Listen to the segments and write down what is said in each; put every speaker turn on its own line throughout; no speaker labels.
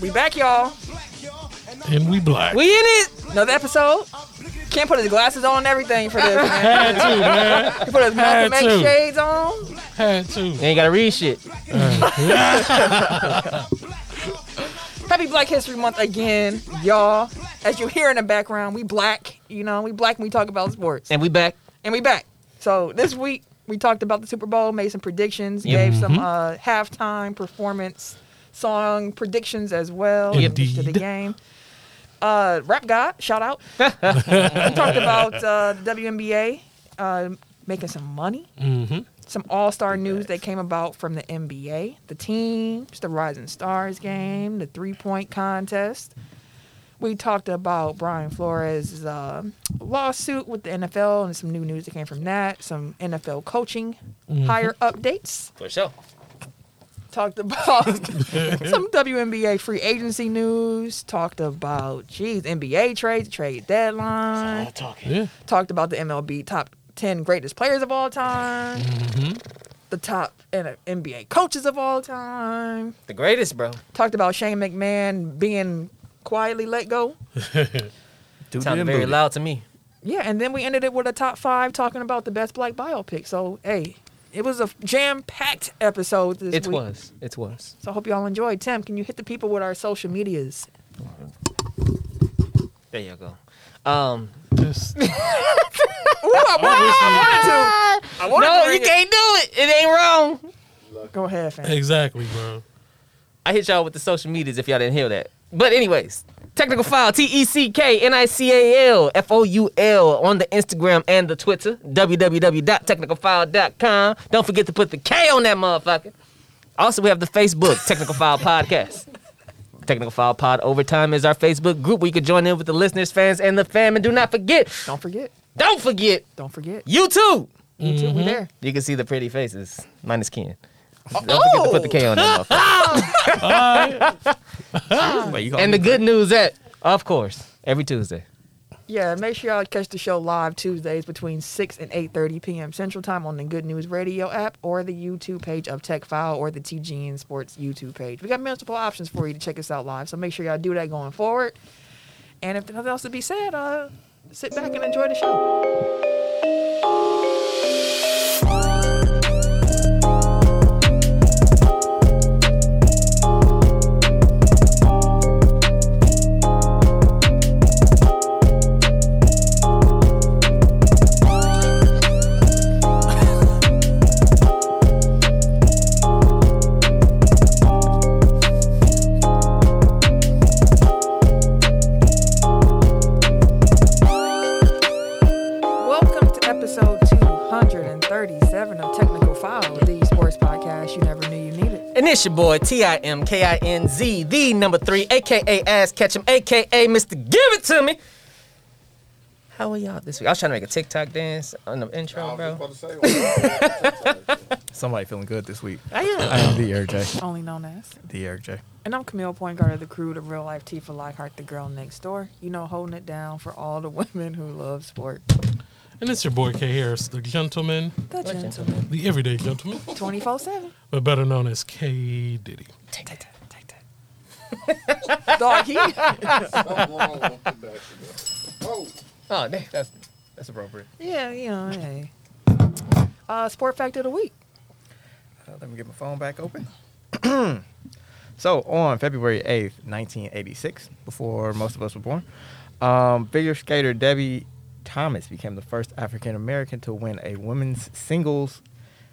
We back, y'all.
And we black.
We in it. Another episode. Can't put his glasses on and everything for this. Man.
had to, man.
He put his
Had
Malcolm X
to.
shades on.
Had to.
You ain't gotta read shit.
Happy Black History Month again, y'all. As you hear in the background, we black. You know, we black and we talk about sports.
And we back.
And we back. So this week we talked about the Super Bowl, made some predictions,
Yep.
gave
Mm-hmm.
some uh, halftime performance song predictions as well to the
Indeed.
game. Uh, rap God, shout out. we talked about uh, the WNBA uh, making some money.
Mm-hmm.
Some all star news that came about from the NBA, the teams, the Rising Stars game, the three point contest. We talked about Brian Flores' uh, lawsuit with the NFL and some new news that came from that, some NFL coaching higher updates.
For sure.
Talked about some WNBA free agency news. Talked about, geez, NBA trades, trade deadline
talking.
Yeah.
talked about the MLB top 10 greatest players of all time, the top N- NBA coaches of all time,
The greatest, bro.
talked about Shane McMahon being quietly let go.
Dude,
Sounded very loud to me.
Yeah, and then we ended it with a top five talking about the best black biopic. So, hey, it was a jam packed episode this
It
week.
was. It was.
So, I hope y'all enjoyed. Tim, can you hit the people with our social medias?
There you go. Um,
Just,
Ooh, I wanted, I wanted to. I wanted
no,
to
you
bring it.
can't do it. It ain't wrong.
Go ahead, fam.
exactly, bro.
I hit y'all with the social medias if y'all didn't hear that. But anyways, technical file T E C K N I C A L F O U L on the Instagram and the Twitter www.technicalfile.com. Don't forget to put the K on that motherfucker. Also, we have the Facebook Technical File Podcast. Technical File Pod Overtime is our Facebook group where you can join in with the listeners, fans, and the fam. And do not forget,
Don't forget.
don't forget
Don't forget.
YouTube.
You too.
Mm-hmm.
We there.
You can see the pretty faces minus Ken. Don't forget to put the K on that motherfucker. And the good news that, of course, every Tuesday.
Yeah, make sure y'all catch the show live Tuesdays between 6 and 8.30 p.m. Central Time on the Good News Radio app or the YouTube page of Tech File or the TGN Sports YouTube page. We got multiple options for you to check us out live, so make sure y'all do that going forward. And if there's nothing else to be said, uh, sit back and enjoy the show. Welcome to episode 237 of Technical File, the sports podcast you never knew you needed.
And it's your boy T I M K I N Z, the number three, aka Ass Ketchum, aka Mr. Give It To Me. How are y'all this week? I was trying to make a TikTok dance on the intro, bro.
Somebody feeling good this week.
I am.
I am the Eric J.
Only known as.
The Eric J.
And I'm Camille Point Guard of the crew, the real life Tifa Lockhart, the girl next door. You know, holding it down for all the women who love sport.
And it's your boy K Harris, the gentleman,
The gentleman.
the everyday gentleman,
24 7.
but better known as K Diddy.
Take that. Take that. Dog, he.
Oh, dang, that's, that's appropriate.
Yeah, you know, hey. Uh, sport fact of the week.
Uh, let me get my phone back open. so, on February 8th, 1986, before most of us were born, um, figure skater Debbie Thomas became the first African American to win a women's singles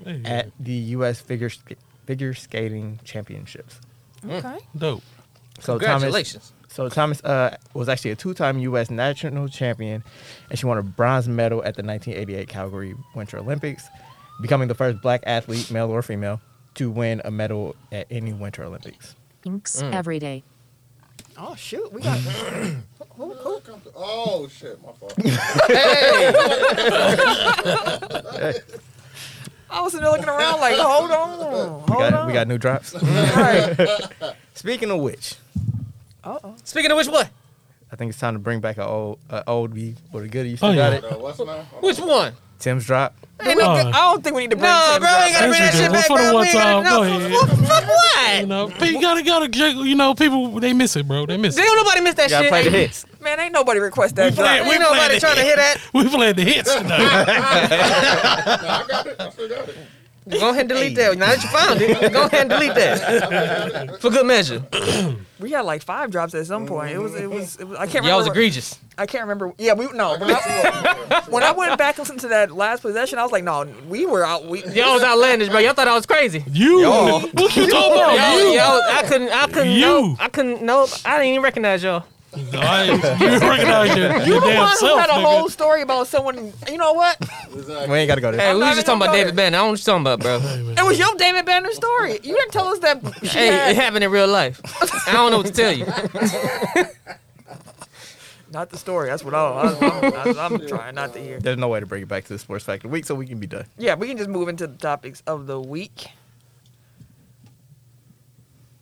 Hey,
at the U.S. Figure, Sk- figure Skating Championships.
Okay.
dope.
So
Congratulations.
Thomas, so Thomas uh, was actually a two-time U.S. national champion, and she won a bronze medal at the 1988 Calgary Winter Olympics, becoming the first Black athlete, male or female, to win a medal at any Winter Olympics.
Inks every day.
Oh, shoot. We got. who, who?
Oh shit, my fault.
I was in there looking around like, hold on. Hold
We got,
on.
we got new drops.
Right.
Speaking of which,
Uh oh.
Speaking of which one?
I think it's time to bring back an old, uh, old beef, but a goodie. You
Oh,
still
yeah.
got it.
Uh, what's my?
Which one?
Tim's drop.
Hey, nigga,
Uh,
I don't think we need to bring Tim's up.
gotta bring that shit back, For the one time, go ahead.
Fuck what?
You know, people you gotta gotta jiggle- you know people they miss it, bro. They miss
They
it.
don't nobody miss that
You gotta
shit.
play the hits.
Man, ain't nobody request that
playing-
drop.
we
Ain't
playing
nobody trying to hear that.
We played the hits tonight.
Nah, I got it. I still got it.
Go ahead and delete that. Now that you found it, go ahead and delete that. For good measure.
We had like five drops at some point. It was, it was, it was I can't remember.
Y'all was egregious.
I can't remember. Yeah, we no. When I, when I went back and listened to that last possession, I was like, no, we were out. We,
Y'all was outlandish, bro. Y'all thought I was crazy.
You,
Y'all.
what you talking about?
Y'all,
you,
y'all, I couldn't, I couldn't,
You.
know, I couldn't, know. I didn't even recognize y'all.
No, I ain't- you recognize your, your
You're the
damn
one who
self,
had a
nigga.
whole story about someone. You know what?
We ain't gotta go there.
Hey, we
not
was just
even
talking about
gonna go
David Banner. I don't know what you're talking about,
It was your David Banner story. You didn't tell us that. She
bro. Hey,
had-
it happened in real life. I don't know what to tell you.
Not the story. That's what I, I, I'm, I'm trying not to hear.
There's no way to bring it back to the sports fact of the week, so we can be done.
Yeah, we can just move into the topics of the week.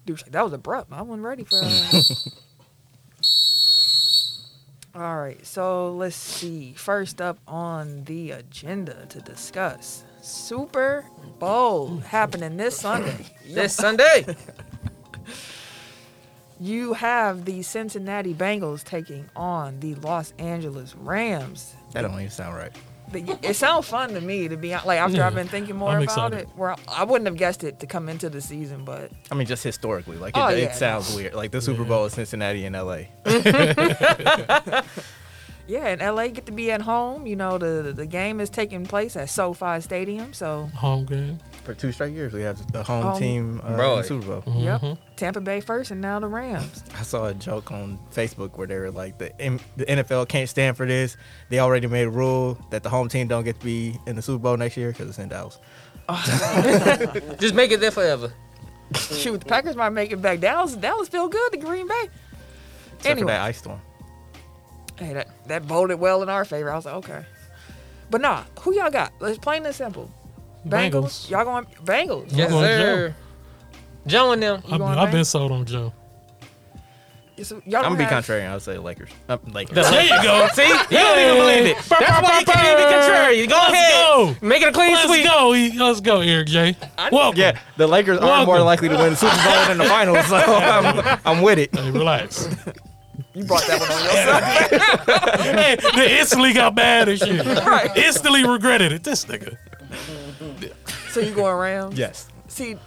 Dude, that was abrupt. I wasn't ready for that. All right, so let's see. First up on the agenda to discuss Super Bowl happening this Sunday.
This Sunday.
You have the Cincinnati Bengals taking on the Los Angeles Rams.
That don't even sound right.
The- It sounds fun to me to be hon- like after I've been thinking more
I'm
about
excited.
it. Where I wouldn't have guessed it to come into the season, but
I mean, just historically, like it,
Oh,
it
yeah.
sounds weird. Like the Super Bowl is Cincinnati and LA.
yeah, and LA get to be at home. You know, the the game is taking place at SoFi Stadium, so
home game.
For two straight years, we have the home
Um, Mm-hmm.
team uh,
Bro.
in the Super Bowl.
Mm-hmm.
yep, Tampa Bay first, and now the Rams.
I saw a joke on Facebook where they were like, the, M- the NFL can't stand for this. They already made a rule that the home team don't get to be in the Super Bowl next year because it's in Dallas.
Just make it there forever.
Shoot, the Packers might make it back. Dallas, Dallas feel good to Green Bay.
Except for that
Anyway,
ice storm.
hey, that that voted well in our favor. I was like, okay, but nah, who y'all got? Let's plain and simple.
Bengals.
Y'all going Bengals?
Yes,
going
sir. Joe and them.
I've,
going
I've been
back?
sold on Joe.
So y'all don't
I'm gonna be
have-
contrarian. I would say Lakers. Uh, Lakers.
There you go. See? You don't even believe it. That's why you can't even be contrary. Go
Let's
ahead.
go.
Make it a clean
Let's
sweep.
go. E- Let's go, Eric J. Welcome.
yeah, the Lakers are more
Welcome.
likely to win the Super Bowl than the finals, so I'm, I'm with it.
Hey, relax.
You brought that one on
hey,
yourself.
they instantly got mad and shit.
Right.
Instantly regretted it. This nigga.
so you going Rams?
Yes.
see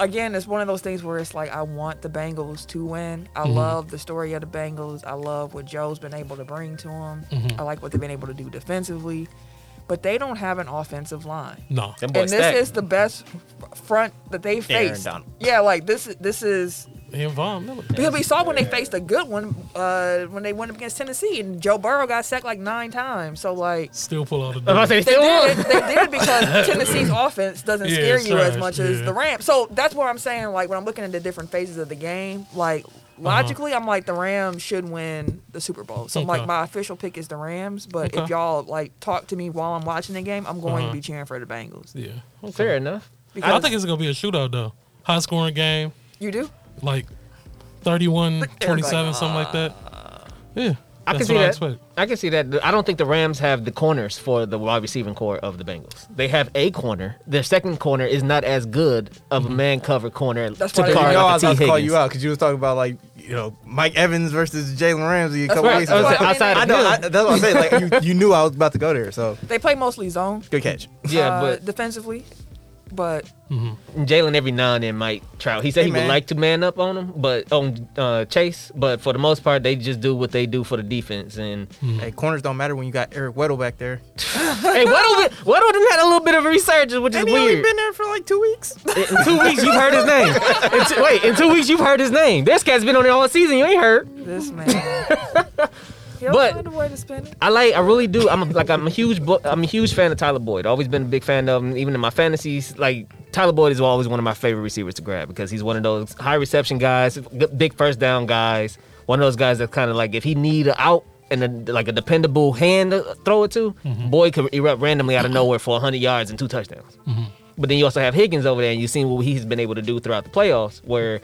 again it's one of those things where it's like i want the bengals to win i love the story of the bengals i love what joe's been able to bring to them i like what they've been able to do defensively but they don't have an offensive line
No.
Them
and
boys
this
stacked.
is the best f- front that they
Aaron
faced
Donald.
yeah like this is this is
They involved Miller.
because we saw when they faced a good one uh, when they went up against tennessee and joe burrow got sacked like nine times so like
Still pull out the
I'm about to
dub.
they
say, still won.
did, it, they did it because Tennessee's offense doesn't
Yeah,
scare
it's
you as
trash,
much as
yeah.
the Rams. So that's where I'm saying, like, when I'm looking at the different phases of the game, like,
Uh-huh.
logically, I'm like, the Rams should win the Super Bowl. So, I'm like,
Okay.
my official pick is the Rams. But if
Okay.
y'all, like, talk to me while I'm watching the game, I'm going to
Uh-huh.
be cheering for the Bengals.
Yeah. Okay.
Fair enough.
I
Because
think it's gonna be a shootout though. High scoring game,
you do?
like 31, 27, something like that. Yeah.
I can
that's
see
what I
that.
expect.
I can see that. The- I don't think the Rams have the corners for the wide receiving core of the Bengals. They have a corner. Their second corner is not as good of a
Mm-hmm.
man cover corner
That's
to
why they-
guard
Sorry,
you know, I
like
was
a T.
about to call
Higgins.
you out because you was talking about like you know Mike Evans versus Jalen Ramsey a couple
right.
weeks
I
ago.
was like,
outside
I
of
know.
him.
I, that's what I'm saying. Like you, you knew I was about to go there, so
They play mostly zone.
good catch.
Yeah,
uh,
but
defensively. But
Jalen every now and then might try. He said
Hey,
he
man.
would like to man up on him, but on uh, Chase. But for the most part, they just do what they do for the defense. And
Hmm.
Hey, corners don't matter when you got Eric Weddle back there.
hey, Weddle, Weddle done had a little bit of a resurgence, which is
And he only
weird.
been there for like two weeks.
In two weeks, you've heard his name. In two- wait, in two weeks, you've heard his name. This cat's been on it all season. You ain't heard.
this man. He'll
But-
find a way to spin it.
I like. I really do. I'm a, like. I'm a huge. Bo- I'm a huge fan of Tyler Boyd. Always been a big fan of him. Even in my fantasies, like Tyler Boyd is always one of my favorite receivers to grab because he's one of those high reception guys, g- big first down guys. One of those guys that kind of like if he need a out and a, like a dependable hand to throw it to, Boyd could erupt randomly out of nowhere for 100 yards and two touchdowns. But then you also have Higgins over there, and you've seen what he's been able to do throughout the playoffs. Where,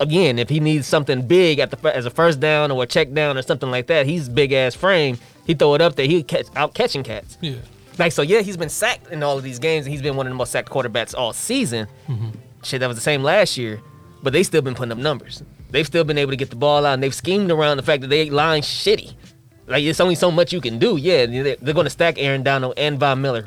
again, if he needs something big at the fir- as a first down or a check down or something like that, he's big ass frame. He throw it up there. He catch out catching cats.
Yeah.
Like so, yeah, he's been sacked in all of these games, and he's been one of the most sacked quarterbacks all season. Shit, that was the same last year, but they still been putting up numbers. They've still been able to get the ball out, and they've schemed around the fact that they line shitty. Like it's only so much you can do. Yeah, they're, they're going to stack Aaron Donald and Von Miller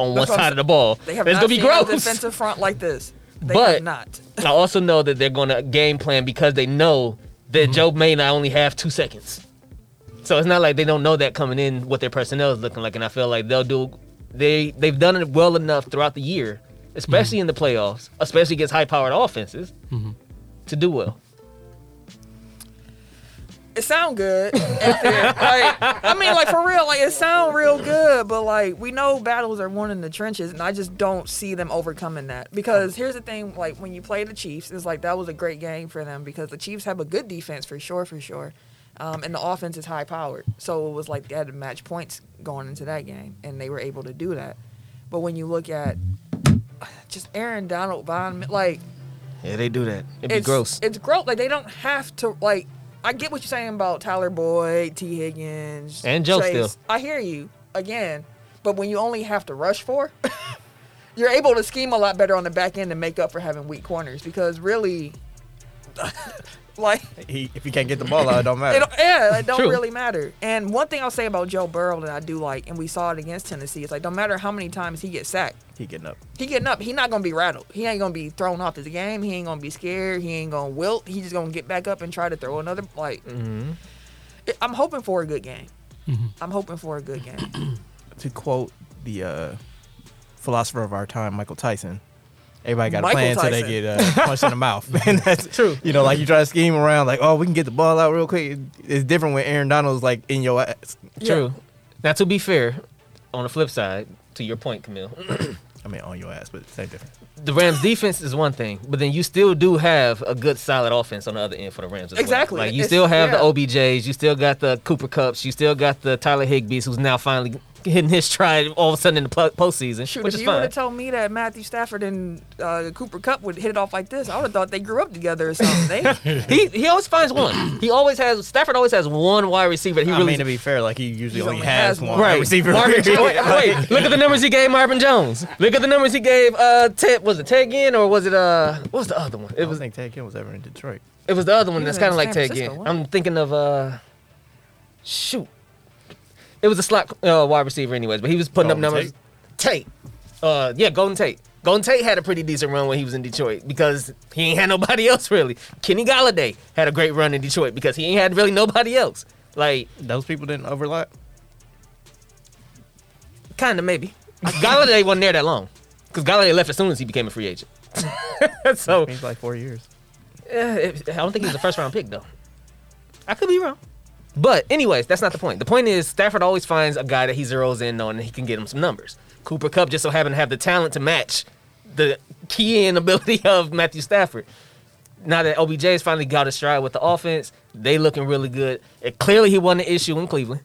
on one
what I'm
side of
saying.
the ball.
They have
it's
not
gonna be
seen a
gross.
defensive front like this. They
But-
have not.
I also know that they're going to game plan because they know that Joe may not only have two seconds. So it's not like they don't know that coming in what their personnel is looking like, and I feel like they'll do. They they've done it well enough throughout the year, especially in the playoffs, especially against high-powered offenses, to do well.
It sound good. out there. like, I mean, like for real, like it sound real good, but like we know battles are won in the trenches, and I just don't see them overcoming that. Because here's the thing, like when you play the Chiefs, it's like that was a great game for them because the Chiefs have a good defense for sure, for sure. Um, and the offense is high powered. So it was like they had to match points going into that game, and they were able to do that. But when you look at uh, just Aaron Donald, Von, like
Yeah, they do that. It'd be
it's
gross.
It's gross. Like they don't have to. Like I get what you're saying about Tyler Boyd, T. Higgins,
And Joe
Chase.
still.
I hear you again, but when you only have to rush for, you're able to scheme a lot better on the back end to make up for having weak corners because really, like
He, if he can't get the ball out, it don't
it
matter.
don't, yeah, it don't
Uh, True.
really matter. And one thing I'll say about Joe Burrow that I do like, and we saw it against Tennessee, it's like no matter how many times he gets sacked,
He getting up.
he getting up. He not gonna be rattled. He ain't gonna be thrown off his game. He ain't gonna be scared. He ain't gonna wilt. He just gonna get back up and try to throw another. Like,
Mm-hmm.
It- I'm hoping for a good game. I'm hoping for a good game.
To quote the uh, philosopher of our time, Michael Tyson. Everybody got a
Michael
plan until they
Tyson.
get uh, punched in the mouth. and that's true. You know, like you try to scheme around, like, oh, we can get the ball out real quick. It's different when Aaron Donald's like in your ass.
True. Now, to be fair, on the flip side, to your point, Camille,
I mean, on your ass, but same difference.
the Rams' defense is one thing, but then you still do have a good, solid offense on the other end for the Rams. As well.
Exactly.
Like you
It's-
still have
yeah.
the OBJ's, you still got the Cooper Cups, you still got the Tyler Higbees, who's now finally hitting his stride all of a sudden in the pl- postseason,
Shoot,
which
if
is
you would
fine.
have told me that Matthew Stafford and uh, Cooper Cup would hit it off like this, I would have thought they grew up together or something. They,
he he always finds one. He always has Stafford always has one wide receiver. He
I
really
mean, to be fair, like he usually
He
only
only
has,
has
one,
one.
Right.
receiver.
Marvin Jo- wait, wait, look at the numbers he gave Marvin Jones. Look at the numbers he gave uh Ted was it Ted Ginn or was it uh what was the other one? It
I don't
was
think Ted Kim was ever in Detroit.
It was the other one
He
that's
was
kind of
in
like
San
Ted Ginn.
Francisco, wasn't
I'm thinking of uh, shoot. It was a slot uh, wide receiver, anyways, but he was putting up
Golden
numbers. Tate, uh, yeah, Golden Tate. Golden Tate had a pretty decent run when he was in Detroit because he ain't had nobody else really. Kenny Galladay had a great run in Detroit because he ain't had really nobody else. Like,
Those people didn't overlap.
kind of maybe. Galladay wasn't there that long because Galladay left as soon as he became a free agent. so
He's like four years.
Uh, it- I don't think he was a first round pick though. I could be wrong. But anyways, that's not the point. The point is Stafford always finds a guy that he zeroes in on and he can get him some numbers. Cooper Cup just so happened to have the talent to match the key in ability of Matthew Stafford. Now that OBJ has finally got his stride with the offense, they looking really good. And clearly he won the issue in Cleveland.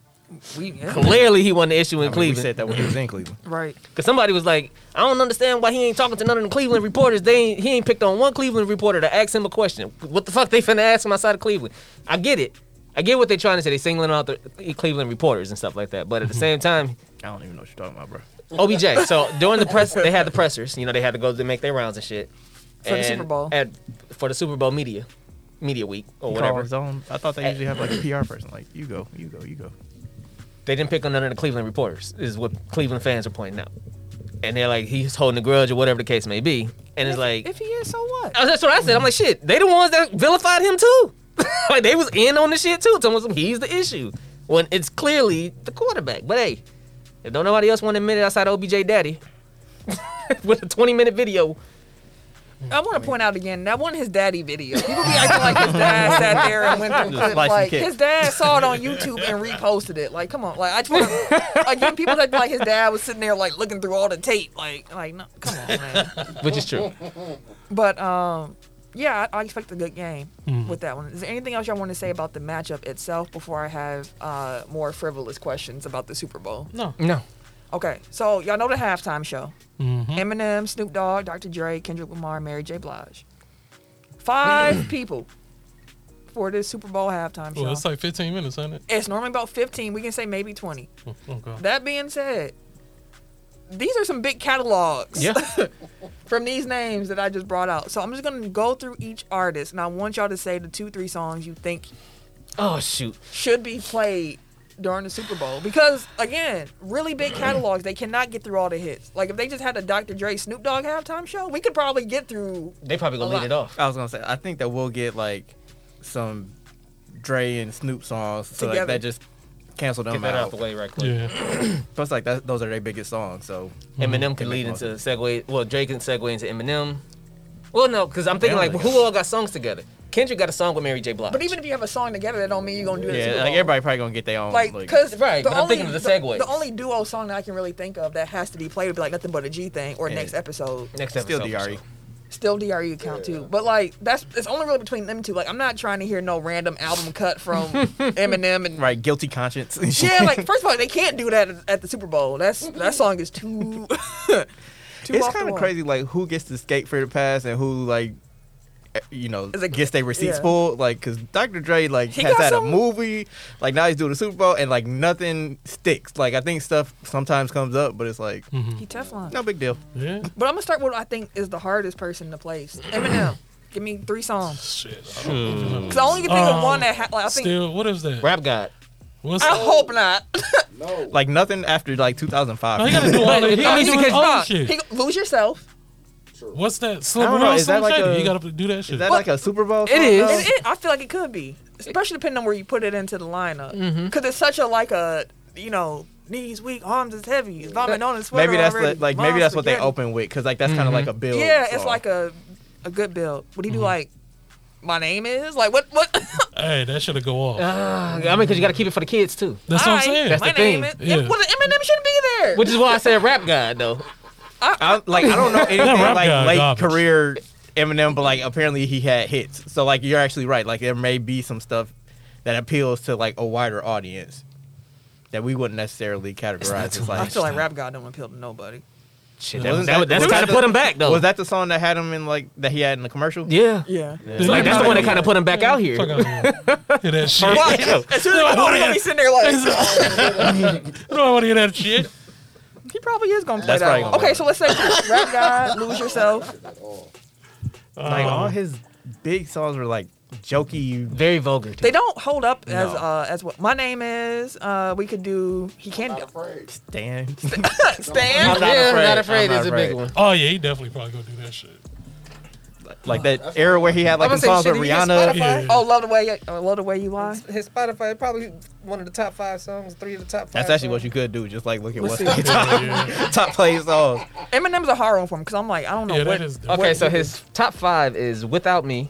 we, yeah,
Clearly he won the issue in
I mean, we
Cleveland.
said that when he was in Cleveland.
right.
Cause somebody was like, I don't understand why he ain't talking to none of the Cleveland reporters. They ain't, he ain't picked on one Cleveland reporter to ask him a question. What the fuck they finna ask him outside of Cleveland? I get it. I get what they trying to say. They singling out the Cleveland reporters and stuff like that. But at the same time,
I don't even know what you're talking about, bro.
OBJ. So during the press, they had the pressers. You know, they had to go to make their rounds and shit.
For the Super Bowl.
At, for the Super Bowl media, media week or
Call
whatever.
his own- I thought they usually have like a PR person. Like you go, you go, you go.
they didn't pick on none of the Cleveland reporters, is what Cleveland fans are pointing out. And they're like, he's holding a grudge or whatever the case may be. And it's like,
if he is, so what?
Oh, that's what I said. I'm like, shit, they the ones that vilified him too. like they was in on the shit too, telling him he's the issue. When it's clearly the quarterback. But hey, if don't nobody else want to admit it outside OBJ Daddy with a 20 minute video.
I want to point out again that one his daddy video. People be acting like his dad sat there and went through
Just
clip.
slice and
Like
kick.
his dad saw it on YouTube and reposted it. Like, come on, like I just wanna, again people act like his dad was sitting there like looking through all the tape. Like, like no, come on, man.
Which is true.
But um, yeah, I, I expect a good game with that one. Is there anything else y'all want to say about the matchup itself before I have uh, more frivolous questions about the Super Bowl?
No.
No.
Okay, so y'all know the halftime show.
Mhm.
Eminem, Snoop Dogg, Dr. Dre, Kendrick Lamar, Mary J. Blige. Five people for this Super Bowl halftime show.
Well,
it's,
it's like 15 minutes, isn't it?
normally about 15. We can say maybe 20.
Oh, God.
That being said, these are some big catalogs
Yeah.
from these names that I just brought out. So I'm just gonna go through each artist, and I want y'all to say the two, three songs you think
Oh shoot.
should be played during the Super Bowl because again, really big catalogs they cannot get through all the hits. Like if they just had a Dr. Dre Snoop Dogg halftime show, we could probably get through.
They probably gonna
A
lead
lot.
it off.
I was gonna say I think that we'll get like some Dre and Snoop songs, so like,
Together.
that just cancel them
Get that out
out.
the way right quick.
Yeah.
Plus, like that, those are their biggest songs. So Mm-hmm.
Eminem can lead into segue. Well, Drake can segue into Eminem. Well, no, because I'm thinking
Yeah,
like,
like-
who all got songs together? Kendrick got a song with Mary J. Blige.
But even if you have a song together, that don't mean you're gonna do it. at the
yeah,
Super
like
Bowl.
everybody probably gonna get their own.
Like, cause
Right,
the
but I'm
only,
thinking of the
The,
segues.
the only duo song that I can really think of that has to be played would be like nothing but a G thing or
Yeah.
next episode.
next
still
episode,
E.
DRE.
Still DRE account too, but like that's it's only really between them two. Like I'm not trying to hear no random album cut from Eminem and
Right, guilty conscience. and shit.
Yeah, like first of all, they can't do that at the Super Bowl. That's that song is too. too
it's
off the
kind of
wall.
crazy. Like who gets to skate for the pass and who like. eh, You know,
It's like-
gets their receipts
yeah.
pulled, like, cause Dr. Dre like
He
has
got
had
some-
a movie, like now he's doing the Super Bowl, and like nothing sticks. Like I think stuff sometimes comes up, but it's like
Mm-hmm.
Mhm.
He Teflon.
no big deal.
Yeah.
But I'm gonna start with what I think is the hardest person to place. Eminem. Give me three songs.
Shit. I don't even know.
Cause I only can think of
Um,
one that ha- like I think.
Still, what is that?
Rap God.
What's
I hope not.
No.
Like nothing after like 2005.
No, he gotta do all that. He gotta
He
do
can-
his
nah,
own shit.
he can- lose yourself.
What's that?
I
Slim
don't know,
Ross,
is that
Slim
like
Shady.
a-
you gotta do that shit.
Is that like a Super Bowl?
It is.
It- it- I feel like it could be, especially depending on where you put it into the lineup.
Mm-hmm.
Cause it's such a like a you know knees weak, arms is heavy, he's vomiting on his sweater
Maybe that's
already,
like, like
mom's
maybe that's what they
spaghetti.
open with, cause like that's
Mm-hmm.
kind of like a build.
Yeah, it's like a a good build. What do you
Mm-hmm.
do? Like, my name is like what what?
Hey, that should go off.
Ah, I mean, because you gotta keep it for the kids too.
That's what I'm
Alright,
saying.
That's
my
the
name
thing.
is.
Yeah.
Well, the Eminem shouldn't be there.
Which is why I said Rap God though.
I, like I don't know anything
rap
like
guy
late
garbage.
career Eminem, but like apparently he had hits. So like you're actually right. Like there may be some stuff that appeals to like a wider audience that we wouldn't necessarily categorize as
I
like.
feel like Rap God don't appeal to nobody.
Shit,
Wasn't
that,
that-
that, that's
was
kind of
that-
put him back though.
Was that the song that had him in like that he had in the commercial?
Yeah.
Yeah.
Yeah,
Like that's the one that kind of put him back out
Fuck
here.
out of here. Hear that shit.
Why? As soon as I want to be sitting there like,
I don't want to hear that shit.
he probably is gonna play
That's
that.
probably
One.
gonna
Okay,
win.
so let's say Rap God, Lose Yourself.
At all.
Like all
Um,
his big songs were like jokey.
Very vulgar. Too.
They don't hold up as
No.
uh as what my name is. Uh, we could do. He
Not
can't
afraid.
Damn.
stand.
not
yeah,
afraid.
not afraid
I'm not
is a
afraid.
big one.
Oh yeah, he definitely probably gonna do that shit.
like that era where he had like the songs with Rihanna.
Yeah.
Oh, love the way. You, oh, love the way you lie.
His Spotify probably one of the top five songs, three of the top five.
That's actually
songs.
what you could do. Just like look at
Let's
what's
see.
top, top played songs.
Eminem's a hard one for me because I'm like I don't know
Yeah,
what.
that is.
Okay, so his top five is Without Me,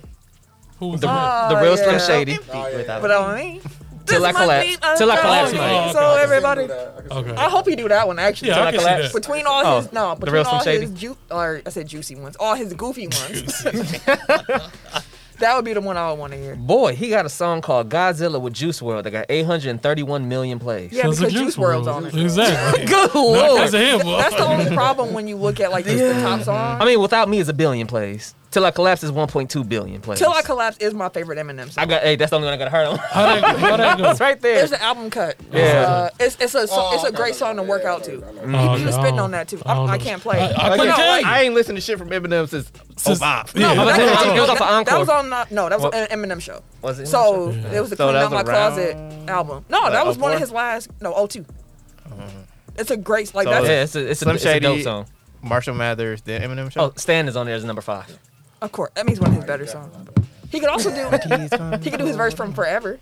Who was
The,
that?
Ah,
Oh,
the Real Slim
yeah.
Shady. um,
Oh, yeah.
But I mean,
Till I
this might
collapse.
be a
Till I
good
collapse,
thing.
mate.
uh, So
Okay.
everybody,
Okay.
I hope he do that one actually.
Oh, Yeah, I can
collapse.
see that.
Between all
Oh,
his no,
the
between
real Slim
all
Shady?
his ju- or I said juicy ones, all his goofy ones. that would be the one I would want to hear.
Boy, he got a song called Godzilla with Juice World that got 831 million plays.
Yeah,
So it's a
because Juice WRLD's on
WRLD.
it.
Exactly.
Good
That's
lord.
a him.
That's the only problem when you look at like just the top song.
I mean, Without Me is a billion plays. Till I Collapse is 1.2 billion plays.
Till I collapse is my favorite Eminem song.
I got hey, that's the only one I got hurt on.
How that, how that go?
That's right there.
There's an album cut.
Yeah.
Uh, it's it's a so,
Oh,
it's a
okay,
great
okay,
song to
yeah,
work
yeah,
out
okay,
to.
okay,
You
okay.
Oh,
you
no.
spitting on that too. I,
don't
I
know.
can't play.
I, I
Like,
couldn't
no,
tell you.
I ain't listened to shit from Eminem since oh,
Since-
Obama.
yeah.
No,
that's-
that,
I think it was off of
that- that was
Encore.
on uh, no, that was
Well-
an Eminem show.
Was it?
So it was the
So
Clean
that
Out My
was
Closet
around,
album. No,
like,
that was one of
04?
his last. No, 02.
Mm-hmm.
It's a great like
So
yeah,
that's
it's a, it's a,
Slim
it's a dope
Shady.
song.
Marshall Mathers, the Eminem
Oh,
show.
Stan is on there as number five.
of course that means one of his better songs. He could also do he could do his verse from Forever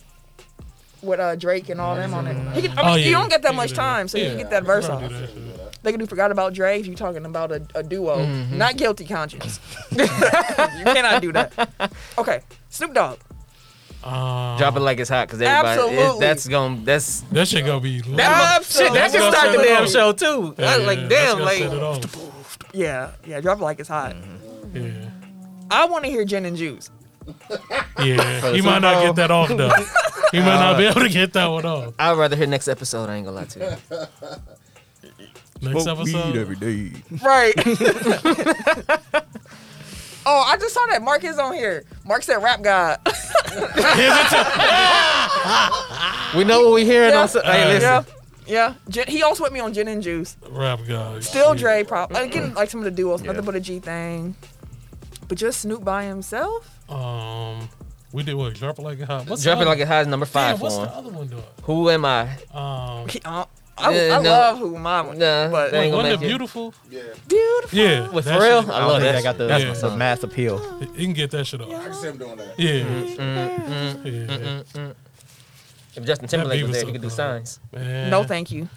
with uh, Drake and all them on it. He could, I mean,
Oh, yeah.
you don't get that
He
much
could do that.
time, so you can
Yeah.
get that verse
Probably do
on.
that shit.
They could do "Forgot About Dre" if you're talking about a, a duo,
Mm-hmm.
not guilty conscience. you cannot do that. Okay, Snoop Dogg.
Um,
Drop it like it's hot because everybody. it-
Absolutely.
that's gonna that's
That shit gonna be.
that mu- shit.
Absolutely.
That should
That's
start the
gonna
damn
set
show too.
Yeah,
I,
yeah,
like
that's
damn,
gonna
like
set it off.
Yeah, yeah, drop it like it's hot.
Mm-hmm.
Yeah.
I want to hear Gin and Juice.
Yeah, he
the
might
Super
not
Bowl.
get that off though. He might not be able to get that one off.
I'd rather hear next episode. I ain't gonna lie to you.
Next
Smoke weed
episode.
every day.
Right. oh, I just saw that Mark is on here. Mark said rap god.
We know what we hearing. on. Su- Hey, listen.
Yeah. Yeah, Gin, he also with me on Gin and Juice.
Rap guy.
Still
Shit.
Dre, probably again like some of the duos,
Yeah.
nothing but a G thing. But just Snoop by himself.
Um, we did what? Drop it like a hot. What's
Drop
the
it like
other-
it has number
Damn,
five
what's
for
the
him.
other one doing?
Who am I?
Um,
He- I, I, I
Yeah, no.
love who mine was,
Nah,
but
wait,
that ain't gonna
wasn't it
make it.
beautiful?
Yeah.
beautiful.
Yeah.
With
that
Pharrell?
shit-
I love that. I got the
That's
my
that's
song.
the mass appeal.
You can get that shit off.
I can see him doing that.
Yeah. yeah.
If Justin Timberlake
beat
was
was
there,
so
he could do
good.
signs.
Man.
No, thank you.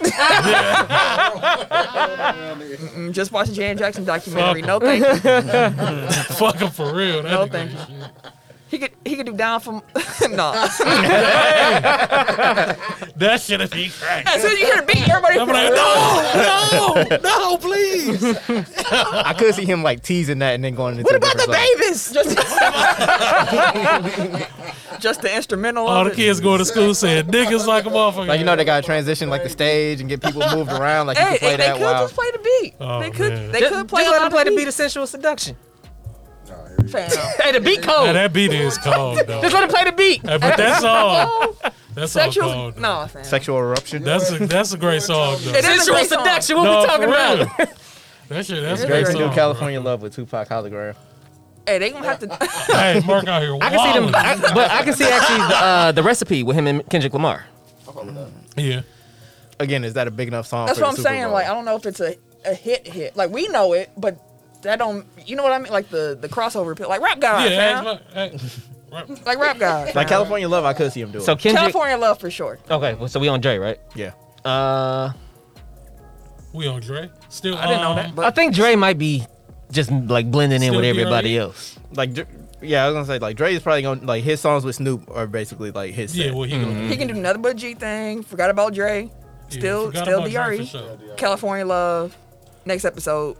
Mm, Just watch the Jan Jackson documentary. No, thank you.
Fuck him for real.
No,
That
thank
nigga-
He could he could do down from no.
That shit would be crack.
As soon as you hear the beat, everybody.
I'm like, no, no, no, please.
I could see him like teasing that and then going into
What
a
about the
different song.
babies? Just, just the instrumental.
All
of
the
it.
kids going to school saying niggas like a motherfucker.
Like you know, they gotta transition like the stage and get people moved around. Like you
Hey,
can play
they
that
could
while
just play the beat.
Oh,
they could.
man.
They could play.
just
a
let
lot
him play
of
the beat of sensual seduction.
Nah, here we go.
Fam.
Hey, the beat
Nah,
code.
that beat is cold though.
Just let him play the beat.
Hey, but that song, that song
Sexual.
cold. though.
No, fam.
sexual eruption.
That's a that's a great song though.
It is a
Sensual
great song.
seduction. What
no,
we talking
for
about?
real. That shit, that's a great
Drake can
Drake can
song.
do
bro.
California Love with Tupac hologram.
Hey, they gonna have to.
Hey, Mark out here.
I can see them,
wilding.
I, but I can see actually the, uh, the recipe with him and Kendrick Lamar.
I fuck with that.
Yeah.
Again, is that a big enough song?
That's
for
what I'm
the Super
saying.
Bowl?
Like, I don't know if it's a, a hit hit. Like we know it, but that don't. You know what I mean? Like the the crossover pill. Like rap guys.
Yeah.
Yeah,
Hey, hey, right.
like rap guys.
like California Love, I could see him doing.
So Kendrick.
California love for sure.
Okay, well, so we on Dre, right?
yeah,
Uh,
We on Dre. Still,
I didn't know
um,
that.
I
But
think Dre might be just like blending in
Still
with everybody
DRE?
else.
like Dr- yeah, I was gonna say like Dre is probably gonna like his songs with Snoop are basically like his.
Yeah,
set.
well, he gonna
he can do nothing but G thing. Forgot about Dre.
Mm-hmm. yeah,
Still,
forgot
still E.
about Dre
Dre.
for sure.
Yeah, yeah.
California love. Next episode.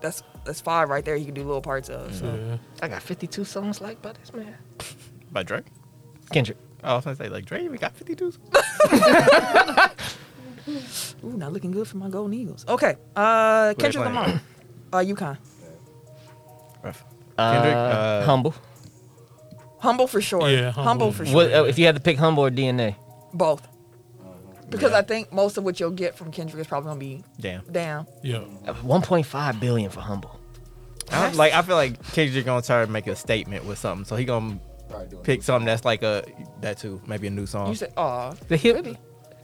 That's that's five right there. He can do little parts of. So.
Yeah.
I got 52 songs liked by this man.
by Dre.
Kendrick.
I was gonna say like Dre, we got 52.
Ooh, not looking good for my Golden Eagles. Okay. Uh,
they
Kendrick
playing?
Lamar. Uh, UConn.
Rough.
Uh,
Kendrick, uh,
Humble.
Humble for sure.
Yeah,
humble,
Humble is-
for sure.
What, uh, if you had to pick Humble or DNA?
Both. Because I think most of what you'll get from Kendrick is probably gonna be
Damn.
down.
Yeah.
Uh, 1.5 billion for Humble.
I don't- like I feel like Kendrick gonna try to make a statement with something, so he gonna
Probably doing
pick
it.
something that's like a that too, maybe a new song.
You said, "Oh,
The hip.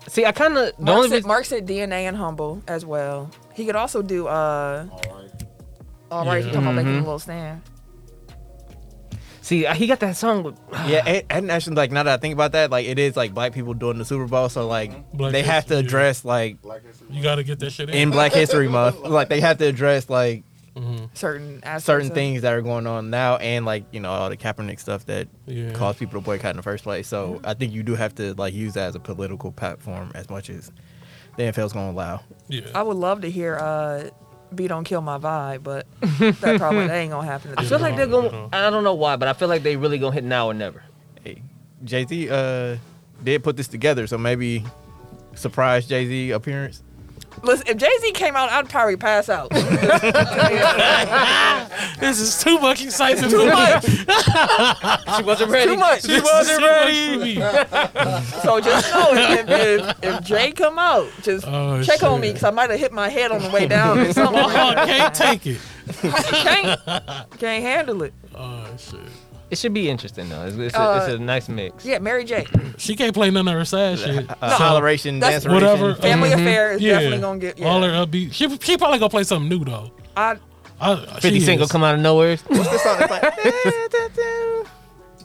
See, I kind of the
Mark,
only
said,
reason,
Mark said DNA and humble as well. He could also do uh,
All right.
all right. He
Yeah.
talking about making a little stand.
see uh, he got that song with
yeah, and, and actually, like now that I think about that, like it is like black people doing the Super Bowl, so like
Black
they have
history,
to
yeah.
address like
Black History
You
Month.
got to get that shit in.
in Black History Month, like they have to address like
Mhm.
Certain aspects
certain
of-
things that are going on now, and like you know all the Kaepernick stuff that
Yeah.
caused people to boycott in the first place. So I think you do have to like use that as a political platform as much as the NFL's gonna allow.
I
Yeah.
would love to hear uh, "Be Don't Kill My Vibe," but that probably that ain't gonna happen. at
I
this
feel
point.
like they're going.
Mm-hmm.
I don't know why, but I feel like they really gonna hit now or never.
Hey, Jay Z uh, did put this together, so maybe surprise Jay Z appearance.
Listen, if Jay Z came out, I'd probably pass out.
This is too much excitement. too much.
She wasn't ready.
Too much.
She wasn't ready.
So just know if, if, if Dre come out, just
Oh,
check on me
shit.
because I might have hit my head on the way down or something.
Oh, can't take it.
can't, can't handle it.
Oh shit.
It should be interesting though. It's, it's, a, it's a nice mix.
Yeah, Mary J.
She can't play none of her sad shit.
Uh,
No.
Toleration,
That's-
dance,
Whatever.
Family
Mhm.
Affair is
yeah.
definitely gonna get. Yeah.
All her upbeat. She she probably gonna play something new though.
I,
I,
Fifty
she
single
is.
come out of nowhere.
What's this song? It's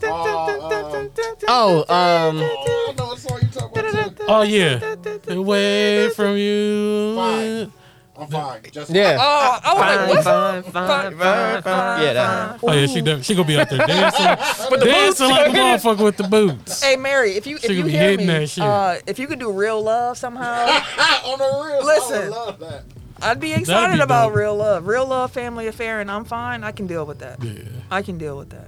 oh, um,
Oh, I know what song you talking about. too.
Oh yeah. Away
Oh,
from you.
Fine. I'm fine. Just
yeah.
oh, I was like, what's
fine, fine, fine, fine.
Yeah, that-
Oh yeah, she def- she gonna be out there dancing, dancing like a motherfucker with the boots.
Hey Mary, if you if
She
you
gonna be
hear me,
hitting that shit.
uh, if you could do real love somehow,
on the real. I
Listen.
would love that.
I'd be excited about
dope.
real love. Real love, family affair, and I'm fine. I can deal with that.
Yeah.
I can deal with that.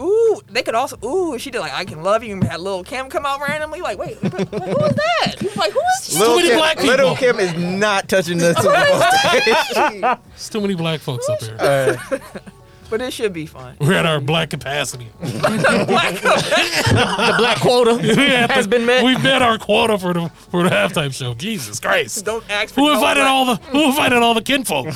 Ooh, they could also. Ooh, if she did like I can love you and had Lil Kim come out randomly. Like, wait, like, who is that? Like, who is?
Lil- Too many black people.
Little Kim is not touching the Super Bowl.
It's too many black folks up here.
Uh,
But it should be fun.
We're at our black capacity.
The black quota.
Has
been met.
We've met our quota for the for the halftime show. Jesus Christ!
Don't ask for
Who
no
invited
black-
all the Who invited all the kinfolk?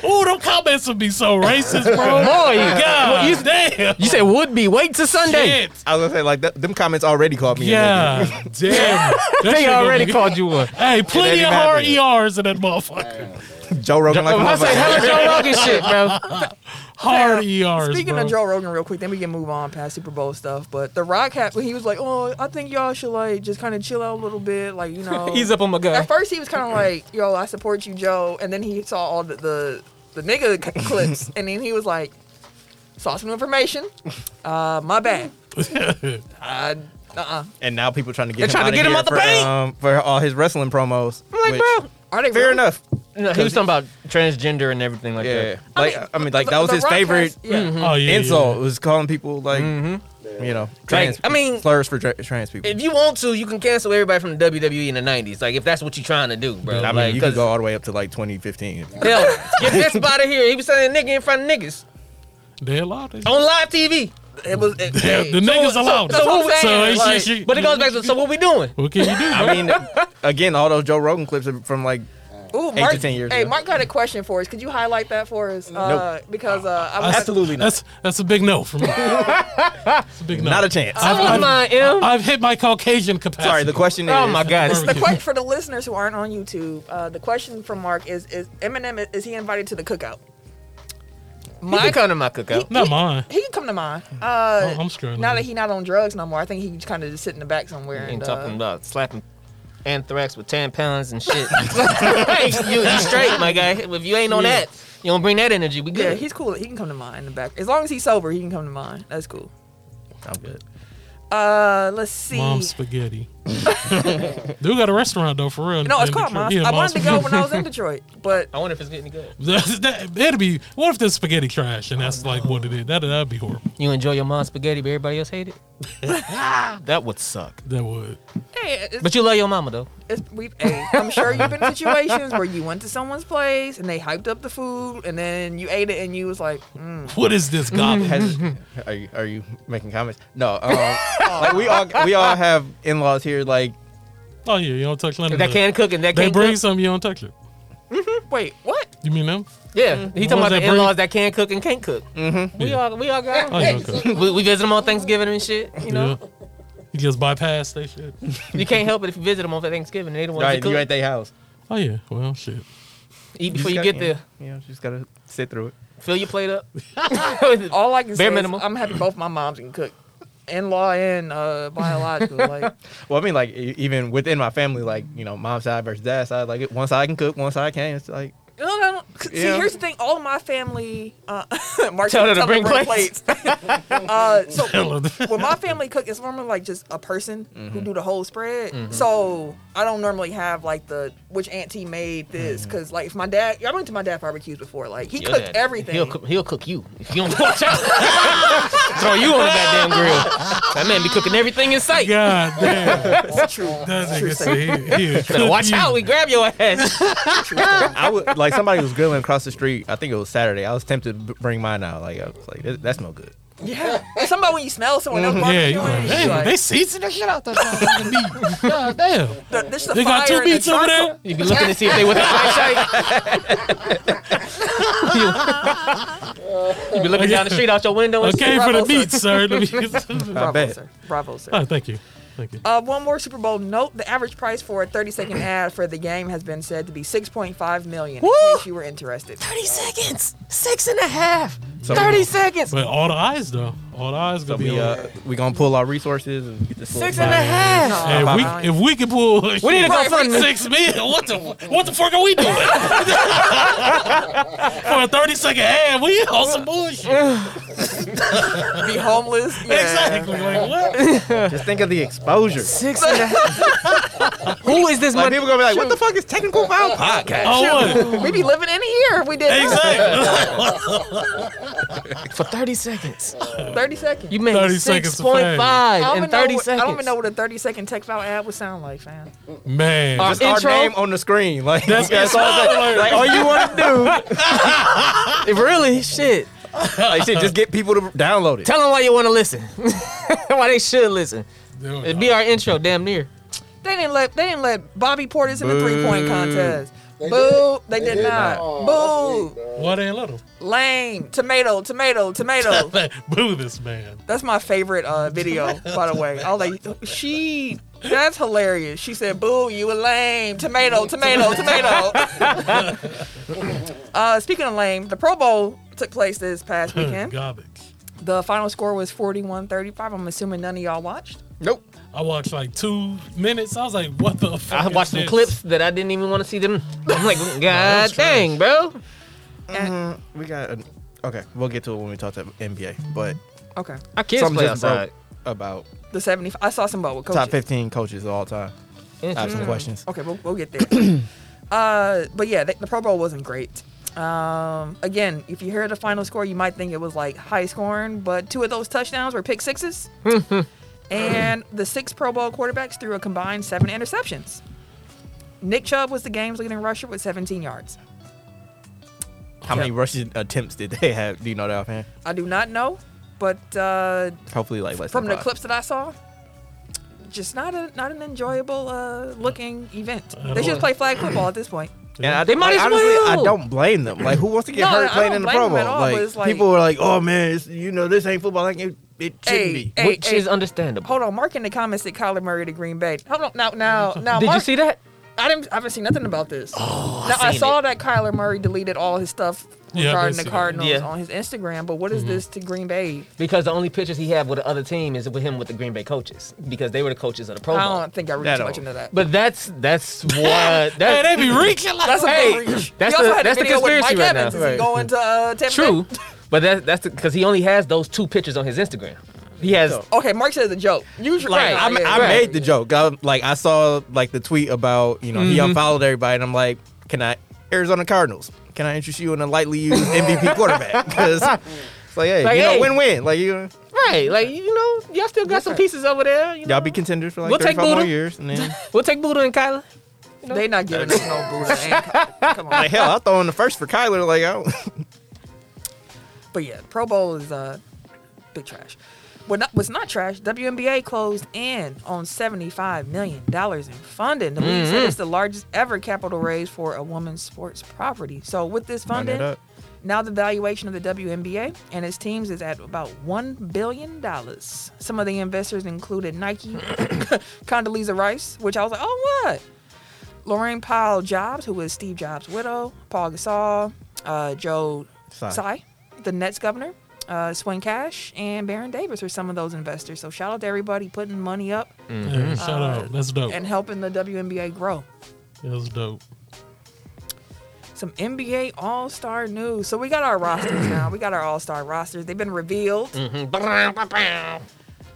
oh, don't comments would be so racist, bro.
Boy,
God, you, damn.
you said would be. Wait till Sunday.
Shit.
I was gonna say like th- them comments already called me. a nigga.
Yeah, damn. That
They
shit gonna
already
be-
called you one.
Hey, plenty
even
of hard
happen
ERs in that motherfucker.
Joe Rogan like a
Oh, I say
motherfucker.
hella Joe Rogan shit, bro.
Hard ERs.
Speaking
bro.
of Joe Rogan, real quick, then we can move on past Super Bowl stuff. But The Rock, had, he was like, "Oh, I think y'all should like just kind of chill out a little bit, like you know."
He's up on my guy.
At first, he was kind of like, "Yo, I support you, Joe," and then he saw all the the, the nigga c- clips, and then he was like, "Saw some information. Uh, my bad. Uh, uh-uh.
And now people trying to get
They're trying
him
to
out
get him out the
for,
paint.
um, for all his wrestling promos.
I'm like,
which-
bro, are they
Fair
really?
enough.
No, he was talking about transgender and everything like
yeah.
that.
Like I mean, like that was
The
his
Rock has-
favorite Mm-hmm.
yeah.
oh, yeah, yeah,
insult. Was calling people like you know trans.
I mean-
slurs for tra- trans people.
If you want to, you can cancel everybody from the WWE in the '90s. Like if that's what you're trying to do, bro.
I mean,
like,
you could
'cause-
go all the way up to like 2015.
Hell, get this out of here. He was saying nigga in front of niggas
They allowed it.
Oh.
on live TV.
It was. It,
Yeah,
hey,
the niggas allowed it.
so what we-
So
saying,
it's
like-
just you-
But it goes back to so what we doing?
What can you do?
I mean, again, all those Joe Rogan clips are from like
Ooh,
to
Mark,
10 years
hey,
ago.
Mark got a question for us. Could you highlight that for us? Uh, because uh, I was
absolutely not.
That's that's a big no for me. That's a big no.
Not a chance.
I've,
Come
I've,
on, M.
I've hit my Caucasian capacity.
Sorry, the question is.
Oh my god,
the question for the listeners who aren't on YouTube. Uh, the question from Mark is: Is Eminem is he invited to the cookout?
my
My
he come to my cookout.
Not mine.
he can come to mine. Uh,
I'm screwing
Now
up.
that he not on drugs no more, I think he kind of just sit in the back somewhere.
Ain't
And,
talking
uh,
about slapping anthrax with tampons and shit. Hey, you, you straight, my guy. If you ain't on that, you don't bring that energy. We
yeah,
good.
he's cool. He can come to mine in the back as long as he's sober. He can come to mine. That's cool.
I'm good.
Uh, let's see.
Mom spaghetti. Dude got a restaurant though, for real.
no, it's
in
called
Detroit.
mine.
Yeah,
I
Mom's
wanted to go when I was in Detroit, but
I wonder if it's getting good.
That's- that- It'd be what if this spaghetti trash and that's like what it is. That that'd be horrible.
You enjoy your mom's spaghetti, but everybody else hate it. that would suck.
That would.
hey, it's,
But you love your mama though.
it's, we've, hey, I'm sure you've been in situations where you went to someone's place and they hyped up the food, and then you ate it and you was like, mm,
What is this gobble?
Has, are you are you making comments? No, um, like we all we all have in laws here. Like
oh yeah, you don't touch none of
That
that.
can cook and that
They
can't
bring
cook.
something you don't touch it.
"Wait, what?"
You mean them?
Yeah, he talking
Ones
about
that
the
bring-
in-laws Mm-hmm. that can cook and can't cook. Mm-hmm. We
Yeah.
all we all got.
Oh yeah, okay.
we, we visit them on Thanksgiving and shit. You know,
Yeah. You just bypass that shit.
you can't help it if you visit them on Thanksgiving. They don't want
right,
to cook.
you at their house.
Oh yeah. Well, shit.
Eat
just
before you
gotta-
get there.
You know, you just gotta sit through it.
Fill your plate up.
All I can say
Bare
is
minimum.
I'm happy both my moms can cook, in law and uh, biological. like,
Well, I mean, like e- even within my family, like you know, mom's side versus dad's side. Like one side can cook, one side can't. It's like
no, no, no. See,
Yeah.
here's the thing. All my family, uh, Mark,
Tell her to
them
bring plates.
uh, so
Hell,
when my family cook, it's normally like just a person who do the whole spread. So I don't normally have like the which auntie made this because like if my dad, I went to my dad barbecues before. Like he
Your
cooked
dad,
everything.
He'll cook, he'll cook you if you don't watch out. Throw you on the goddamn grill. That man be cooking everything in sight.
God damn.
It's true.
That
True
nigga
statement.
said he- he would
Better
cook
watch
you.
out. We grab your ass.
I would like somebody was grilling across the street. I think it was Saturday. I was tempted to b- bring mine out. Like I was like, "That- that's no good.
Yeah. It's somebody when you smell someone else
Yeah,
barbecuing,
you like,
you
damn,
like,
they season the shit out that fucking meat. God damn.
the, this is the
They got
fire
two
and the
beats over
charcoal.
there.
You be looking to see if they with a flashlight. you, you be looking down the street out your window. And
Okay
shit.
for the
Bravo,
beats, sir. Let me-
I
Bravo,
bet.
sir. Bravo, sir.
oh, thank you. Thank you.
Uh, one more Super Bowl note: the average price for a 30-second ad for the game has been said to be 6.5 million. In case you were interested,
30 seconds. Six and a half.
So-
30 seconds.
But all the eyes though. All the eyes
So
gonna
we
be on.
uh we gonna pull our resources and get this
Six
little-
and a half.
No.
Hey, if
Bye-bye.
we if we can pull we
need to go fund this.
six mil, what the what the fuck are we doing? for a thirty second ad, we on some bullshit.
be homeless. Yeah.
Exactly. Like what?
Just think of the exposure.
Six and a half. Who is this
Like
money?
people gonna be like, what the fuck is technical foul podcast?
Oh what?
We'd be living in here if we did. that.
Exactly.
for 30 seconds.
30 seconds.
You made
30 seconds of
6.5 in 30
know what,
seconds.
I don't even know what a 30 second tech file ad would sound like, fam.
Man.
Our
Oh, Just our
intro?
name on the screen. Like
That's-
that's all. That, like all you want to
It really? Shit.
do, like shit, just get people to download it.
Tell them why you want to listen. why they should listen.
There we
It'd
go.
be our intro, damn near.
They didn't let they didn't let Bobby Portis in the three point contest.
They
Boo!
did.
They, did, not.
Oh,
Boo!
What ain't little?
Lame. Tomato. Tomato. Tomato.
Boo this man.
That's my favorite uh, video, by the way. All they she that's hilarious. She said, "Boo, you a lame tomato, tomato, tomato." uh, speaking of lame, the Pro Bowl took place this past
Oh,
weekend.
Garbage.
The final score was 41-35. I'm assuming none of y'all watched.
Nope.
I watched like two minutes. I was like, what the fuck?
I
is
watched some
this?
clips that I didn't even want to see them. I'm like,
was
God
trash.
dang, bro. Mm-hmm.
We got. An, okay, we'll get to it when we talk to NBA. But
Okay.
Our kids
something
play
just broke
outside.
about
The 75 I saw some about with coaches.
top 15 coaches of all time. I have some questions.
Okay, we'll, we'll get there. uh, but yeah, the, the Pro Bowl wasn't great. Um, again, if you hear the final score, you might think it was like high scoring, but two of those touchdowns were pick sixes. and the six Pro Bowl quarterbacks threw a combined seven interceptions. Nick Chubb was the game's leading rusher with 17 yards.
How many rushing attempts did they have? Do you know that offhand?
I do not know, but uh,
Hopefully, like less
from
than
the
five.
clips that I saw, just not a not an enjoyable uh, looking event. They should just play flag football at this point.
And I,
They might
like,
as
honestly,
well.
I don't blame them. Like, who wants to get
No, I
hurt playing
don't
in the
blame
Pro
them at
Bowl?
all, but
Like,
it's like-
people were like, "Oh man, it's, you know, this ain't football. Like, it, it shouldn't
Hey,
be."
hey,
Which
hey,
is understandable.
Hold on, Mark in the comments said Kyler Murray to Green Bay. Hold on, now, now, now.
Did
Mark,
you see that?
I didn't. I haven't seen nothing about this. Oh, now I,
seen
saw that Kyler Murray deleted all his stuff
Yeah, I did see
regarding the
that.
Cardinals
Yeah. Mm-hmm.
on his Instagram. But what is this to Green Bay?
Because the only pictures he had with the other team is with him with the Green Bay coaches because they were the coaches of the Pro
I
Bowl.
don't think I read
That
too much
old.
into that.
But that's that's what
Hey,
that's
they be reaching like
That's a
Hey,
big reach.
that's
we also
the-
had
that's
a
the
video with
conspiracy
Mike
right now.
Evans. Is he
Right.
going to uh, Tampa
true.
Bay?
But that, that's because he only has those two pictures on his Instagram. He has
Okay, Mark said it's a joke. Usually,
Like,
right,
I, ma-
yeah,
I
right.
made the joke. I, like, I saw like the tweet about you know he
Mm-hmm.
unfollowed everybody, and I'm like, "Can I Arizona Cardinals? Can I interest you in a lightly used MVP quarterback?" Because it's like, hey,
Like,
you
hey.
know, win-win. Like, you
right, like you know, y'all still got some pieces over there. You know?
y'all be contenders for like
We'll take
35 more
Buddha.
years, and then
We'll take Buddha and Kyler.
They not giving us no Buddha. and Ky- Come on.
like hell, I'll throw in the first for Kyler. Like, I don't.
But yeah, Pro Bowl is uh big trash. What not, what's not trash? WNBA closed in on seventy-five million dollars in funding. The league
Mm-hmm.
said it's the largest ever capital raise for a woman's sports property. So with this
Run it
funding,
up.
now the valuation of the WNBA and its teams is at about one billion dollars. Some of the investors included Nike, Condoleezza Rice, which I was like, oh what? Lorraine Powell Jobs, who is Steve Jobs' widow, Paul Gasol, uh, Joe
Tsai.
Tsai, the Nets governor, uh, Swin Cash, and Baron Davis are some of those investors. So shout out to everybody putting money up
Mm-hmm.
Yeah, Mm-hmm. Shut up. That's dope.
Uh, and helping the WNBA grow.
That's dope.
Some NBA All Star news. So we got our rosters now. We got our All Star rosters. They've been revealed.
Mm.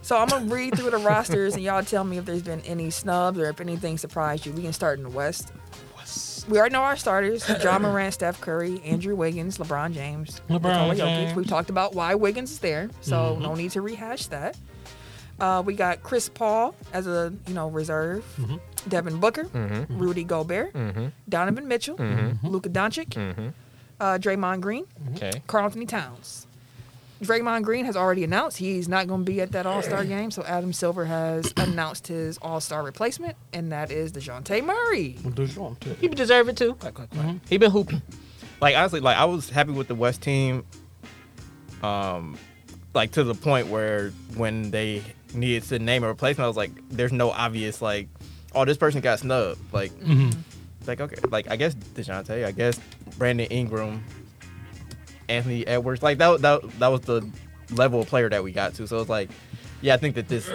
So I'm gonna read through the rosters and y'all tell me if there's been any snubs or if anything surprised you. We can start in the West.
What's
We already know our starters: John Moran, Steph Curry, Andrew Wiggins, LeBron James,
LeBron
Nikola Jokic.
James.
We've talked about why Wiggins is there, so no need to rehash that. Uh, we got Chris Paul as a you know reserve, Devin Booker, Rudy Gobert, Donovan Mitchell, Luka Doncic, uh, Draymond Green,
Okay.
Carl Anthony Towns. Draymond Green has already announced he's not going to be at that All Star game, so Adam Silver has announced his All Star replacement, and that is Dejounte Murray.
what do you want to?
He deserve it too. He been hooping.
like honestly, like I was happy with the West team, um, like to the point where when they needed to name a replacement, I was like, there's no obvious like, oh, this person got snubbed. Like, like okay, like I guess Dejounte, I guess Brandon Ingram, Anthony Edwards, like that that that was the level of player that we got to. So it's like, yeah, I think that this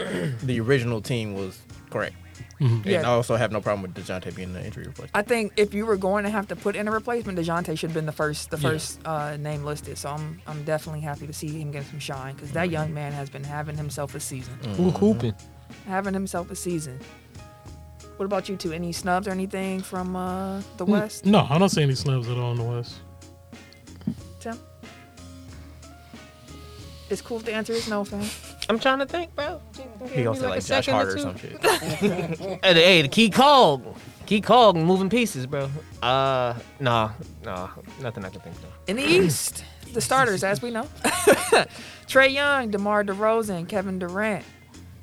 the original team was correct. And
Yeah.
I also have no problem with Dejounte being the injury replacement.
I think if you were going to have to put in a replacement, Dejounte should have been the first, the
Yeah.
first uh, name listed. So I'm, I'm definitely happy to see him get some shine because that young man has been having himself a season,
Mm.
Who
Mm-hmm.
hooping?
having himself a season. What about you two? Any snubs or anything from uh, the West,
No, I don't see any snubs at all in the West.
Tim? It's cool if the answer is no, fam.
I'm trying to think, bro.
He gonna say like Josh Hart or some shit.
Hey, the- hey, the key cog. Key cog moving pieces, bro. Uh, nah, nah, nothing I can think of.
In the East, the starters, as we know. Trey Young, DeMar DeRozan, Kevin Durant,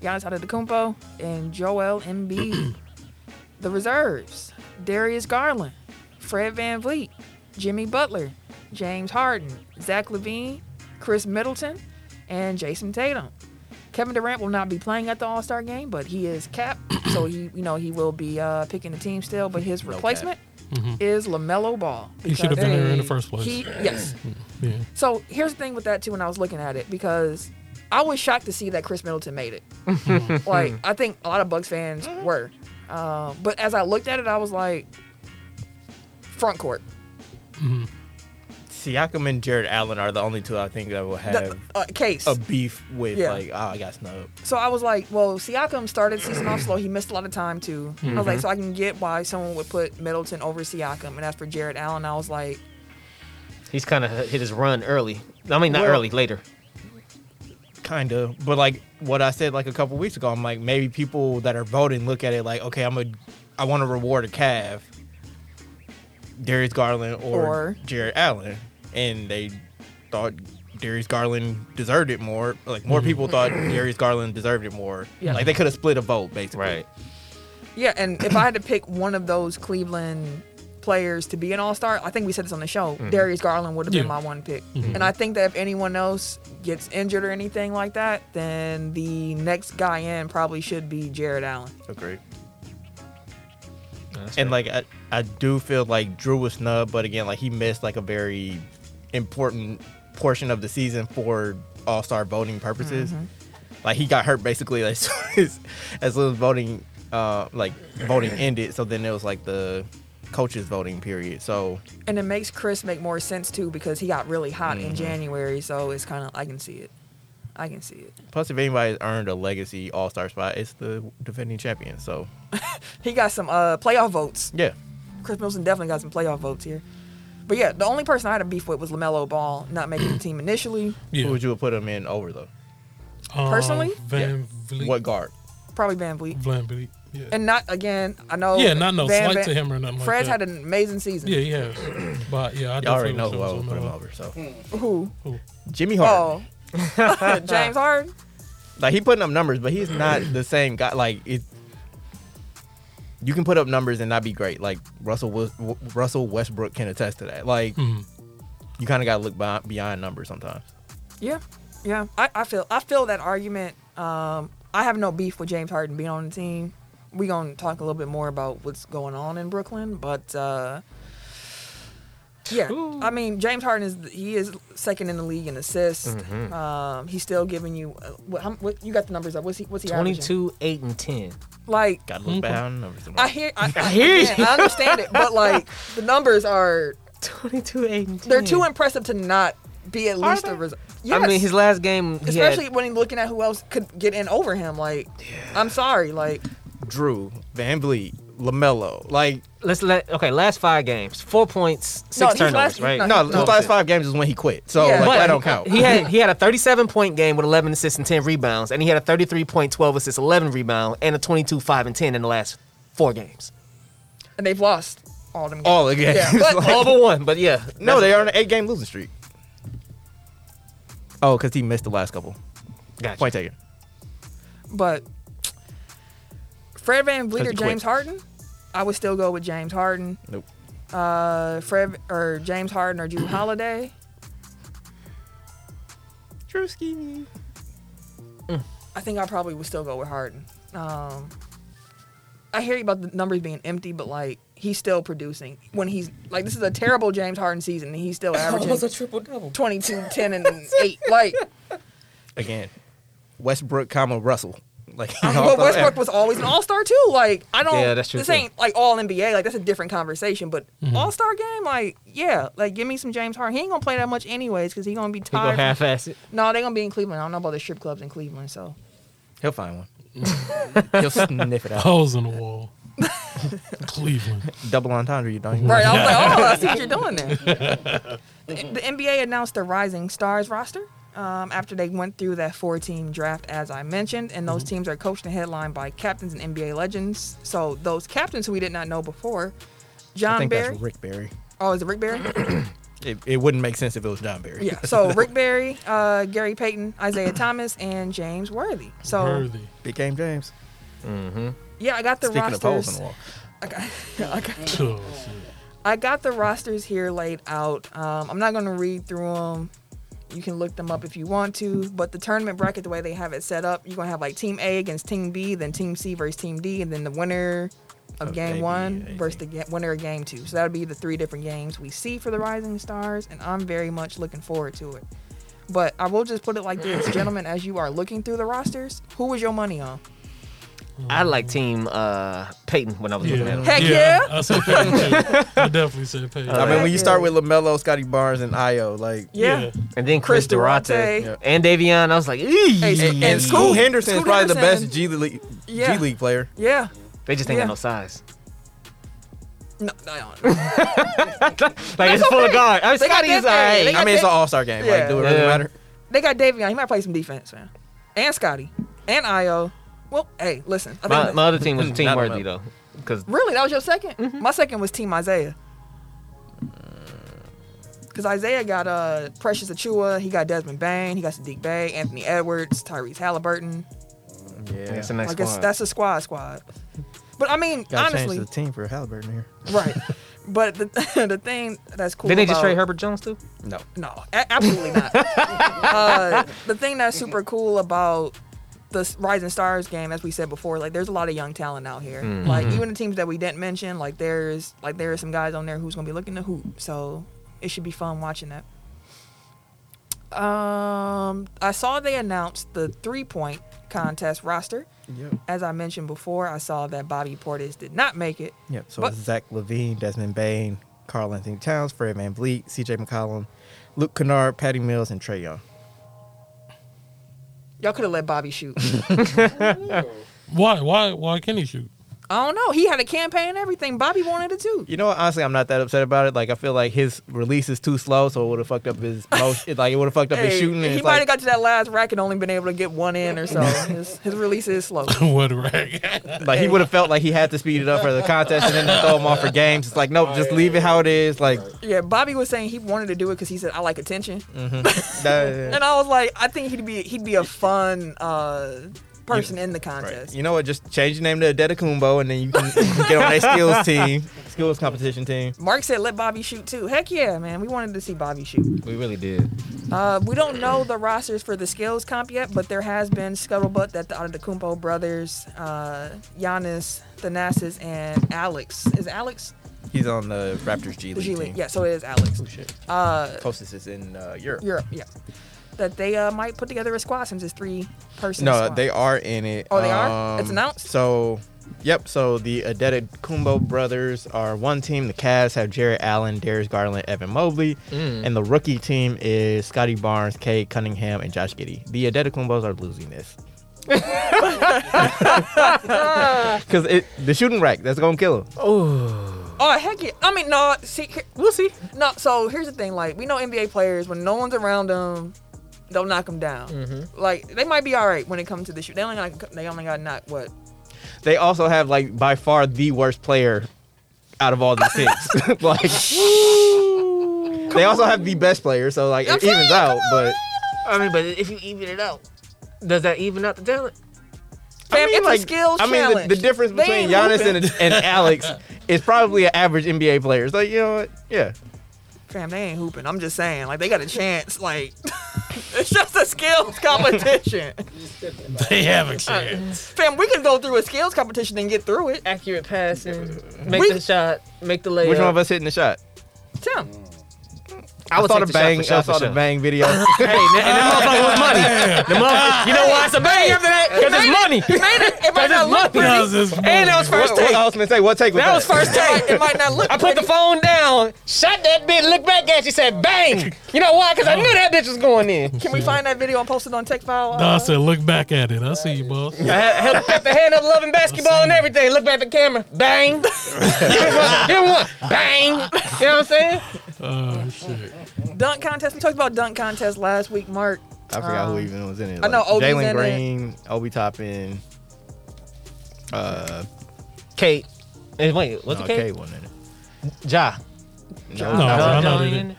Giannis Antetokounmpo, and Joel Embiid. the reserves, Darius Garland, Fred Van Vliet, Jimmy Butler, James Harden, Zach Levine, Chris Middleton, and Jason Tatum. Kevin Durant will not be playing at the All Star game, but he is capped, so he, you know, he will be uh, picking the team still. But his replacement is Lamelo Ball.
He should have
because
been there in the
they-
first place.
He, yes,
Yeah.
so here's the thing with that too. When I was looking at it, because I was shocked to see that Chris Middleton made it. like I think a lot of Bucks fans
Mm-hmm.
were, um, but as I looked at it, I was like, front court.
Siakam and Jared Allen are the only two I think that will
That-
have
uh, case.
a beef with.
Yeah.
Like, oh, I got snubbed.
so I was like, well, Siakam started season off slow. He missed a lot of time too. I
Mm-hmm.
was like, so I can get why someone would put Middleton over Siakam. And as for Jared Allen, I was like,
He's kind of hit his run early. I mean, not
Well-
early, later.
Kind of, but like what I said like a couple weeks ago, I'm like maybe people that are voting look at it like, okay, I'm a, I want to reward a calf, Darius Garland or,
Or-
Jared Allen, and they thought Darius Garland deserved it more. Like more people thought Darius Garland deserved it more.
Yeah.
Like they could have split a vote basically.
Right.
Yeah, and if I had to pick one of those Cleveland players to be an All Star, I think we said this on the show. Darius Garland would have been
Yeah.
my one pick, and I think that if anyone else gets injured or anything like that, then the next guy in probably should be Jared Allen.
Agreed.
That's fair.
And like I, I do feel like Drew was snubbed, but again, like he missed like a very important portion of the season for All Star voting purposes. Like he got hurt basically as soon as as soon as voting uh like voting ended. So then it was like the coaches voting period. So
And it makes Chris make more sense too because he got really hot in January, so it's kind of I can see it, I can see it.
plus, if anybody's earned a legacy All Star spot, it's the defending champion. So
He got some uh, playoff votes.
yeah,
Chris Middleton definitely got some playoff votes here. But yeah, the only person I had a beef with was Lamelo Ball not making the team initially.
yeah.
who would you have put him in over though?
Um,
Personally?
Van Vliet.
What guard?
Probably Van Vliet.
Van Vliet. Yeah.
And not again, I know.
Yeah, not no
Van-
slight
Van-
to him or nothing like
Fred's
that.
had an amazing season.
yeah, yeah. But yeah, I
Y'all already
definitely
know
was
who I would
on
put him
that.
over. So
Who?
Jimmy Harden.
Oh, James Harden.
Like he putting up numbers, but he's not the same guy. Like it, you can put up numbers and not be great. Like Russell Wes- W- Russell Westbrook can attest to that. Like
Mhm.
you kind of got to look beyond, beyond numbers sometimes.
Yeah, yeah. I, I feel I feel that argument. Um, I have no beef with James Harden being on the team. We gonna talk a little bit more about what's going on in Brooklyn, but uh, yeah, I mean James Harden is he is second in the league in assists. Um, he's still giving you uh, what, how, what you got the numbers up. What's he? What's he? averaging?
22, 8, and 10.
Like
Got to look beyond numbers.
I
Sometimes.
hear, I, I,
hear
again,
you.
I understand it, but like the numbers are
22, 8, and 10.
they're too impressive to not be at least a
Mm. they?
result.
I mean, his last game, he had-
especially when he's looking at who else could get in over him. Like, I'm sorry, like
Drew Van Vliet, Lamelo. Like
let's let okay, last five games, four points, six
No, his
turnovers,
last-
right?
no,
no, his last five games is when he quit. So
Yeah.
like,
But
that don't count.
He had he had a 37 point game with 11 assists and 10 rebounds, and he had a 33 point, 12 assists, 11 rebound, and a 22, 5 and 10 in the last four games.
and they've lost all them. Games.
all again.
Yeah, but-
All but one, but yeah,
no, they are on an eight game losing streak. Oh, because he missed the last couple.
Gotcha.
Point taken.
but Fred Van Vliet
Has
or
he quit?
James Harden, I would still go with James Harden.
Nope.
Uh, Fred or James Harden or Drew Holiday.
Drewski.
I think I probably would still go with Harden. Um, I hear you about the numbers being empty, but like he's still producing when he's like this is a terrible James Harden season and he's still averaging
Almost a triple double.
22, 10, and 8. Like,
again, Westbrook, comma Russell. Like you know,
but Westbrook was always an all star too. Like, I don't,
Yeah, that's true,
this
too. Mm-hmm.
ain't like all NBA. Like, that's a different conversation, but all star game, like, yeah, like give me some James Harden. He ain't gonna play that much anyways because he gonna be
He go
tired.
half ass it.
no, they gonna be in Cleveland. I don't know about the strip clubs in Cleveland, so.
he'll find one. he'll sniff it out.
Holes in the wall. Cleveland.
Double entendre, you don't even
Right. I was like, oh, I see what you're doing there. the NBA announced the Rising Stars roster. um, after they went through that four team draft, as I mentioned, and those teams are coached and headlined by captains and NBA legends. So those captains who we did not know before,
I
John
think
Barry.
that's Rick Barry.
Oh, is it Rick Barry?
It, it wouldn't make sense if it was John Barry.
yeah. So Rick Barry, uh, Gary Payton, Isaiah Thomas, and James Worthy. So
Worthy.
Big game, James.
yeah, I got the
Speaking of holes in
rosters.
the wall,
I got, I got
Oh,
I got the rosters here laid out. Um, I'm not going to read through them. You can look them up if you want to. But the tournament bracket, the way they have it set up, you're going to have like Team A against Team B, then Team C versus Team D, and then the winner of
Of
Game
A, B,
One
A, B.
versus the ga- winner of Game Two. So that would be the three different games we see for the Rising Stars, and I'm very much looking forward to it. But I will just put it like this, gentlemen, as you are looking through the rosters, who was your money on?
I like Team uh, Peyton when I was looking at him.
Heck yeah.
I said Peyton too. I definitely said Peyton.
I mean, when
yeah.
you start with Lamelo, Scotty Barnes, and Io, like
Yeah.
And then Chris,
Chris Duarte.
Durante, and Davion. I was like, "Ee."
Hey,
and,
And
and
Scoot-
Scoot Henderson is
Scoot
probably the
Henderson.
best G League
Yeah.
G League player.
Yeah.
they just ain't
yeah.
got no size.
No, no, no.
Like it's full of guard. I mean,
They got
Scotty is
that thing. They
alright.
got-
I mean, it's an All Star game.
Yeah.
Like, do it really
Yeah.
matter?
They got Davion. He might play some defense, man. And Scotty. And Io. Well, hey, listen. I think
My, my other team was Team
Not
Worthy
enough.
though, because
really, that was your 2nd
Mm-hmm.
My second was Team Isaiah. Because Isaiah got uh, Precious Achua. He got Desmond Bain. He got Sadiq Bay, Anthony Edwards, Tyrese Halliburton.
Yeah.
it's a nice
I guess
squad.
that's a squad squad. But I mean,
Gotta
honestly,
change the team for Halliburton here.
right. But the, the thing that's cool.
Didn't they just
about-
trade Herbert Jones too?
No.
No, a- absolutely not. uh, the thing that's super cool about the S- Rising Stars game, as we said before, like there's a lot of young talent out here. Like even the teams that we didn't mention, like there's like there are some guys on there who's gonna be looking to hoop. So it should be fun watching that. Um, I saw they announced the three point contest roster.
Yep.
As I mentioned before, I saw that Bobby Portis did not make it.
Yep. So
But-
it's Zach Levine, Desmond Bain, Carl Anthony Towns, Fred Van Vliet, CJ McCollum, Luke Kennard, Patty Mills, and Trey Young.
Y'all could have let Bobby shoot.
Why? Why? Why can't he shoot?
I don't know. He had a campaign and everything. Bobby wanted it too.
You know what? Honestly, I'm not that upset about it. Like, I feel like his release is too slow, so it would have fucked up his motion. like, it would have fucked up his
Hey,
shooting. and
He
it's
might
like,
have got to that last rack and only been able to get one in or so. his, his release is slow.
what a rag.
like he would have felt like he had to speed it up for the contest and then they throw him off for games. It's like, nope, just leave it how it is. Like,
Yeah, Bobby was saying he wanted to do it because he said I like attention,
that, uh,
and I was like, I think he'd be he'd be a fun uh, person in the
Right.
contest.
You know what? Just change your name to Adetta Kumbo, and then you can get on their skills team, skills competition team.
Mark said let Bobby shoot too. Heck yeah, man, we wanted to see Bobby shoot.
We really did.
Uh, we don't know the rosters for the skills comp yet, but there has been scuttlebutt that the Antetokounmpo brothers, uh, Giannis, Thanasis, and Alex is Alex
He's on the Raptors G
the
League
G League.
team.
Yeah, so it is Alex.
Oh shit.
Uh,
Closest is in uh, Europe.
Europe, yeah. That they uh, might put together a squad since it's three person.
No, they are in it. um,
Oh, they are? It's announced?
So, yep. So the Adetta Kumbo brothers are one team. The Cavs have Jared Allen, Darius Garland, Evan Mobley, and the rookie team is Scotty Barnes, Kate Cunningham, and Josh Giddy. The Adetta Kumbos are losing this. Because the shooting rack, that's going to kill him.
Oh heck yeah! I mean, no. See, we'll see. No, so here's the thing. Like we know NBA players when no one's around them, they'll knock them down. Like they might be all right when it comes to the shoot. They only got they only got knocked what
They also have like by far the worst player out of all the six. like they also have the best player, so like
I'm
it evens
saying,
out. But
I mean, but if you even it out, does that even out the talent?
Fam, it's a
like,
skills
I mean, the- the,
challenge.
difference
They
between
ain't
Giannis
hooping.
and, and Alex is probably an average NBA player. It's like you know what? Yeah,
fam. They ain't hooping. I'm just saying. Like they got a chance. Like it's just a skills competition.
they have a chance.
fam, we can go through a skills competition and get through it.
Accurate passing, make
We-
the uh, shot, make the layup.
which one of us hitting the shot?
Tim,
I would
saw
take the shot
the bang.
for shot
I saw
for
the
shot.
bang video.
Hey, man, and that motherfucker was money. The motherfucker, you know why it's a bang after that? Because it's money.
it might not, it might
That's
not look
money.
pretty.
That was his
And that was
What-
first
what-
take.
I was gonna say what take was that?
That was first
It
take.
might, it might not look.
I put the phone down, shot that bitch, looked back at you, said bang. You know why? Because I knew that bitch was going in.
Can we find that video and post it on Tech File? Uh,
No, I said, look back at it. I see you, boss.
I had, had kept the hand up, loving basketball and everything. Look back at the camera, bang. give him one, give him one, bang. You know what I'm saying?
Oh shit.
dunk contest. We talked about dunk contest last week, Mark.
I forgot who
Um,
even was in it.
I know Obi's in
Jalen
it.
Green, Obi Toppin. Uh,
Kate. eh, Wait, what's
no,
it?
K
Kate?
wasn't in it.
Ja.
John.
No,
John
I'm not in
John.
it.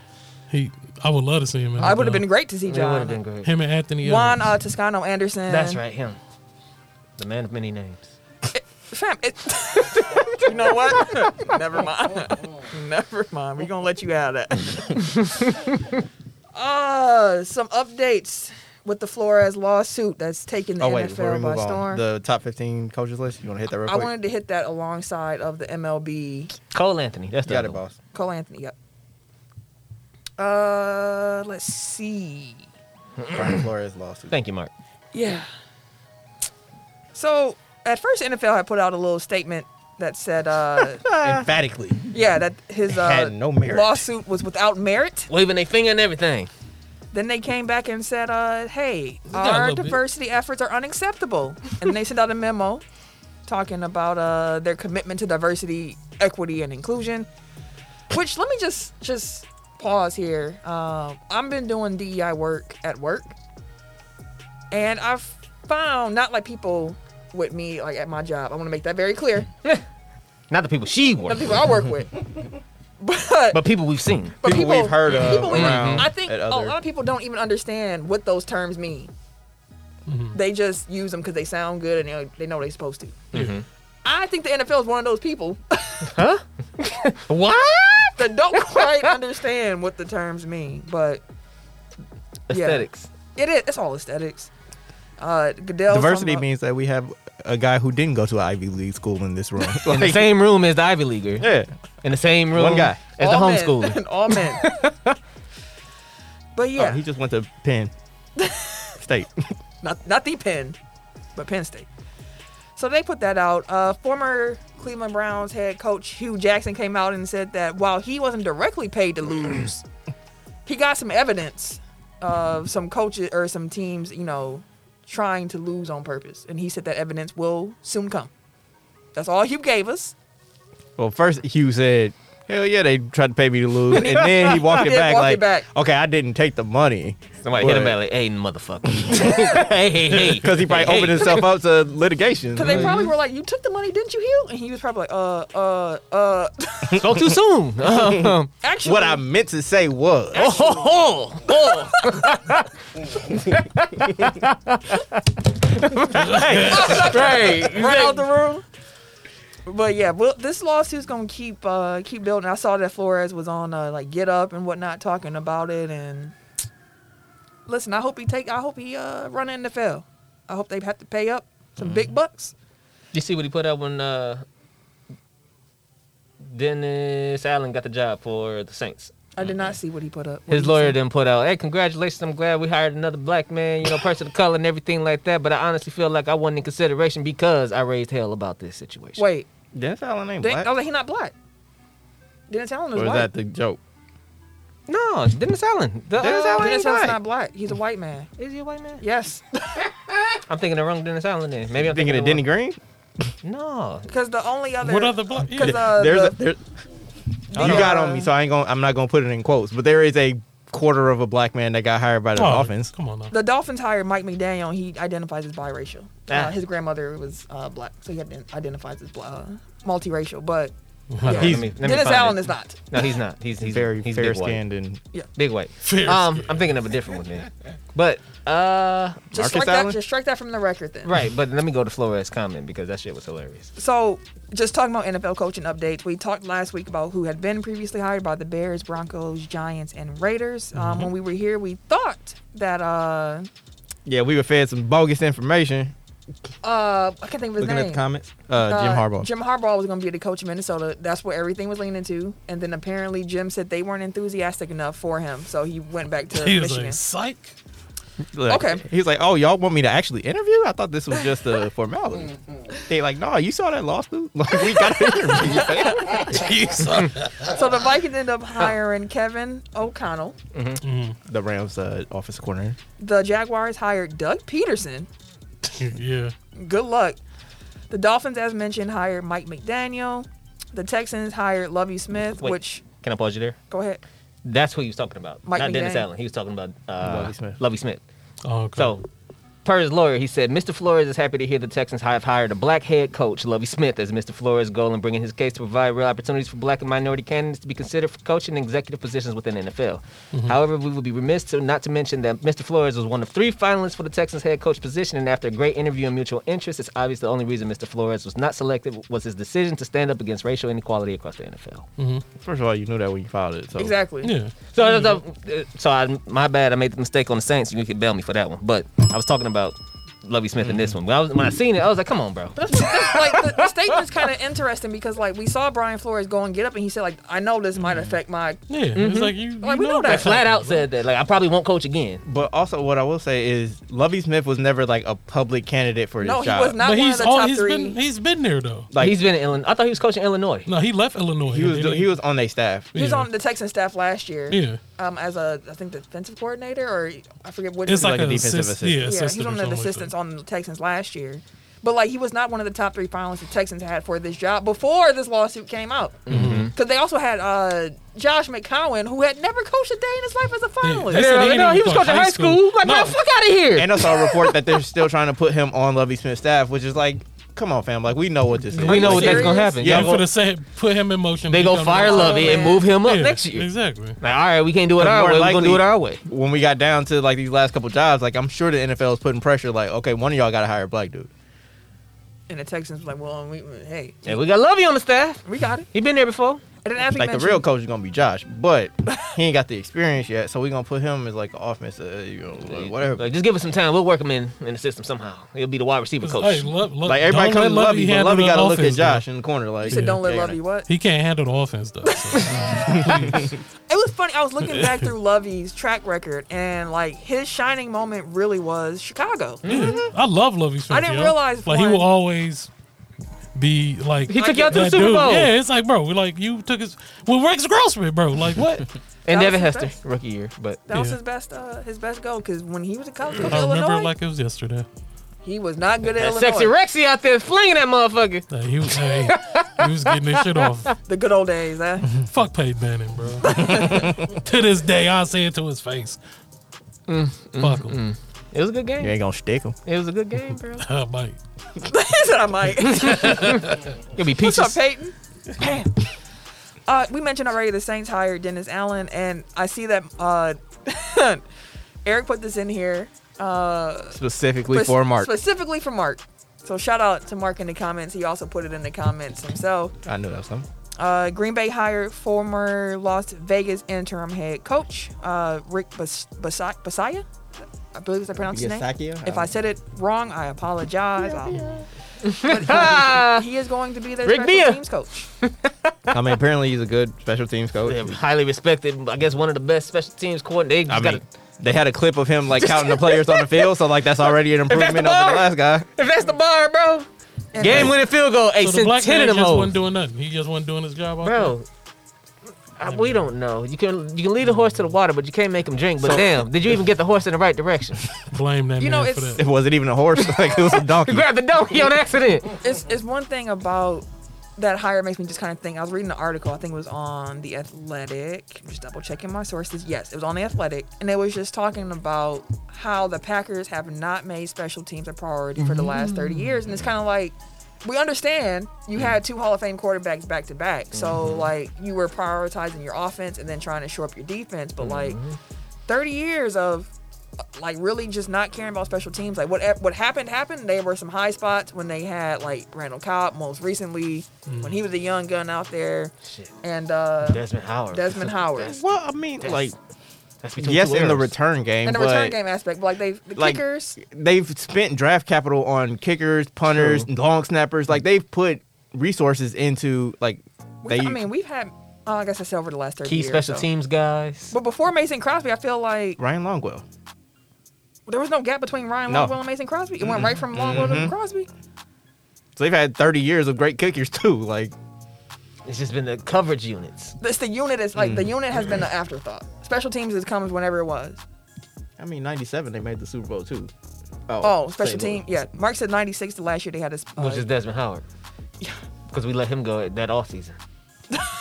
He, I would love to see him. In
I
it,
would have
though.
been great to see
It would
John.
have been great.
Him and Anthony.
Juan
Edwards.
uh, Toscano Anderson.
That's right, him. The man of many names.
Fam, it, you know what? Never mind. Never mind. We're gonna let you out of that. uh some updates with the Flores lawsuit that's taking the
Oh wait, before we
NFL by
move on,
storm.
the top 15 coaches list. You want to hit that real
I
quick?
wanted to hit that alongside of the MLB
Cole Anthony. That's the
Got
other
it,
one.
boss.
Cole Anthony. Yep. Uh, let's see.
Brian Flores lawsuit.
Thank you, Mark.
Yeah. So at first, NFL had put out a little statement that said, uh,
Ah. Emphatically.
yeah, that his uh,
Had no merit.
lawsuit was without merit.
Waving their finger and everything.
Then they came back and said, uh, hey,
got a
our
little bit.
diversity efforts are unacceptable. and they sent out a memo talking about uh, their commitment to diversity, equity, and inclusion. Which let me just just pause here. Um, I've been doing DEI work at work, and I've found not like people with me like at my job. I want to make that very clear.
Not the people she
Not
works
the people
with,
I work with, but
but people we've seen.
but
people we've heard of
people we-
around
I think
at
a
other-
lot of people don't even understand what those terms mean.
Mm-hmm.
They just use them because they sound good and they, they know they're supposed to.
Mm-hmm.
I think the NFL is one of those people
What?
that don't quite understand what the terms mean, but
Aesthetics.
it is. It's all aesthetics. Uh, Goodell.
Diversity
summed up-
means that we have a guy who didn't go to an Ivy League school in this room.
In the same room as the Ivy Leaguer.
yeah.
In the same room
One guy.
as the
all men.
homeschooler.
all men. but yeah,
Oh, he just went to Penn State.
not not the Penn, but Penn State. So they put that out. Uh, former Cleveland Browns head coach Hugh Jackson came out and said that while he wasn't directly paid to lose, he got some evidence of some coaches or some teams, you know, trying to lose on purpose. And he said that evidence will soon come. That's all Hugh gave us.
Well, first Hugh said, "Hell yeah, they tried to pay me to lose," and then he walked it
He
back
walked
like,
it back.
"Okay, I didn't take the money."
Somebody hit him back like, hey, motherfucker. hey, hey, hey.
because he probably
Hey, hey.
opened himself up to litigation.
Because they probably were like, "You took the money, didn't you, Hugh?" And he was probably like, "Uh, uh, uh."
Spoke too soon. Um,
Actually,
what I meant to say was,
oh, ho, ho, ho.
run out the room. But yeah, well, this lawsuit's gonna keep uh, keep building. I saw that Flores was on uh, like Get Up and whatnot talking about it. And listen, I hope he take. I hope he uh, run in the NFL. I hope they have to pay up some
Mm-hmm.
big bucks.
You see what he put up when uh, Dennis Allen got the job for the Saints.
I did
Mm-hmm.
not see what he put up. What
His
he
lawyer
said.
then put out, "Hey, congratulations! I'm glad we hired another black man, you know, person of color and everything like that. But I honestly feel like I wasn't in consideration because I raised hell about this situation."
Wait,
"That's all I name."
they, I was like, he not black. Didn't tell him
Or
was
is
white.
that the joke?
no, Dennis Allen. The,
Dennis
uh,
Allen
Dennis
ain't
Allen's
black.
not black. He's a white man.
Is he a white man?
Yes,
I'm thinking the wrong Dennis Allen. Then maybe I'm
Thinking of Denny
the
Green?
wrong- No,
because the only other
What other black? Yeah. Oh,
'cause, uh,
There's
the-
a, there,
the,
you got
uh,
on me, so I ain't gonna. I'm not gonna put it in quotes. But there is a quarter of a black man that got hired by the
Oh,
Dolphins.
Come on now.
The Dolphins hired Mike McDaniel. and He identifies as biracial.
Ah.
Uh, his grandmother was uh, black, so he ident- identifies as bla- uh, multiracial. But
Hold on,
He's-
let me- let me
Dennis
find
Allen
it.
is not.
No, he's not. He's he's
very
he's
fair
big white.
skinned and
Big white.
Fair
Um,
skin.
I'm thinking of a different one then. But uh,
Just
Marcus
strike that.
Allen?
Just strike that from the record then.
right. But let me go to Flores' comment because that shit was hilarious.
So, just talking about NFL coaching updates, we talked last week about who had been previously hired by the Bears, Broncos, Giants, and Raiders. Um, when we were here, we thought that uh,
yeah, we were fed some bogus information.
uh, I can't think of his
Looking
name.
at the comments, uh, Jim
Uh,
Harbaugh.
Jim Harbaugh was going to be the coach of Minnesota. That's what everything was leaning to. And then apparently Jim said they weren't enthusiastic enough for him, so he went back to
he was
Michigan.
like, psych.
Like,
okay.
He's like, oh, y'all want me to actually interview? I thought this was just a formality.
Mm-hmm.
they like, no, you saw that lawsuit? Like, we got an interview.
Jesus.
So the Vikings end up hiring Kevin O'Connell.
Mm,
the Rams uh, office corner.
The Jaguars hired Doug Peterson.
yeah.
Good luck. The Dolphins, as mentioned, hired Mike McDaniel. The Texans hired Lovey Smith,
Wait.
which
Can I pause you there?
go ahead.
That's who he was talking about.
Mike
Not Dennis
McDaniel.
Allen. He was talking about uh,
Lovie Smith.
Lovie Smith.
Oh, okay.
So, per his lawyer, he said, Mr. Flores is happy to hear the Texans have hired a black head coach, Lovey Smith, as Mr. Flores' goal in bringing his case to provide real opportunities for black and minority candidates to be considered for coaching and executive positions within NFL. However, we would be remiss to not to mention that Mr. Flores was one of three finalists for the Texans head coach position, and after a great interview and mutual interest, it's obvious the only reason Mr. Flores was not selected was his decision to stand up against racial inequality across the NFL.
First of all, you knew that when you filed it. So.
Exactly.
Oh. yeah.
So, so, uh, so I, my bad. I made the mistake on the Saints. You can bail me for that one. But I was talking about Lovey Smith in this one. When I, was, when I seen it, I was like, come on, bro.
That's, that's like the, the statement's kind of interesting because like we saw Brian Flores go and get up and he said like I know this might affect my
Mm-hmm. Yeah. It's like you.
Mm-hmm. Like,
you
we know that.
I flat out said that. Like, I probably won't coach again.
But also, what I will say is, Lovey Smith was never like a public candidate for his
no he
job.
was not
But
one
he's
of the
all,
top
he's
three.
been he's been there though.
Like-
he's been in Illinois. I thought he was coaching Illinois.
No, he left Illinois.
He was
and then
he was on their staff.
He was
Yeah.
on the Texan staff last year.
Yeah.
Um, as a I think defensive coordinator or I forget what.
It's
it was.
like,
like
a
a defensive
assist-
assistant.
Yeah,
yeah, he was
assistant or
one of
something like
the
that.
assistants on the Texans last year. But like he was not one of the top three finalists the Texans had for this job before this lawsuit came out. Because
Mm-hmm.
they also had uh, Josh McCowan, who had never coached a day in his life as a finalist.
They said
no,
didn't
no,
even
he was
coach
coaching
high
high school.
school.
Like,
No.
man, fuck out of here.
And I saw a report that they're still trying to put him on Lovey Smith's staff, which is like, come on, fam. Like, we know what this is.
we know what
serious?
that's gonna happen.
Yeah,
Yeah,
Y'all
you
go-
could have said put him in motion.
they
he
go
come
fire
in.
Lovey and move him up
Yeah,
next year.
Exactly.
Like, all right, we can't do it
But
our
more
way. We're gonna
likely-
do it our way.
When we got down to like these last couple jobs, like I'm sure the NFL is putting pressure. Like, okay, one of y'all got to hire a black dude.
And the Texans were like, well, we, hey,
Yeah, we got Lovey on the staff.
we got it.
He been there before.
And then as we
Like the
mentioned-
real coach is gonna be Josh, but he ain't got the experience yet, so we gonna put him as like an offense, uh, you know, like, whatever.
Like, just give us some time. We'll work him in in the system somehow. He'll be the wide receiver coach.
Hey, Lo- Lo-
Like everybody
don't let
comes to Lovey, but
handle
Lovey
the
gotta look at
offense, though.
Josh in the corner. Like,
You said don't let
yeah.
Lovey what?
He can't handle the offense though. so.
It was funny. I was looking back through Lovey's track record, and like his shining moment really was Chicago.
I love Lovey Smith.
I didn't
yo.
realize
like he
one-
will always be like
He took y'all to the
that
Super
dude.
Bowl.
Yeah, it's like bro, we like you took his with Rex Grossman, bro. Like what?
And
That
Devin
was his
Hester,
best.
rookie year, but
That was
Yeah.
his best, uh, his best goal. Because when he was a college coach at
I remember
Illinois,
it like it was yesterday.
he was not good at
that
Illinois.
sexy Rexy out there flinging that motherfucker.
Like, he was hey, he was getting this shit off.
The good old days, huh?
Fuck Peyton Manning, bro. to this day, I say it to his face. Fuck him.
It was a good game.
You ain't gonna stick him.
It was a good game, bro.
I might.
That's what I might.
It'll be
What's up,
peaches.
Peyton? uh, we mentioned already the Saints hired Dennis Allen, and I see that uh, Eric put this in here. Uh,
specifically
Spec-
for Mark.
Specifically for Mark. So shout out to Mark in the comments. He also put it in the comments himself.
I knew that was something.
Uh, Green Bay hired former Las Vegas interim head coach uh, Rick Bas- Basi- Basaya. I believe is I pronounced his name.
Bisakia?
If I said it wrong, I apologize. I'll- but he, he is going to be their
Rick
special
Bia.
teams coach.
I mean, apparently he's a good special teams coach.
They're highly respected. I guess one of the best special teams coordinators.
I mean, they had a clip of him like counting the players on the field, so like that's already an
that's
improvement over the
the bar.
last guy.
if that's the bar, bro.
And
Game winning field goal. Hey,
So the
send
black
ten
man
of
just
them hoes.
wasn't doing nothing. He just wasn't doing his job. out
bro. I, we don't know. You can you can lead a horse to the water, but you can't make him drink. But damn, did you even get the horse in the right direction?
there. blame that
You
man
know,
for
it's-
that.
It wasn't even a horse, like it was a
You
donkey.
grabbed the donkey on accident.
It's, it's one thing about that hire makes me just kind of think. I was reading an article. I think it was on the Athletic. I'm just double checking my sources. Yes, it was on the Athletic, and it was just talking about how the Packers have not made special teams a priority for the last 30 years, and it's kind of like. We understand
Mm.
you had two Hall of Fame quarterbacks back to back. So,
Mm-hmm.
like, you were prioritizing your offense and then trying to shore up your defense. But, like,
Mm-hmm.
30 years of like really just not caring about special teams. Like what what happened happened. There were some high spots when they had like Randall Cobb most recently when he was a young gun out there,
Mm. Shit.
and uh,
Desmond Howard.
Desmond Howard.
Well, I mean,
That's-
like
That's between
yes,
two
in the
eras.
return game,
and the
but
return game aspect, like they the
like-
kickers.
they've spent draft capital on kickers, punters, long snappers. Like they've put resources into like
We,
they.
I mean, we've had. Oh, I guess I said over the last thirty
key
years.
special
so.
teams guys.
But before Mason Crosby, I feel like
Ryan Longwell.
there was no gap between Ryan
No.
Longwell and Mason Crosby. It went right from Longwell to Crosby.
So they've had 30 years of great kickers too. Like
It's just been the coverage units.
It's the unit is like the unit has been an afterthought. Special teams is comes whenever it was.
I mean, 97 they made the Super Bowl too.
Oh, special
St. Louis.
team. Yeah, Mark said ninety six. The last year they had this. Uh,
Which is Desmond Howard. Because we let him go at that offseason.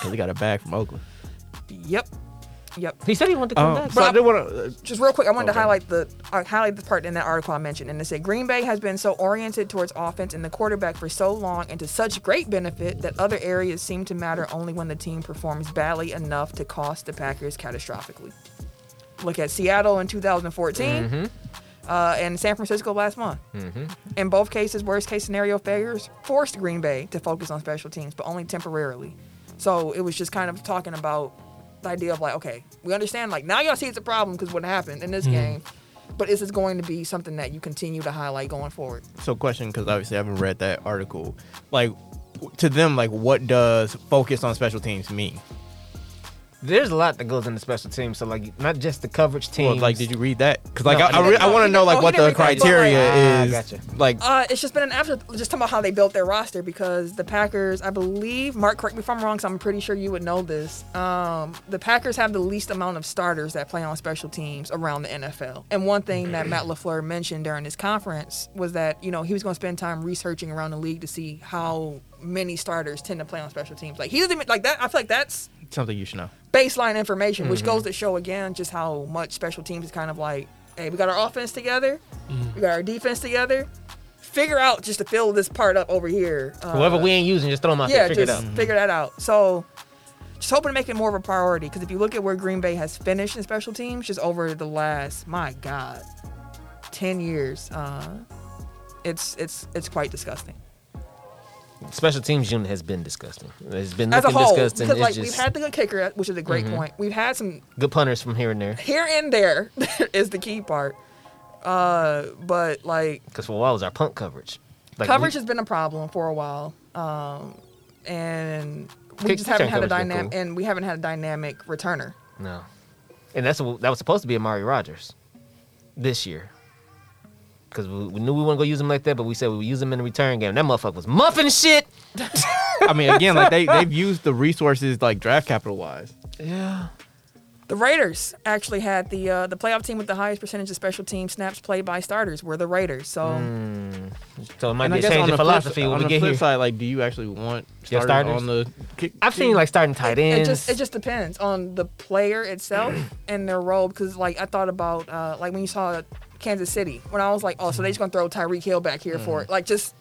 Cause they got a bag from Oakland.
Yep. Yep.
He said he wanted to come
Um,
back.
so I did want to.
just real quick, I wanted
Okay.
to highlight the uh, highlight the part in that article I mentioned, and it said Green Bay has been so oriented towards offense and the quarterback for so long, and to such great benefit that other areas seem to matter only when the team performs badly enough to cost the Packers catastrophically. Look at Seattle in 2014, uh, and San Francisco last month. In both cases, worst case scenario failures forced Green Bay to focus on special teams, but only temporarily. So it was just kind of talking about the idea of like, okay, we understand, like, now y'all see it's a problem because what happened in this game, but is this going to be something that you continue to highlight going forward?
So, question, because obviously I haven't read that article. Like, w- to them, like, what does focus on special teams mean?
There's a lot that goes into special teams. So like, not just the coverage team.
Well, like, did you read that? Because, like,
No,
I,
I
I, re-
didn't
I
know.
want to know,
Oh,
like,
he
what
didn't
the
read that, but, like-
criteria
Ah,
is.
gotcha.
Like,
Uh, it's just been an after, just talking about how they built their roster because the Packers, I believe, Mark, correct me if I'm wrong, so I'm pretty sure you would know this. Um, the Packers have the least amount of starters that play on special teams around the NFL. And one thing that Matt LaFleur mentioned during his conference was that, you know, he was going to spend time researching around the league to see how many starters tend to play on special teams. Like, he doesn't, even- like that, I feel like that's
something you should know.
baseline information, which
Mm-hmm.
goes to show again just how much special teams is kind of like, hey, we got our offense together,
Mm-hmm.
we got our defense together. Figure out just to fill this part up over here. Uh,
Whoever we ain't using, just throw them out
yeah,
there. Figure
just
it out.
figure that out. So, just hoping to make it more of a priority because if you look at where Green Bay has finished in special teams, just over the last my god, ten years, uh, it's it's it's quite disgusting.
Special teams unit has been disgusting. It's been
As a
looking
whole,
disgusting.
because
It's
like we've
just Mm-hmm.
had the good kicker, which is a great point. We've had some
good punters from here and there.
here and there is the key part. Uh, but like
Because for a while it was our punt coverage. Like,
coverage
we-
has been a problem for a while, um, and we
Kick-
just haven't
kick
had a
coverage been
dynamic, and we haven't had a dynamic returner.
no, and that's what, that was supposed to be Amari Rogers this year. Because we, we knew we weren't gonna use him like that, but we said we would use him in the return game. That motherfucker was muffing shit.
I mean, again, like, they, they've used the resources, like, draft capital wise.
Yeah.
The Raiders actually had the uh, the playoff team with the highest percentage of special team snaps played by starters were the Raiders. So
Mm. So it might
And
be
I
a
guess
change in
the flip-
philosophy
on
when we
the
get
flip
here.
side, like, do you actually want
Your
starters,
starters?
on the kick?
I've seen like starting tight
it
ends.
just it just depends on the player itself and their role because like I thought about uh, like when you saw Kansas City when I was like oh so they just gonna throw Tyreek Hill back here for it like just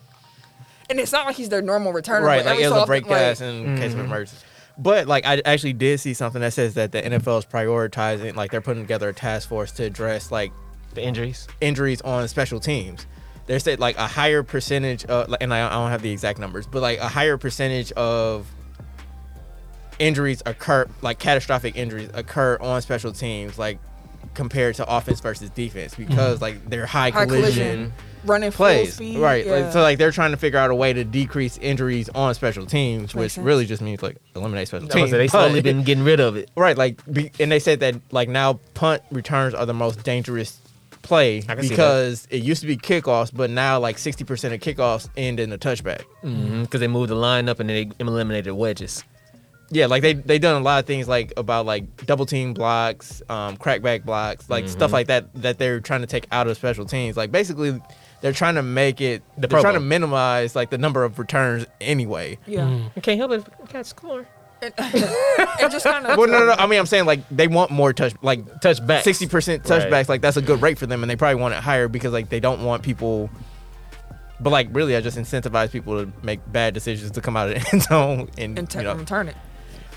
and it's not like he's their normal returner
Mm-hmm. right,
but
like
every
it
so
was a
often,
break
like,
glass in case of emergency. But like I actually did see something that says that the NFL is prioritizing, like they're putting together a task force to address like
the injuries.
injuries on special teams. They said like a higher percentage, of, like, and I I don't have the exact numbers, but like a higher percentage of injuries occur, like catastrophic injuries occur on special teams, like compared to offense versus defense, because like they're high,
high
collision
collision running full
plays,
speed
right?
yeah.
Like, so like they're trying to figure out a way to decrease injuries on special teams,
Makes
which
sense.
really just means like eliminate special
I was gonna
teams.
say, they
But-
slowly been getting rid of it.
right, like be, and they said that like now punt returns are the most dangerous play
I can see that.
because it used to be kickoffs, but now like sixty percent of kickoffs end in a touchback.
Because Mm-hmm, they moved the line up and then they eliminated wedges.
Yeah, like they they done a lot of things like about like double team blocks, um, crackback blocks, like stuff like that that they're trying to take out of special teams. Like basically, they're trying to make it.
The
they're
Pro
trying to
Bowl.
minimize like the number of returns anyway.
yeah
You can't help it. You can't score.
and just kind of
Well, no, no, no. I mean, I'm saying like they want more touch, like
Touch back.
sixty percent touchbacks.
Right.
Like that's a good rate for them, and they probably want it higher because like they don't want people. But like, really, I just incentivize people to make bad decisions to come out of the end zone and,
and t-
you know.
return it.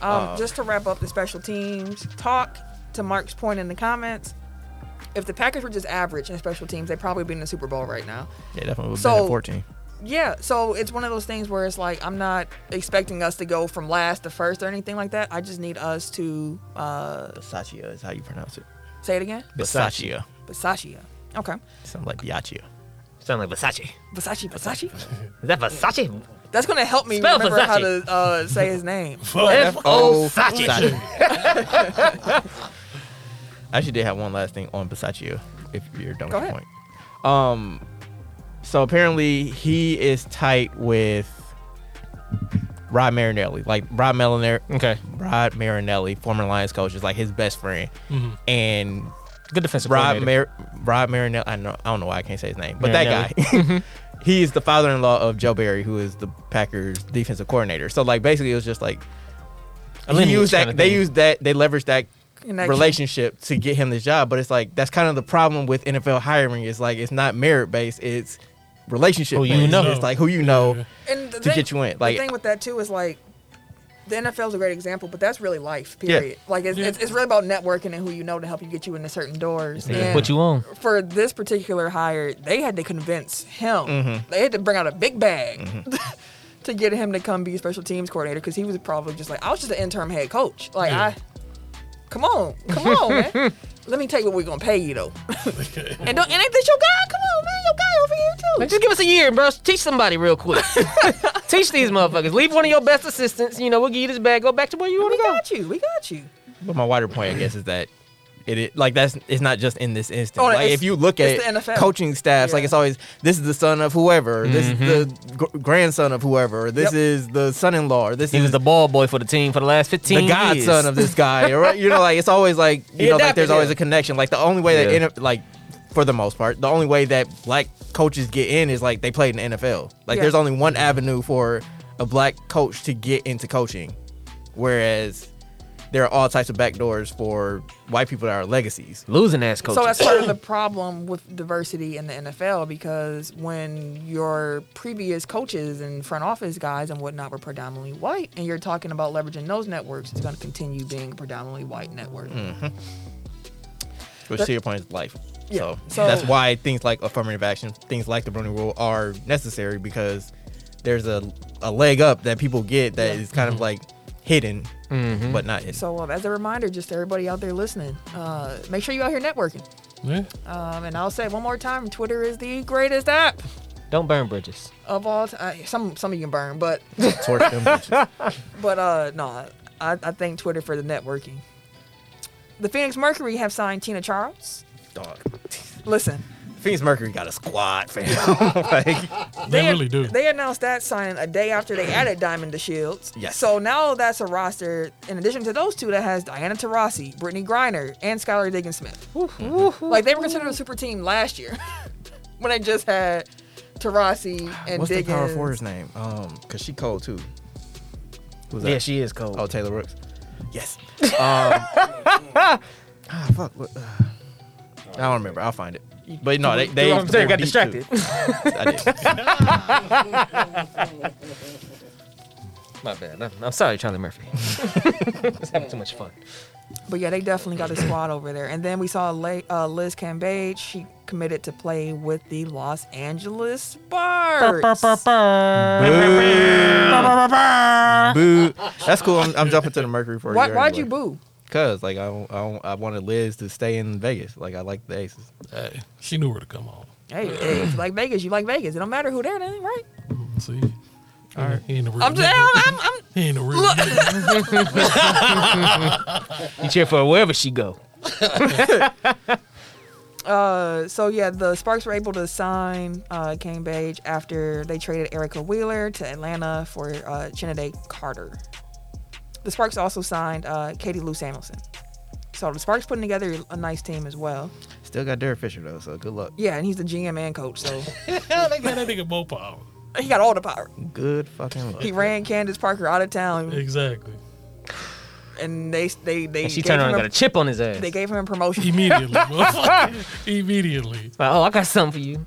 Um,
Oh.
just to wrap up the special teams talk, to Mark's point in the comments, if the Packers were just average in special teams, they'd probably be in the Super Bowl right now.
yeah, definitely would have been
So-
at fourteen.
Yeah, so it's one of those things where it's like I'm not expecting us to go from last to first or anything like that. I just need us to uh,
Bisaccia is how you pronounce it.
say it again.
Bisaccia.
Basachia. Okay.
Sound like biatchia.
Sound like Versace. Is
Basachi, Basachi.
that Versace?
That's gonna help me
Spell
remember how
Versace.
to uh, say his name. Oh,
F O Sachi.
I actually did have one last thing on Bisaccio, if you're done
Go
with your
ahead.
point. Um, so apparently he is tight with Rod Marinelli, like Rod Marinelli.
Okay.
Rod Marinelli, former Lions coach, is like his best friend,
Mm-hmm.
and
Good defensive
Rod
coordinator.
Mar- Rod Marinelli. I know I don't know why I can't say his name, but
Marinelli. Mm-hmm.
that guy. he is the father-in-law of Joe Barry, who is the Packers defensive coordinator. So like basically, it was just like
A lineage
he used that.
kinda
They
thing.
used that. They leveraged that
Connection.
relationship to get him this job. But it's like that's kind of the problem with NFL hiring is like it's not merit based. It's relationship.
Who you
based.
know.
It's like who you know.
and the
to get you in, like-
the thing with that too is like the NFL is a great example, but that's really life. Period. Like it's,
Yeah.
it's it's really about networking and who you know to help you get you into certain doors.
They
And
put you on.
for this particular hire, they had to convince him.
Mm-hmm.
They had to bring out a big bag. To get him to come be a special teams coordinator because he was probably just like I was just an interim head coach. Like I, come on, come on, man. Let me tell you what we're gonna pay you though. and don't and ain't this your guy? Come on, man, your guy over here too.
Like, just give us a year, bro. Teach somebody real quick. Teach these motherfuckers. Leave one of your best assistants. You know, we'll give you this bag. Go back to where you want
we
to go.
got you. We got you.
But my wider point, I guess, is that it, it like that's it's not just in this instance.
Oh,
like
it's-
if you look
it's
at
the NFL.
coaching staffs, like
Yeah.
it's always this is the son of whoever, this is
Mm-hmm.
the gr- grandson of whoever, this
Yep.
is the son-in-law, or this
He
is
was the ball boy for the team for the last 15
the
years.
godson of this guy, or you know, like it's always like you
He
know, like
adapted
there's always
him.
a connection. Like the only way that
Yeah.
inter- like for the most part, the only way that black coaches get in is like they played in the NFL. Like
Yeah.
there's only one avenue for a black coach to get into coaching, whereas there are all types of backdoors for white people that are legacies.
Losing ass coaches.
So that's part of the problem with diversity in the NFL because when your previous coaches and front office guys and whatnot were predominantly white, and you're talking about leveraging those networks, it's going to continue being a predominantly white network.
Which
That-
to your point is life.
Yeah,
So,
so-
that's why things like affirmative action, things like the Bruni Rule are necessary because there's a, a leg up that people get that is
Yeah.
kind of like hidden, but not hidden.
So, um, as a reminder, just to everybody out there listening, uh, make sure you out here networking.
Yeah.
Um, and I'll say it one more time: Twitter is the greatest app
Don't burn bridges.
of all time. Some some of you can burn, but
Torch them bitches.
But uh no, I, I thank Twitter for the networking. The Phoenix Mercury have signed Tina Charles.
Dog.
Listen,
Phoenix Mercury got a squad, fam. like,
They, really do.
They announced that signing a day after they added Diamond to Shields.
Yes.
So now that's a roster, in addition to those two, that has Diana Taurasi, Brittany Griner, and Skylar Diggins Smith.
Mm-hmm.
Like they were considered a super team last year when they just had Taurasi and
what's the
Diggins.
power forward's name? Um, cause she cold too. Who's that?
Yeah, she is cold.
Oh, Taylor Brooks. Yes. Um, ah, fuck. What, uh, I don't remember. I'll find it. But no, they they,
I'm saying,
they
got
were deep,
distracted.
too. I did.
My bad. I'm, I'm sorry, Charlie Murphy. Just having too much fun.
But yeah, they definitely got a squad over there. And then we saw La- uh, Liz Cambage. She committed to play with the Los Angeles Sparks.
Boo. That's cool. I'm, I'm jumping to the Mercury for
Why,
you.
why'd you
anyway.
boo?
Cause like I don't, I, don't, I wanted Liz to stay in Vegas. Like I like the Aces.
Hey, she knew where to come on.
Hey, hey, if you like Vegas, you like Vegas. It don't matter who they're in, right?
See? All right. He ain't a real
I'm just,
nigga.
I'm, I'm, I'm
He ain't a real
Look.
nigga.
You cheer for her wherever she go.
uh, so yeah, the Sparks were able to sign uh, Cambage after they traded Erica Wheeler to Atlanta for uh, Chineday Carter. The Sparks also signed uh, Katie Lou Samuelson. So the Sparks putting together a nice team as well.
Still got Derek Fisher though, so good luck.
Yeah, and he's the GM and coach, so
Hell, they got that nigga Bo Power.
he got all the power.
Good fucking luck.
He ran Candace Parker out of town,
Exactly.
and they they they
And she
gave
turned
him
around and
a-
got a chip on his ass.
they gave him a promotion.
Immediately. motherfucker. Immediately.
Like, oh, I got something for you.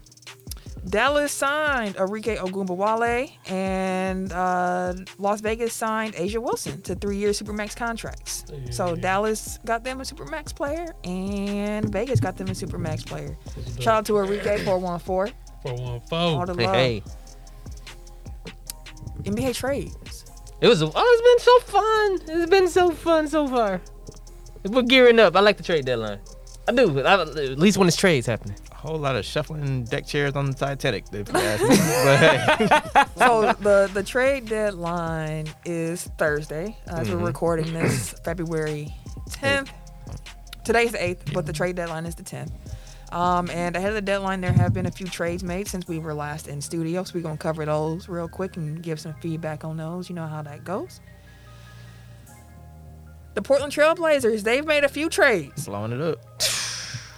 Dallas signed Enrique Ogunbowale, and uh, Las Vegas signed Asia Wilson to three-year supermax contracts. So
Yeah.
Dallas got them a supermax player, and Vegas got them a supermax player. Shout out to Enrique four one four. All
414.
the
Hey,
love.
hey.
NBA trades.
It was. Oh, it's been so fun. It's been so fun so far. We're gearing up. I like the trade deadline. I do. I, at least when it's trades happening.
A whole lot of shuffling deck chairs on the Titanic. If you ask me. but hey,
So the the trade deadline is Thursday. uh, As we're recording this, February 10th. Today's the 8th, but the trade deadline is the 10th. Um, and ahead of the deadline, there have been a few trades made since we were last in studio. So we're gonna cover those real quick and give some feedback on those. You know how that goes. The Portland Trailblazers, they've made a few trades.
blowing it up.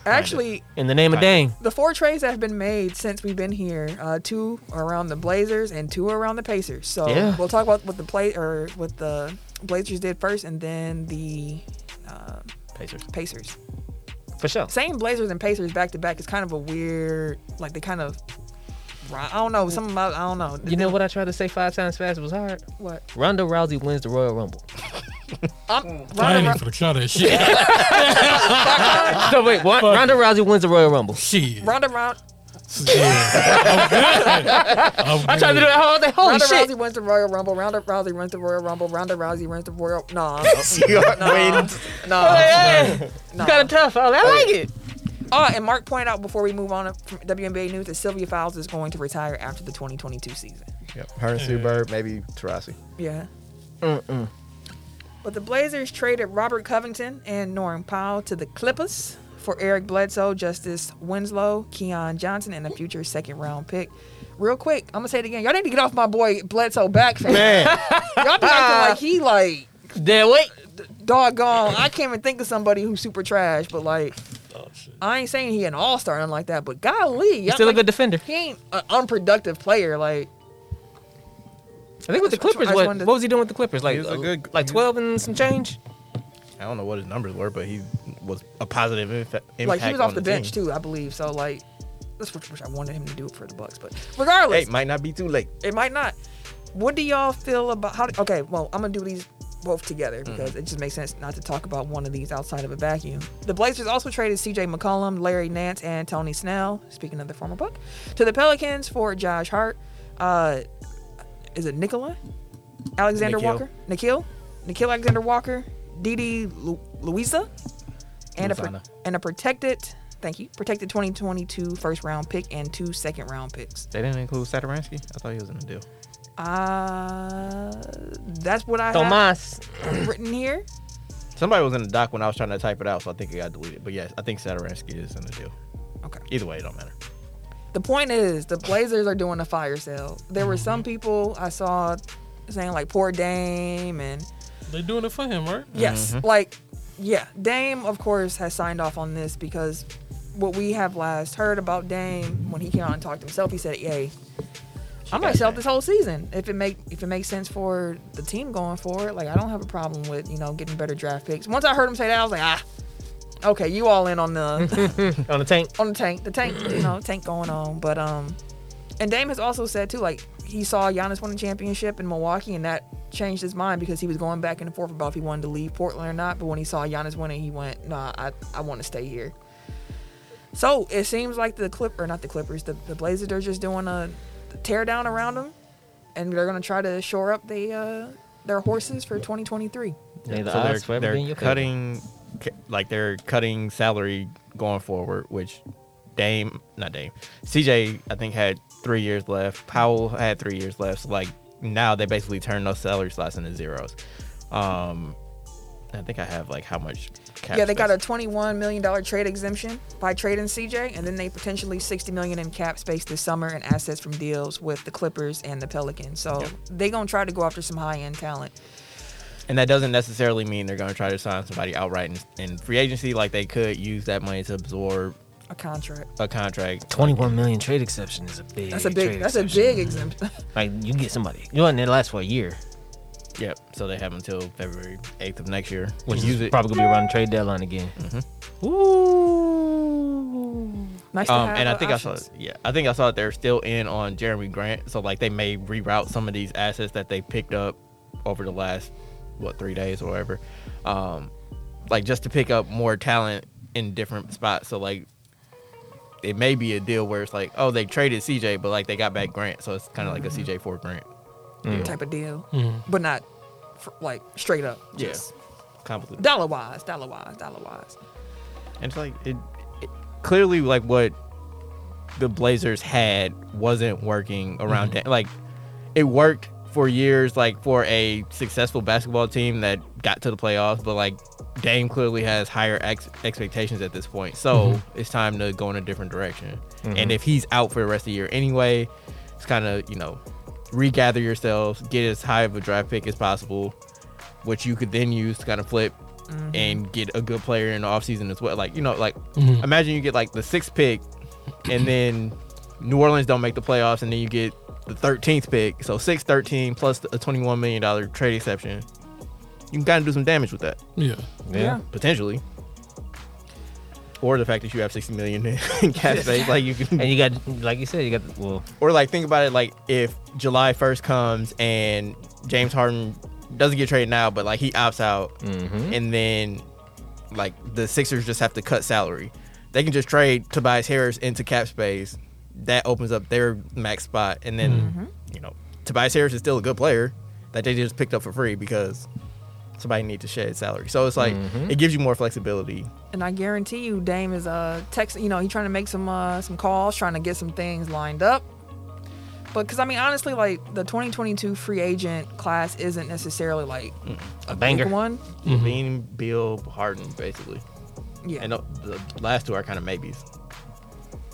Actually,
In the name of
Kinda.
Dang.
the four trades that have been made since we've been here, uh, two are around the Blazers and two are around the Pacers. So
Yeah.
we'll talk about what the play or what the Blazers did first, and then the uh,
Pacers.
Pacers.
For sure.
Saying Blazers and Pacers back to back is kind of a weird, like they kind of, ri- I don't know, something about, I don't know.
You know what I tried to say five times fast was hard.
what?
Ronda Rousey wins the Royal Rumble.
I ain't
Ronda
even
Ro-
finna try that shit.
Ah,
so wait, what?
Fuck.
Ronda Rousey wins the Royal Rumble.
shit.
Ronda, Ron-
I'm
I tried to do
good.
that whole thing. Holy
Ronda
shit!
Rousey wins the Royal Rumble. Ronda Rousey wins the Royal Rumble. Ronda Rousey wins the Royal. Nah, nah, nah,
Hey, hey,
nah.
Got a tough. Oh, I like it.
Oh, and Mark pointed out before we move on from WNBA news that Sylvia Fowles is going to retire after the 2022 season.
Yep. Her and Sue Bird, maybe Tarasi.
Yeah. Mm-mm. But the Blazers traded Robert Covington and Norm Powell to the Clippers for Eric Bledsoe, Justice Winslow, Keon Johnson, and a future second round pick. Real quick, I'm gonna say it again. Y'all need to get off my boy Bledsoe back, fam. Y'all be acting like he like
Then wait.
doggone. I can't even think of somebody who's super trash, but like
Oh, shit.
I ain't saying he an all star nothing like that. But golly,
He's
y'all,
still a
like,
good defender.
he ain't an unproductive player. Like
I think with the
I just
Clippers, what,
wanted to-
what was he doing with the Clippers? Like,
He was a
uh,
good-
like
he-
twelve and some change.
I don't know what his numbers were, but he was a positive infa- impact.
like he was
on
off the
team.
bench too, I believe. So like that's what which I wanted him to do for the Bucks, but regardless,
Hey, might not be too late.
it might not. What do y'all feel about how? Okay, well I'm gonna do these both together because it just makes sense not to talk about one of these outside of a vacuum. The Blazers also traded C.J. McCollum, Larry Nance, and Tony Snell. Speaking of the former Buck, to the Pelicans for Josh Hart. Uh, is it Nicola? Alexander
Nikhil.
Walker, Nikhil, Nikhil Alexander Walker, Didi Lu- Luisa, and a, pro-
Louisiana.
and a protected, thank you, protected 2022 first round pick and two second round picks.
They didn't include Saturansky. I thought he was in the deal.
Uh, that's what I have
Tomas.
written here.
Somebody was in the doc when I was trying to type it out, so I think it got deleted. But yes, I think Saturansky is in the deal.
Okay.
Either way, it don't matter.
The point is, the Blazers are doing a fire sale. There were some people I saw saying like poor Dame and
They doing it for him, right?
Yes,
Mm-hmm.
like yeah, Dame of course has signed off on this because what we have last heard about Dame when he came out and talked to himself, he said, "Yay, I might
got
sell
that.
this whole season if it make if it makes sense for the team going forward. Like I don't have a problem with you know getting better draft picks." Once I heard him say that, I was like, "Ah, okay, you all in on the."
on the tank.
on the tank, the tank, you know, tank going on. But um, and Dame has also said too, like he saw Giannis win a championship in Milwaukee, and that changed his mind because he was going back and forth about if he wanted to leave Portland or not. But when he saw Giannis winning, he went, "Nah, I I want to stay here." So it seems like the Clip or not the Clippers, the, the Blazers are just doing a tear down around them, and they're gonna try to shore up the uh, their horses for 2023.
May the
So
odds forever
they're,
be in
they're
your favor.
cutting, ca- like they're cutting salary going forward, which Dame, not Dame, CJ, I think had three years left. Powell had three years left. So like now they basically turn those salary slots into zeros. Um, I think I have like how much. Cap
yeah, they got a
space.
twenty-one million dollar trade exemption by trading CJ, and then they potentially sixty million in cap space this summer and assets from deals with the Clippers and the Pelicans. So they gonna try to go after some high-end talent.
and that doesn't necessarily mean they're going to try to sign somebody outright in, in free agency. Like they could use that money to absorb
A contract.
a contract.
Twenty-one million trade exception is a big.
That's a big.
trade
That's a
exception.
big exemption.
Like you get somebody. You want it to last for a year,
Yep. So they have until February 8th of next year. to
which is
use it.
probably gonna be around the trade deadline again. Ooh.
nice to
Um,
have,
and I
uh,
think I
options.
saw, yeah, I think I saw that they're still in on Jeremy Grant, so like they may reroute some of these assets that they picked up over the last what three days or whatever, um, like just to pick up more talent in different spots. So like, it may be a deal where it's like, oh, they traded CJ, but like they got back Grant, so it's kind of
Mm-hmm.
like a CJ for Grant Mm.
type of deal, but not fr- like straight up.
Mm-hmm. Yeah.
Yes.
Convoluted.
Dollar wise, dollar wise, dollar wise.
And it's like it, it clearly like what the Blazers had wasn't working around Dan- like it worked for years like for a successful basketball team that got to the playoffs but like Dame clearly has higher ex- expectations at this point so it's time to go in a different direction and if he's out for the rest of the year anyway it's kind of you know regather yourselves get as high of a draft pick as possible which you could then use to kind of flip and get a good player in the offseason as well. Like, you know, like imagine you get like the sixth pick and then New Orleans don't make the playoffs and then you get the 13th pick. So 6 13 plus a $21 million trade exception. You can kind of do some damage with that
Yeah.
Yeah.
potentially. or the fact that you have 60 million in cash space. Like you can,
And you got, like you said, you got well,
or like think about it like if July 1st comes and James Harden doesn't get traded now, but like he opts out, and then like the Sixers just have to cut salary. They can just trade Tobias Harris into cap space. That opens up their max spot, and then you know Tobias Harris is still a good player that they just picked up for free because somebody needs to shed salary. So it's like it gives you more flexibility.
And I guarantee you, Dame is uh texting. You know, he's trying to make some uh some calls, trying to get some things lined up. But because I mean, honestly, like the 2022 free agent class isn't necessarily like
a
big
banger.
one.
Levine, Bill, Harden, basically,
Yeah.
and the- the last two are kind of maybes.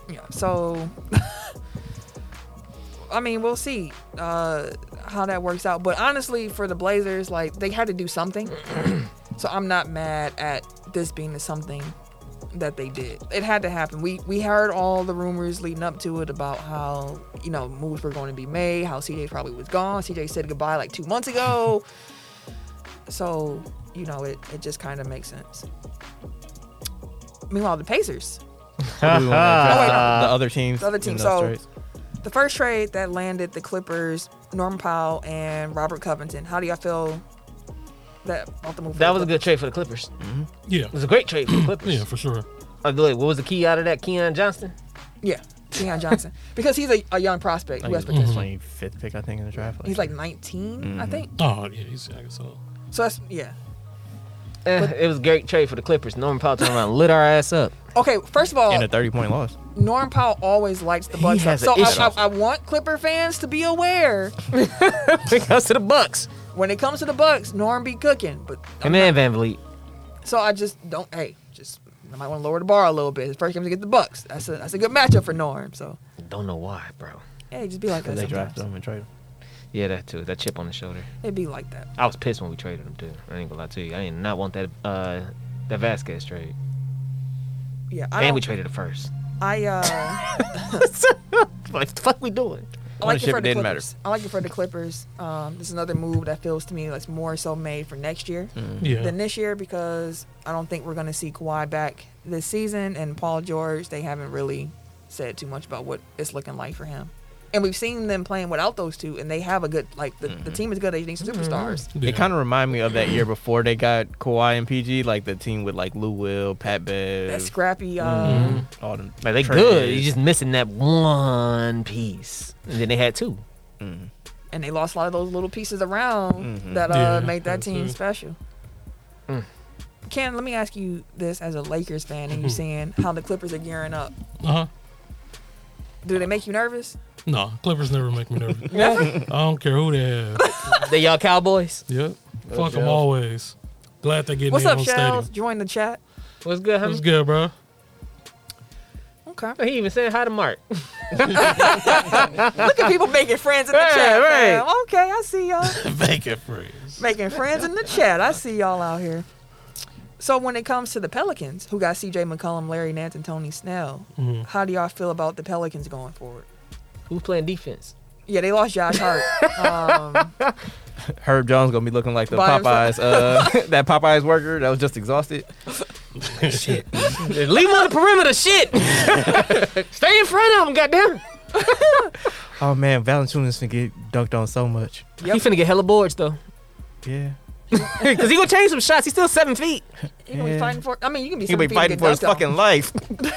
Yeah. So, I mean, we'll see uh, how that works out. But honestly, for the Blazers, like they had to do something. so I'm not mad at this being the something that they did. It had to happen. We we heard all the rumors leading up to it about how you know moves were going to be made, how CJ probably was gone. CJ said goodbye like two months ago. so you know it it just kind of makes sense. Meanwhile, the Pacers.
Or do we wanna address
Uh,
the other teams.
the other
in
team.
those
So-
trades?
the first trade that landed the Clippers, Norman Powell and Robert Covington. How do y'all feel that about the move? for
That
the
was a
Clippers?
good trade for the Clippers.
Yeah.
It was a great trade for the Clippers.
Yeah, for sure.
Oh, wait, what was the key out of that? Keon Johnston.
Yeah, Deion Johnson because he's a, a young prospect who has
Mm-hmm.
potential.
25th pick, I think, in the draft.
mm.
He's like 19,
Mm-hmm.
I think.
Oh, yeah, he's, I guess so.
So that's yeah.
Eh, it was a great trade for the Clippers. Norman Powell turned around, and lit our ass up.
Okay, first of all,
in a 30 point loss.
Norm Powell always likes the Bucks. up.
has
So
an issue.
I, I, I want Clipper fans to be aware
Take us to the Bucks.
when it comes to the Bucks, Norm be cooking. But
Hey man, Van Vliet.
so I just don't. Hey, just I might want to lower the bar a little bit. His first game to get the Bucks. That's a that's a good matchup for Norm. So
Don't know why, bro.
hey, just be like that.
They
sometimes.
drafted him and traded him.
Yeah, that too. That chip on the shoulder.
It'd be like that.
I was pissed when we traded him too. I ain't gonna lie to you. I did not want that uh that Vasquez trade.
Yeah, I
And we
don't-
traded it first.
I uh,
Like the fuck we doing?
I like it
Ownership,
for
it
the
didn't matter.
Clippers. I like it for the Clippers. Um, this is another move that feels to me like it's more so made for next year
Yeah.
than this year because I don't think we're gonna see Kawhi back this season and Paul George. They haven't really said too much about what it's looking like for him. And we've seen them playing without those two, and they have a good like the, the team is good. They need some superstars.
yeah.
It kind of remind me of that year before they got Kawhi and PG, like the team with like Lou Will, Pat Bev,
That scrappy. Uh,
all them.
Like they
trades.
good. You just missing that one piece. And then they had two.
and they lost a lot of those little pieces around that uh,
Yeah,
made that
that's
team
it.
special. Ken, let me ask you this as a Lakers fan, and you seeing how the Clippers are gearing up.
Uh huh.
Do they make you nervous?
No, Clippers never make me nervous. I don't care who they have.
they y'all Cowboys.
Yep. Fuck them
Shells.
always. Glad they're getting
What's
in
up,
on
Shells?
stadium.
Join the chat.
What's good,
That's
homie?
good, bro.
Okay.
He even said hi to Mark.
Look at people making friends in the
Right,
chat.
right.
fam. Okay, I see y'all.
Make it freeze.
making friends in the chat. I see y'all out here. So when it comes to the Pelicans, who got CJ McCollum, Larry Nance, and Tony Snell,
Mm-hmm.
how do y'all feel about the Pelicans going forward?
Who's playing defense?
Yeah, they lost Josh Hart. um,
Herb Jones gonna be looking like the
By
Popeyes, uh, that Popeyes worker that was just exhausted.
Leave him on the perimeter, shit. Stay in front of him, goddamn.
Oh man, Valanciunas can get dunked on so much.
Yep.
He finna get hella boards though,
Yeah,
cause he gonna change some shots. He's still seven feet.
You gonna be
Yeah.
fighting for. I mean, you can be.
he gonna be
seven feet and
fighting
get
for his
dunked on.
fucking life.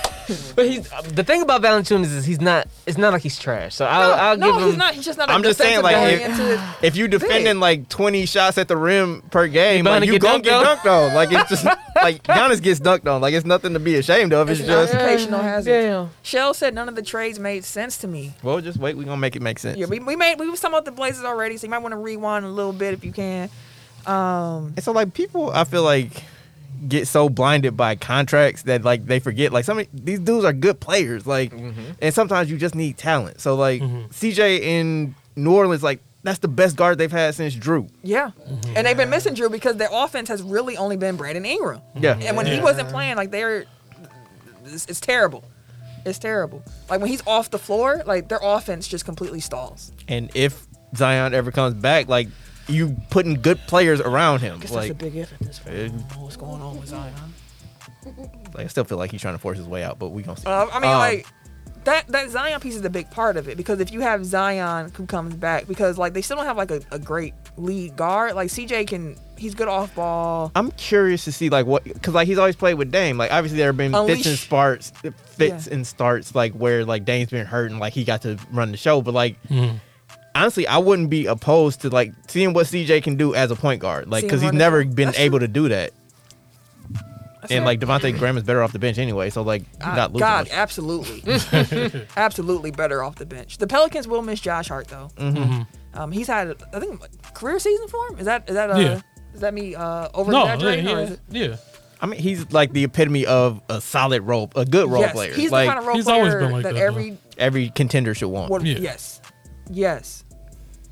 But he's uh, the thing about Valanciunas is he's not. It's not like he's trash. So I'll,
No,
I'll
no,
give him.
he's not. He's just not. A
I'm just saying, like, if- If you defending
Big.
like 20 shots at the rim per game,
bound
like,
to
you
get
gonna
dunked
get
on.
dunked on. Like it's just like Giannis gets dunked on. Like it's nothing to be ashamed of. It's,
it's an
just
occupational hazard.
Damn.
Shell said none of the trades made sense to me.
well, just wait. We gonna make it make sense.
Yeah, we, we made we was talking about the Blazers already, so you might want to rewind a little bit if you can. Um,
And so like people, I feel like get so blinded by contracts that like they forget like some of these dudes are good players like and sometimes you just need talent. So like CJ in New Orleans like that's the best guard they've had since Drew.
yeah,
Mm-hmm.
and they've been missing Drew because their offense has really only been Brandon Ingram,
Yeah.
and when he wasn't playing, like they're it's, it's terrible. It's terrible. Like when he's off the floor, like their offense just completely stalls.
And if Zion ever comes back like you putting good players around him
Guess
like
that's a big if at this point. I
it-
don't know what's going on with Zion.
Like I still feel like he's trying to force his way out, but we gonna see.
Uh, I mean,
Um,
like that that Zion piece is a big part of it because if you have Zion who comes back, because like they still don't have like a, a great lead guard. Like CJ can, he's good off ball.
I'm curious to see like what because like he's always played with Dame. Like obviously there have been fits and
Unleash.
starts, fits
Yeah.
and starts like where like Dame's been hurt and like he got to run the show. But like honestly, I wouldn't be opposed to like seeing what CJ can do as a point guard. Like
See him
because he's
run the
never
show.
been
That's
able to do that.
That's
And
fair.
like Devontae Graham is better off the bench anyway, so like you're
Uh,
not losing.
God,
much.
absolutely, absolutely better off the bench. The Pelicans will miss Josh Hart though.
Mm-hmm.
Um, he's had I think career season for him. Is that is that uh,
Yeah.
is that me uh over
No, yeah,
exaggerating or is
yeah,
it?
yeah.
I mean, he's like the epitome of a solid role, a good role
yes,
player.
he's
like
the kind of role
He's always
player
been like
that,
that,
every
every contender should want.
what,
Yeah.
yes, yes.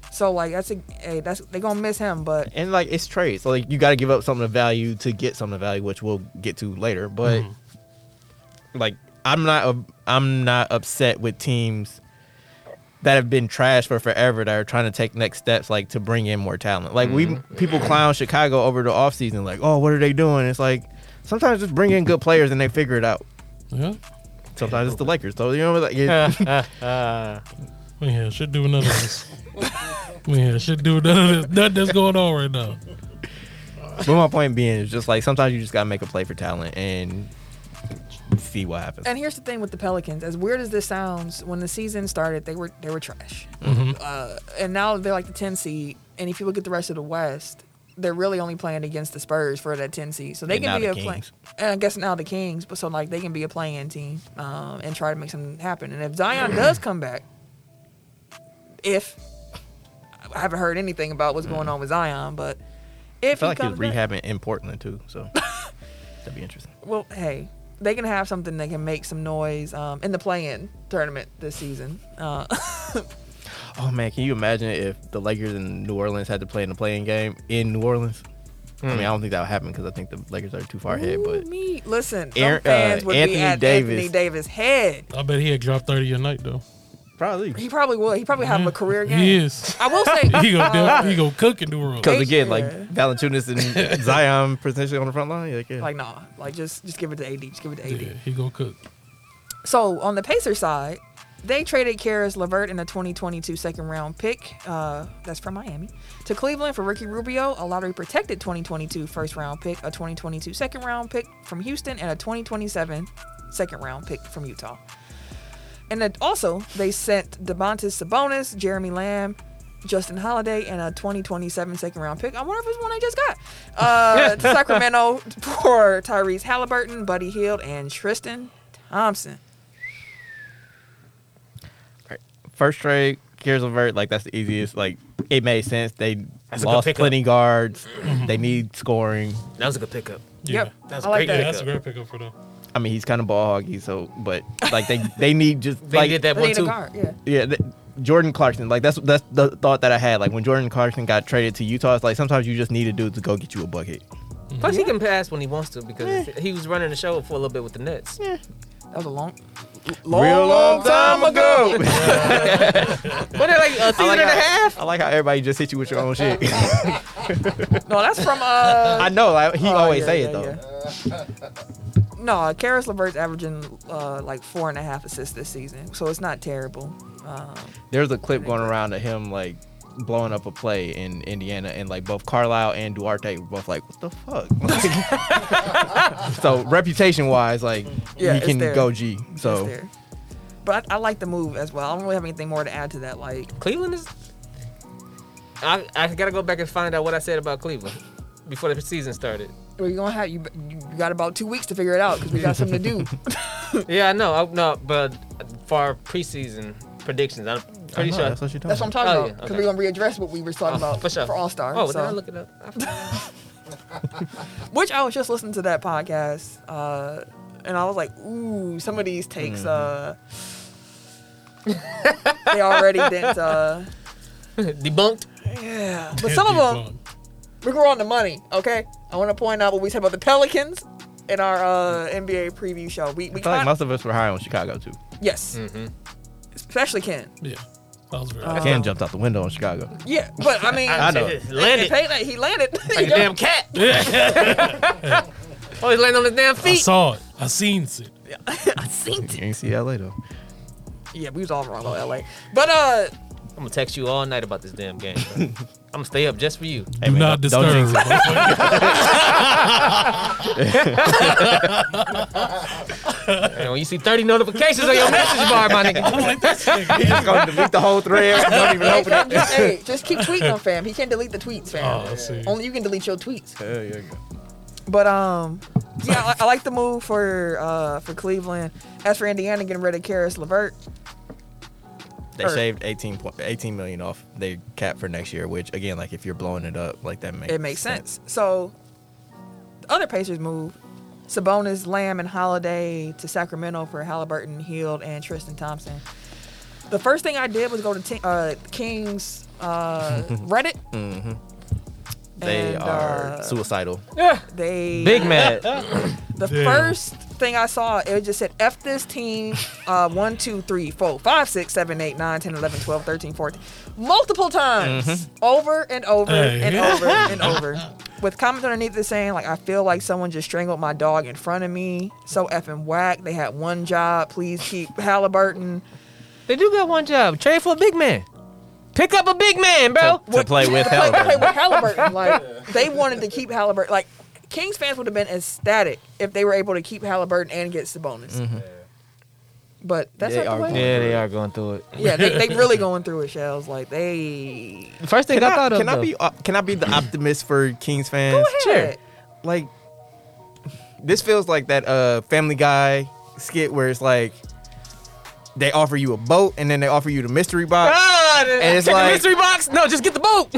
So like that's a hey, that's they gonna miss him, but
and like it's trade. So like you got to give up something of value to get something of value, which we'll get to later. But like I'm not i I'm not upset with teams that have been trash for forever that are trying to take next steps like to bring in more talent. Like we people clown Chicago over the offseason like, "Oh, what are they doing?" It's like sometimes just bring in good players and they figure it out.
Yeah.
Sometimes it's the Lakers. So you know like it-
We here should do none of this. we here should do none of this. Nothing that's going on right now.
but my point being is just like sometimes you just got to make a play for talent and see what happens.
And here's the thing with the Pelicans, as weird as this sounds, when the season started, they were they were trash,
Mm-hmm.
uh, and now they're like the 10 seed. And if you look at the rest of the West, they're really only playing against the Spurs for that 10 seed, so they
And now
can be
the
a play.
Kings.
And I guess now the Kings, but so like they can be a playing team um, and try to make something happen. And if Zion does come back, if I haven't heard anything about what's going on with Zion, but
Mm. I
if he
feel like he was
comes back,
rehabbing in Portland too, so that'd be interesting.
well, hey, they can have something that can make some noise um, in the play-in tournament this season. Uh,
Oh man, can you imagine if the Lakers in New Orleans had to play in the playing game in New Orleans? I mean, I don't think that would happen because I think the Lakers are too far ahead. But
Ooh, me, listen, some
Aaron- uh,
fans would
Anthony
be at
Davis.
Anthony Davis' head.
I bet he had dropped 30 a night, though.
probably
He probably will. He probably have a career game.
He is.
I will say,
He go,
uh,
do, he go cook in New Orleans.
because again, like
Yeah.
Valanciunas and Zion potentially on the front line. Like, yeah.
like nah, like just just give it to AD. Just give it to AD.
Yeah, he go cook.
So on the Pacer side, they traded Karis Levert in a 2022 second round pick, uh, that's from Miami, to Cleveland for Ricky Rubio, a lottery protected 2022 first round pick, a 2022 second round pick from Houston, and a 2027 second round pick from Utah. And then also, they sent Devontae Sabonis, Jeremy Lamb, Justin Holiday, and a 2027 second round pick. I wonder if it's one I just got. Uh, to Sacramento for Tyrese Halliburton, Buddy Hield, and Tristan Thompson.
first trade, Cares Levert, like that's the easiest. Like it made sense. They
That's a good
lost
pickup.
plenty guards. they need scoring.
That was a good pickup.
Yeah.
Yep.
That's
I like
great
Yeah,
that.
that's a great pickup for them.
I mean, he's kind of ball hoggy, so but like they they need just
They
like
did that
They
one
need a
too.
guard, yeah.
Yeah, th- Jordan Clarkson. Like that's that's the thought that I had. Like when Jordan Clarkson got traded to Utah, it's like sometimes you just need a dude to go get you a bucket.
Plus, he can pass when he wants to because he was running the show for a little bit with the Nets.
That was a long, long,
ago.
But they're like a season
like
and a
how-
half.
I like how everybody just hit you with your own shit.
No, that's from uh.
I know. Like, he
oh,
always
yeah,
say
yeah,
it though.
yeah. No, Karis Levert's averaging uh like four and a half assists this season, so it's not terrible. Um,
There's a clip going around of him like blowing up a play in Indiana, and like both Carlisle and Duarte were both like, "What the fuck?" Like- so reputation wise, like
Yeah,
he
it's
can
there.
go G.
it's
So
there. But I, I like the move as well. I don't really have anything more to add to that. Like,
Cleveland is. I, I gotta go back and find out what I said about Cleveland before the season started.
we're gonna have you. You got about two weeks to figure it out because we got something to do.
Yeah, I know. I, no, but for our preseason predictions, I'm
I
pretty
know,
sure.
that's what you're doing.
That's what I'm talking
Oh,
about
yeah,
because
okay.
we're gonna readdress what we were talking
Oh,
about
for sure.
All Star.
Oh,
so.
did I look it up? I-
which I was just listening to that podcast, uh, and I was like, ooh, some of these takes, uh,
Mm-hmm.
they already didn't, uh,
Debunked.
yeah. But some of them, we were on the money, okay? I want to point out what we said about the Pelicans in our uh, NBA preview show. We, we
I feel like
kind-
most of us were high on Chicago too.
yes,
Mm-hmm.
especially Ken.
Yeah. That was very
Uh,
Cam jumped out the window in Chicago.
Yeah, but I mean,
I know.
and- and
Landed
Payne, he landed.
like a damn cat. Oh, he's landing on his damn
I
feet.
saw it. I seen it.
You ain't see LA though.
Yeah, we was all wrong about LA. But uh
I'm gonna text you all night about this damn game. bro. I'm gonna stay up just for you.
Do not disturb.
And when you see 30 notifications on your message bar, my nigga.
He's just gonna delete the whole thread. Don't even
hey,
open
fam,
it.
just, hey, just keep tweeting on fam. He can't delete the tweets, fam.
Oh, I see.
Only you can delete your tweets.
Hell yeah, yeah.
But um yeah, I, I like the move for uh for Cleveland. As for Indiana getting rid of Karis Levert,
They
Or-
saved 18, point, 18 million off their cap for next year, which again, like if you're blowing it up, like that makes
it makes sense. So the other Pacers move. Sabonis, Lamb, and Holiday to Sacramento for Halliburton, Heald, and Tristan Thompson. The first thing I did was go to Ti- uh, King's uh, Reddit.
They
And,
are
uh,
suicidal.
They
Big mad.
The
Damn.
first thing I saw, it just said F this team uh, 1, 2, 3, 4, 5, 6, 7, 8, 9, 10, 11, 12, 13, 14. Multiple times.
Mm-hmm.
Over and over
Hey.
and over and over. With comments underneath it saying, like, I feel like someone just strangled my dog in front of me. So effing whack. They had one job. Please keep Halliburton.
They do got one job. Trade for a big man. Pick up a big man, bro.
to play with
Play, play
Halliburton.
with Halliburton. Like, they wanted to keep Halliburton. Like, Kings fans would have been ecstatic if they were able to keep Halliburton and get Sabonis. But that's
Mm-hmm. They
not
are
the way.
Yeah, they are going through it.
Yeah, they, they really going through it, shells. Like they
The first thing
Can
I,
I,
thought of.
can I
though-
be uh, can I be the optimist for Kings fans?
Sure.
Like this feels like that uh Family Guy skit where it's like they offer you a boat and then they offer you the mystery box.
Ah,
And it's
check
like-
the mystery box. No, just get the boat.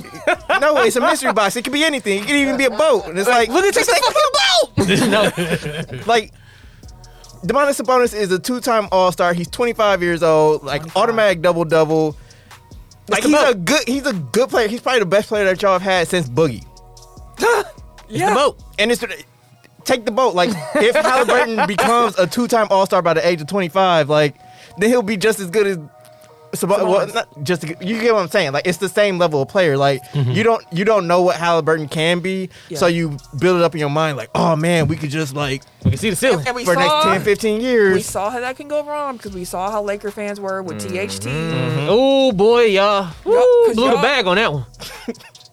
no, it's a mystery box. It could be anything. It could even be a boat. And it's like
Look at this fucking boat. no,
like Demonis Sabonis is a two-time All-Star. He's 25 years old, like
25.
automatic double-double. Like
the
he's
boat.
a good, he's a good player. He's probably the best player that y'all have had since Boogie.
Yeah.
boat, and it's take the boat. Like if Halliburton becomes a two-time All-Star by the age of 25, like then he'll be just as good as. Sabonis. Well,
Sabonis.
not just you get what I'm saying. Like it's the same level of player. Like
Mm-hmm.
you don't you don't know what Halliburton can be,
Yeah.
so you build it up in your mind. Like oh man, we could just like
we can see the ceiling.
And we
for the next
saw
10, 15
we
years.
saw how that can go wrong because we saw how Laker fans were with
Mm-hmm.
THT,
Oh boy, y'all Woo,
'cause
blew the
y'all-
bag on that one.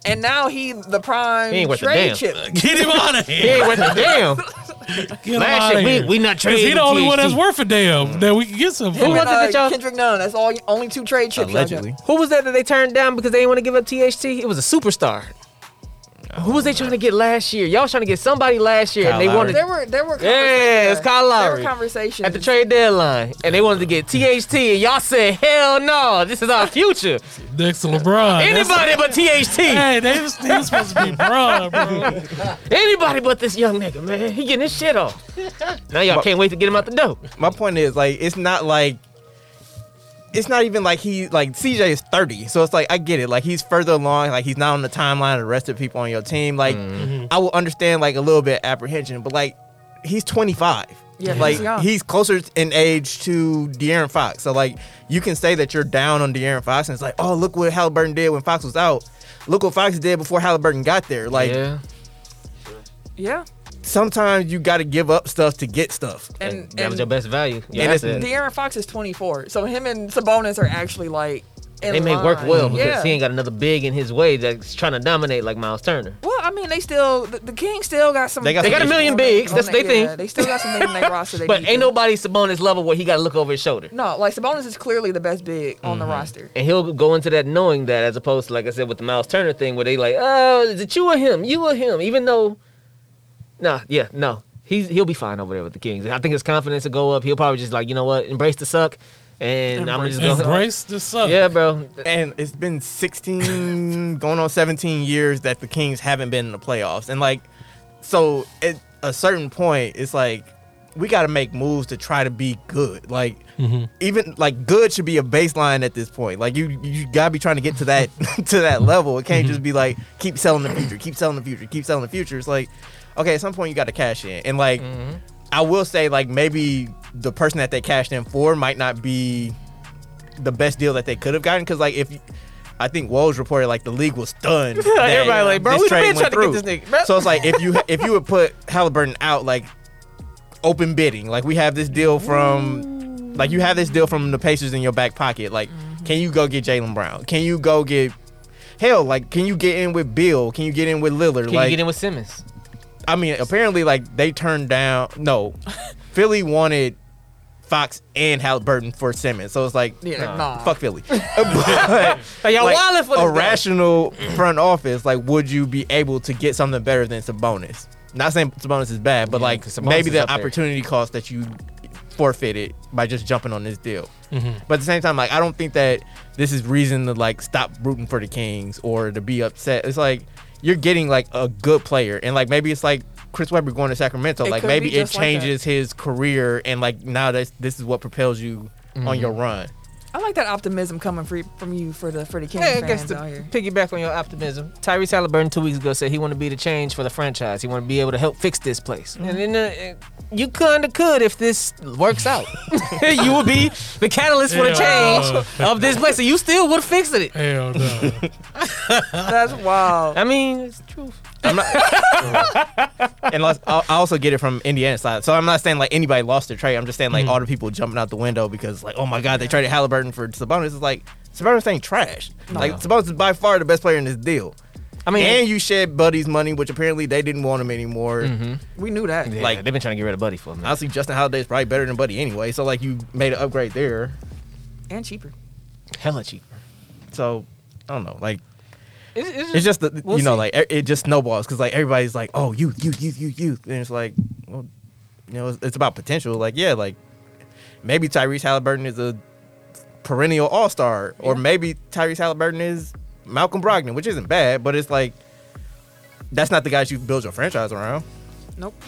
and now he the prime
He ain't worth a
trade
damn.
chip.
Get him out of
Hey,
here.
what the damn?
Get him
Last
out of
year, we-
here.
we not
Because he
trading
the only one
THT.
that's worth a damn that we can get some
Who
for.
was it that
Uh,
y'all-
Kendrick Nunn. That's all. Only two trade chips. y'all got.
Allegedly.
Who was that that they turned down because they didn't want to give up THT? It was a superstar. Who was they trying to get last year? Y'all was trying to get somebody last year,
Kyle
and they
Lowry.
wanted
There were there were
Yeah, it's Kyle
There
Lowry.
were conversations
at the trade deadline, and they wanted to get THT, and y'all said, "Hell no, this is our future.
Next to LeBron. That's-
Anybody but THT,
Hey, they was, he was supposed to be Bron, bro.
anybody but this young nigga, man. He getting his shit off. Now y'all can't wait to get him out the door.
My point is like it's not like it's not even like he like CJ is 30. So it's like I get it. Like he's further along, like he's not on the timeline of the rest of the people on your team. Like
Mm-hmm.
I will understand like a little bit apprehension, but like he's 25.
Yeah, he's
like
young.
he's closer in age to De'Aaron Fox. So like you can say that you're down on De'Aaron Fox and it's like, oh look what Halliburton did when Fox was out. Look what Fox did before Halliburton got there. Like
yeah,
Yeah,
sometimes you gotta give up stuff to get stuff.
and,
that was
and
your best value. Yeah,
and
that's
it's-
it.
De'Aaron Fox is 24, so him and Sabonis are actually like in
They may
line.
work well because
yeah.
he ain't got another big in his way that's trying to dominate like Miles Turner.
Well, I mean, they still the, the Kings still got some.
They got-
They got a million bigs. That's
they
they
think.
thing.
They still got some things in their roster. They
But
need
ain't
to-
nobody Sabonis level where he got to look over his shoulder.
No, like Sabonis is clearly the best big on the
Mm-hmm.
roster.
And he'll go into that knowing that, as opposed to like I said with the Miles Turner thing, where they like, oh, is it you or him? You or him? Even though, nah, yeah, no, he's he'll be fine over there with the Kings. I think his confidence will go up. He'll probably just like, you know what, embrace the suck, and I'm gonna just go.
Embrace the suck.
Yeah, bro.
and it's been 16 going on 17 years that the Kings haven't been in the playoffs. And like so at a certain point it's like we got to make moves to try to be good. Like even like good should be a baseline at this point. Like you you got to be trying to get to that to that level. It can't just be like keep selling the future, keep selling the future, keep selling the future. It's like okay, at some point you got to cash in. And like I will say like maybe the person that they cashed in for might not be the best deal that they could have gotten because like if I think Woj reported like the league was stunned. that uh,
Everybody like, bro,
this
we
trade
been
went
trying to
through.
get this nigga, bro.
So it's like if you if you would put Halliburton out like open bidding, like we have this deal from like you have this deal from the Pacers in your back pocket. Like, can you go get Jalen Brown? Can you go get hell? Like, can you get in with Bill? Can you get in with Lillard?
Can you
like,
get in with Simmons?
I mean, apparently, like they turned down. No, Philly wanted Fox and Halliburton for Simmons, so it's like,
Yeah,
nah,
nah.
fuck Philly. but,
Hey, y'all
like,
wildin' for this
a
guy.
rational front office, like, would you be able to get something better than Sabonis? Not saying Sabonis is bad, but
Yeah,
like
'cause Sabonis
maybe
is
the
up there.
opportunity cost that you forfeited by just jumping on this deal.
Mm-hmm.
But at the same time, like I don't think that this is reason to like stop rooting for the Kings or to be upset. It's like you're getting like a good player, and like maybe it's like Chris Webber going to Sacramento.
It
like
could
maybe
be
it
just like that.
changes his career, and like now that's this is what propels you
Mm-hmm.
on your run.
I like that optimism coming free from you for the for the King
Yeah, I guess
fans
to
out here.
piggyback on your optimism, Tyrese Halliburton two weeks ago said he want to be the change for the franchise. He want to be able to help fix this place.
Mm-hmm.
And then uh, uh, you kinda could if this works out. you would be the catalyst for the
Yeah.
change of this place, and you still would have fixed it.
Hell no.
That's wild.
I mean, it's the truth.
and let's- I I also get it from Indiana side. So I'm not saying like anybody lost their trade. I'm just saying
Mm-hmm.
like all the people jumping out the window because like oh my god they traded Halliburton for Sabonis. It's like Sabonis ain't trash. Like Sabonis is by far the best player in this deal.
I mean,
and you shed Buddy's money, which apparently they didn't want him anymore.
Mm-hmm.
We knew that.
yeah,
like-
they've been trying to get rid of Buddy for a minute.
Honestly, Justin Holiday's probably better than Buddy anyway. So like you made an upgrade there.
And cheaper.
Hella cheap.
So I don't know. Like
It's, it's
it's just the,
We'll
you know
see.
like e- it just snowballs because like everybody's like oh you you you you you and it's like well you know it's, it's about potential. Like yeah like maybe Tyrese Halliburton is a perennial All Star or maybe Tyrese Halliburton is Malcolm Brogdon, which isn't bad, but it's like that's not the guys you build your franchise around.
Nope.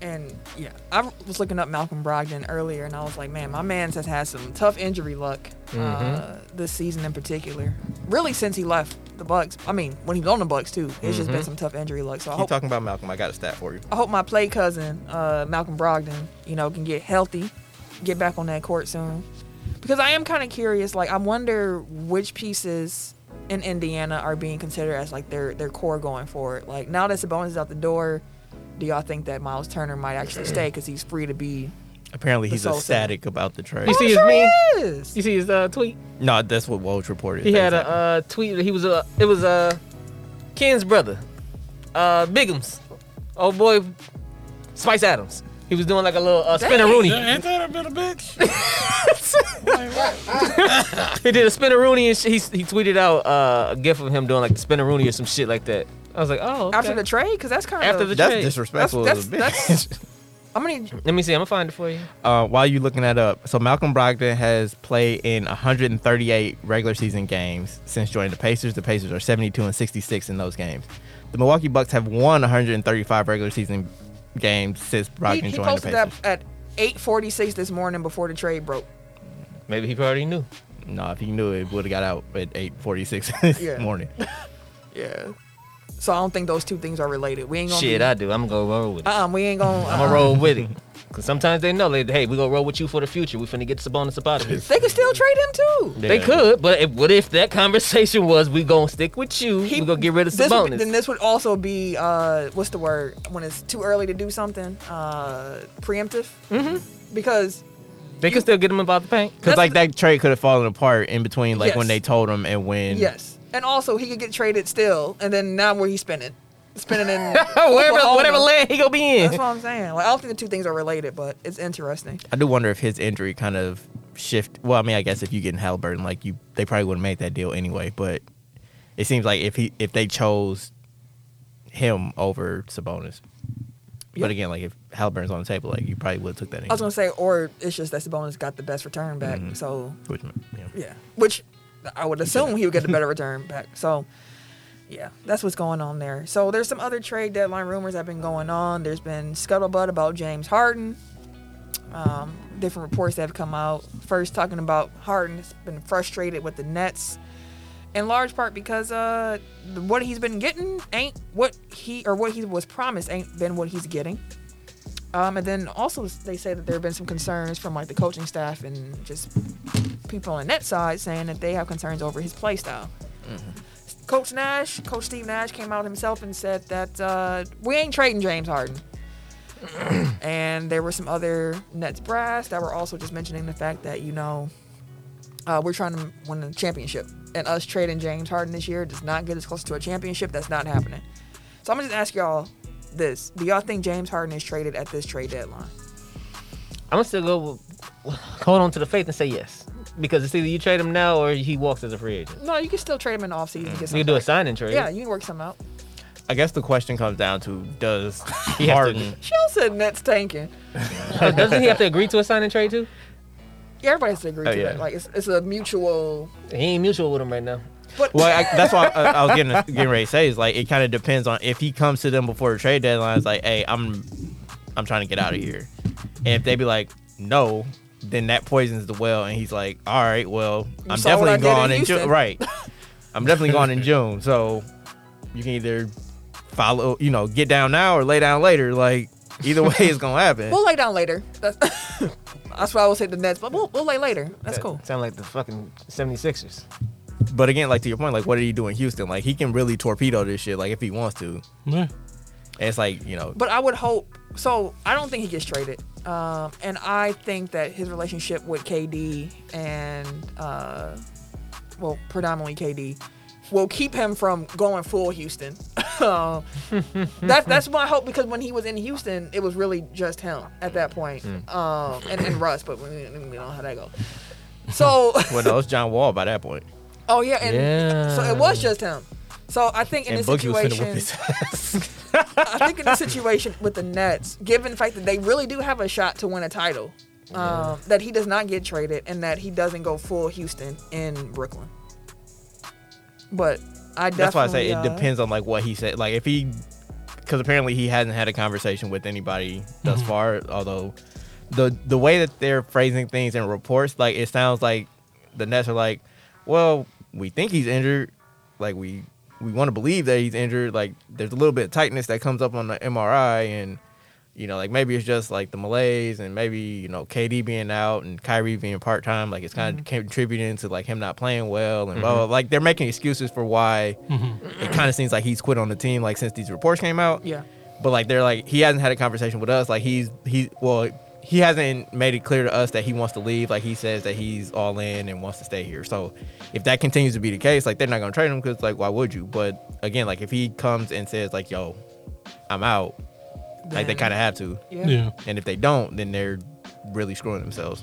And yeah, I was looking up Malcolm Brogdon earlier, and I was like, man, my man's has had some tough injury luck uh,
Mm-hmm.
this season in particular. Really, since he left the Bucks. I mean, when he was on the Bucks too, it's just
Mm-hmm.
been some tough injury luck. So I
Keep
Oh.
hope,
talking about Malcolm. I got a stat for you.
I hope my play cousin, uh, Malcolm Brogdon, you know, can get healthy, get back on that court soon. Because I am kind of curious. Like, I wonder which pieces in Indiana are being considered as like their their core going forward. Like now that Sabonis is out the door, do y'all think that Miles Turner might actually stay because he's free to be?
Apparently,
The
he's
soul
ecstatic about the trade.
You see his meme?
Yes.
You see his uh, tweet?
No, that's what Woj reported.
He had
That's
a uh, tweet. He was uh, it was uh, Ken's brother, uh, Bigums, oh boy, Spice Adams. He was doing like a little uh, spinner Rooney.
Ain't that a bit of bitch?
He did a spinner Rooney and sh- he he tweeted out uh, a gif of him doing like the spinner Rooney or some shit like that. I was like, oh, okay.
After the trade, because that's kind of
After
it.
the
that's
trade.
disrespectful.
That's-
as a
that's-
bitch.
I mean,
Let me see. I'm gonna find it for you.
uh, while you looking that up, so Malcolm Brogdon has played in 138 regular season games since joining the Pacers. The Pacers are 72 and 66 in those games. The Milwaukee Bucks have won 135 regular season games since
he,
Brogdon
he
joined the
posted
Pacers.
that at 8:46 this morning before the trade broke.
Maybe he already knew.
No, if he knew it, would have got out at 8:46 this
Yeah.
morning.
Yeah. So I don't think those two things are related. We ain't gonna
Shit,
Be,
I do. I'm gonna go roll with it.
uh-uh, we ain't gonna.
I'm
uh-uh.
gonna roll with it. Cause sometimes they know, like, hey, we gonna roll with you for the future. We finna get Sabonis up out of here.
They could still trade him too.
They
Yeah.
could, but if, what if that conversation was we gonna stick with you?
He-
we gonna get rid of
This would,
Sabonis.
then this would also be uh, what's the word when it's too early to do something? Uh, preemptive. Mm-hmm. Because
they could still get him about the paint.
Because
That's
like that trade could have fallen apart in between, like when
Yes.
they told him and when.
yes, and also he could get traded still, and then now where he's spending, spending in
whatever,
Oklahoma.
whatever land he gonna be in.
That's what I'm saying. Like I don't think the two things are related, but it's interesting.
I do wonder if his injury kind of shift. Well, I mean, I guess if you get in Halliburton, like you, they probably wouldn't make that deal anyway. But it seems like if he, if they chose him over Sabonis,
Yeah.
but again, like if Halliburton's on the table, like you probably would have took that.
I was
anyway.
gonna say, or it's just that Sabonis got the best return back,
Mm-hmm.
so
Which, yeah.
Yeah. Which I would assume he would get a better return back. So, yeah, that's what's going on there. So, there's some other trade deadline rumors that have been going on. There's been scuttlebutt about James Harden. Um, different reports that have come out. First, talking about Harden has been frustrated with the Nets in large part because uh, the- what he's been getting ain't what he or what he was promised ain't been what he's getting. Um, and then also they say that there have been some concerns from like the coaching staff and just people on that side saying that they have concerns over his play style.
Mm-hmm.
Coach Nash, Coach Steve Nash came out himself and said that uh, we ain't trading James Harden. and there were some other Nets brass that were also just mentioning the fact that you know uh, we're trying to win the championship, and us trading James Harden this year does not get us close to a championship. That's not happening. So I'm gonna just ask y'all this: Do y'all think James Harden is traded at this trade deadline?
I'm gonna still go with- hold on to the faith and say yes because it's either you trade him now or he walks as a free agent.
No, you can still trade him in the offseason. and Get
You can do a
something.
sign and trade.
Yeah, you can work something out.
I guess the question comes down to does
He has to-
Harden
She also said Nets tanking.
Uh, Doesn't he have to agree to a sign and trade too?
Yeah, everybody has to agree
Oh,
to
yeah.
that. Like it's, it's a mutual.
He ain't mutual with him right now.
But
Well, I, that's why I, I was getting getting ready to say is like it kind of depends on if he comes to them before the trade deadline. It's like, hey, I'm I'm trying to get out of here, and if they be like, no, then that poisons the well, and he's like, all right, well, I'm
saw what I did
definitely
in
gone in June,
Houston.
right? I'm definitely gone in June, so you can either follow, you know, get down now or lay down later. Like either way, it's gonna happen.
we'll lay down later. That's, that's why I will say the Nets, but we'll, we'll lay later. That's
That
cool.
Sound like the fucking 76ers.
But again, like to your point, like what did he do in Houston? Like he can really torpedo this shit, like if he wants to.
Yeah.
And it's like you know,
But I would hope. So I don't think he gets traded. Um, and I think that his relationship with KD and uh, well, predominantly KD, will keep him from going full Houston. Uh, that's that's my hope because when he was in Houston, it was really just him at that point,
Hmm.
um, and, and Russ. But we, we know how that goes. So.
well, no, it's John Wall by that point.
Oh yeah, and
Yeah.
so it was just him. So I think in
and
this
Boogie was finna
situation,
whip his ass.
I think in this situation with the Nets, given the fact that they really do have a shot to win a title, um, that he does not get traded and that he doesn't go full Houston in Brooklyn. But I definitely
That's why I say it
uh,
depends on like what he said. Like if he, because apparently he hasn't had a conversation with anybody thus far. Although the the way that they're phrasing things in reports, like it sounds like the Nets are like, well, we think he's injured. Like we we want to believe that he's injured. Like there's a little bit of tightness that comes up on the MRI and. You know, like maybe it's just like the malaise, and maybe you know KD being out and Kyrie being part time, like it's
Mm-hmm.
kind of contributing to like him not playing well and blah, blah. Like they're making excuses for why it kind of seems like he's quit on the team like since these reports came out.
Mm-hmm. Yeah.
But like they're like he hasn't had a conversation with us. Like he's he well he hasn't made it clear to us that he wants to leave. Like he says that he's all in and wants to stay here. So if that continues to be the case, like they're not gonna trade him because like why would you? But again, like if he comes and says like yo, I'm out, like they
Then-
kind of have to.
Yeah.
Yeah.
And if they don't, then they're really screwing themselves.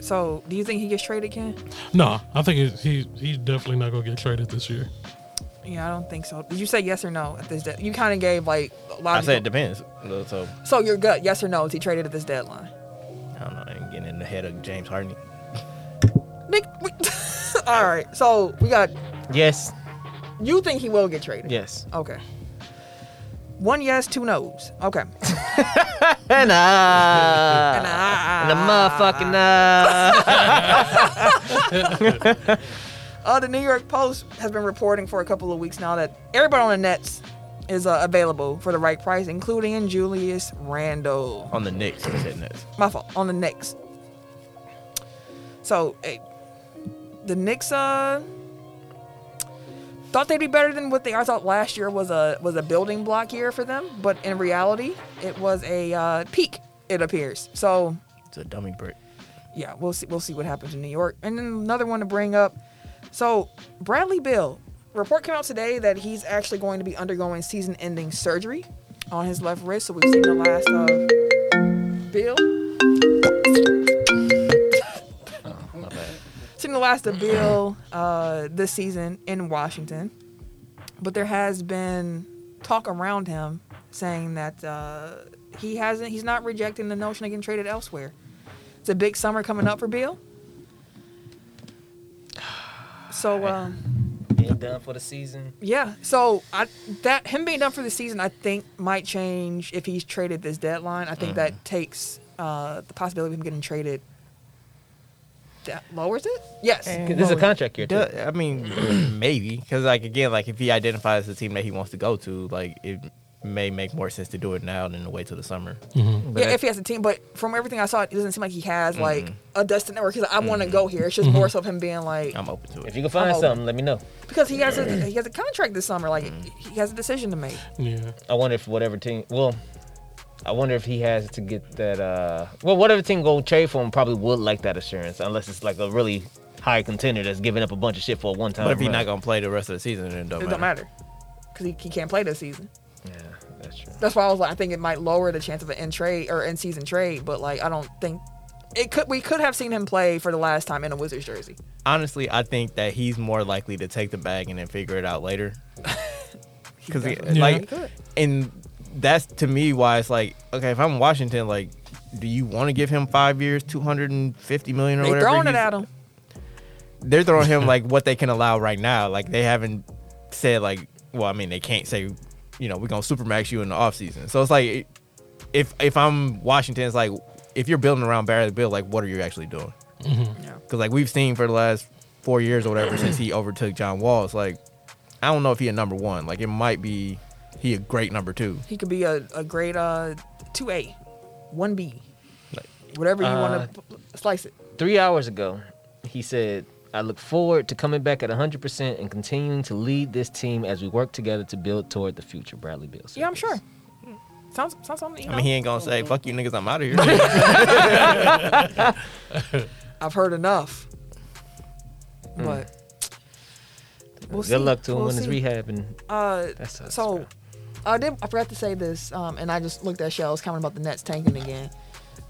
So do you think he gets traded, Ken?
No, I think he's he, he's definitely not gonna get traded this year.
Yeah, I don't think so. Did you say yes or no at this? De- you kind of gave like a lot
I
of.
say it depends. So
so your gut, yes or no? Is he traded at this deadline?
I don't know. I ain't getting in the head of James Harden.
Nick, we- all right. So we got.
Yes.
You think he will get traded?
Yes.
Okay. One yes, two no's. Okay.
And
And
uh,
I-
and the motherfucking uh.
Uh, the New York Post has been reporting for a couple of weeks now that everybody on the Nets is uh, available for the right price, including Julius Randle.
on the Knicks. I said Nets.
My fault. On the Knicks. So, hey, the Knicks uh, thought they'd be better than what they are. I thought last year was a was a building block year for them, but in reality, it was a uh, peak. It appears. So
It's a dummy brick.
yeah, we'll see. We'll see what happens in New York. And then another one to bring up. So Bradley Bill report came out today that he's actually going to be undergoing season-ending surgery on his left wrist. So we've seen the last of Bill. Seen the last of Bill uh, this season in Washington, but there has been talk around him saying that uh, he hasn't. He's not rejecting the notion of getting traded elsewhere. It's a big summer coming up for Bill. So um,
Being done for the season.
yeah, so I that him being done for the season, I think might change if he's traded this deadline. I think that takes uh, the possibility of him getting traded. That lowers it. Yes.
'Cause This is a contract year too.
Duh, I mean, maybe because like again, like if he identifies the team that he wants to go to, like it may make more sense to do it now than to wait till the summer.
Yeah, if he has a team, but Mm-hmm. from everything I saw, it doesn't seem like he has like a destined network. He's like, I want to go here. It's just more so of him being like,
I'm open to it.
If you can find
Oh.
something, let me know.
because he has a he has a contract this summer. Like he has a decision to make.
Yeah.
I wonder if whatever team. Well, I wonder if he has to get that. uh Well, whatever team go trade for him probably would like that assurance, unless it's like a really high contender that's giving up a bunch of shit for one time.
But if he's not gonna play the rest of the season, then it don't
It
matter.
don't matter because he, he can't play this season.
Yeah, that's true.
That's why I was like, I think it might lower the chance of an in trade or in season trade. But like, I don't think it could. We could have seen him play for the last time in a Wizards jersey.
Honestly, I think that he's more likely to take the bag and then figure it out later. Because
Yeah.
like, and that's to me why it's like, okay, if I'm Washington, like, do you want to give him five years, two hundred and fifty million or
They
whatever?
throwing it
he's-
at him.
They're throwing him like what they can allow right now. Like they haven't said like, well, I mean, they can't say, you know, we're gonna supermax you in the offseason. So it's like, if if I'm Washington, it's like, if you're building around Barry Bill, like, what are you actually doing? Because like we've seen for the last four years or whatever since he overtook John Wall, it's like I don't know if he a number one. Like it might be he a great number two.
He could be a, a great uh two A, one B, whatever you
uh,
want to slice it.
Three hours ago, he said, "I look forward to coming back at 100 percent and continuing to lead this team as we work together to build toward the future." Bradley Beal. said
Yeah, I'm
this.
sure. Sounds sounds something. You
I
know?
mean he ain't gonna say fuck you niggas, I'm out of here.
I've heard enough.
Hmm.
But we'll
Good
see.
luck to him
We'll
when he's
see.
rehabbing.
Uh,
That sucks,
so
bro.
I did. I forgot to say this, um, and I just looked at Shell's comment about the Nets tanking again.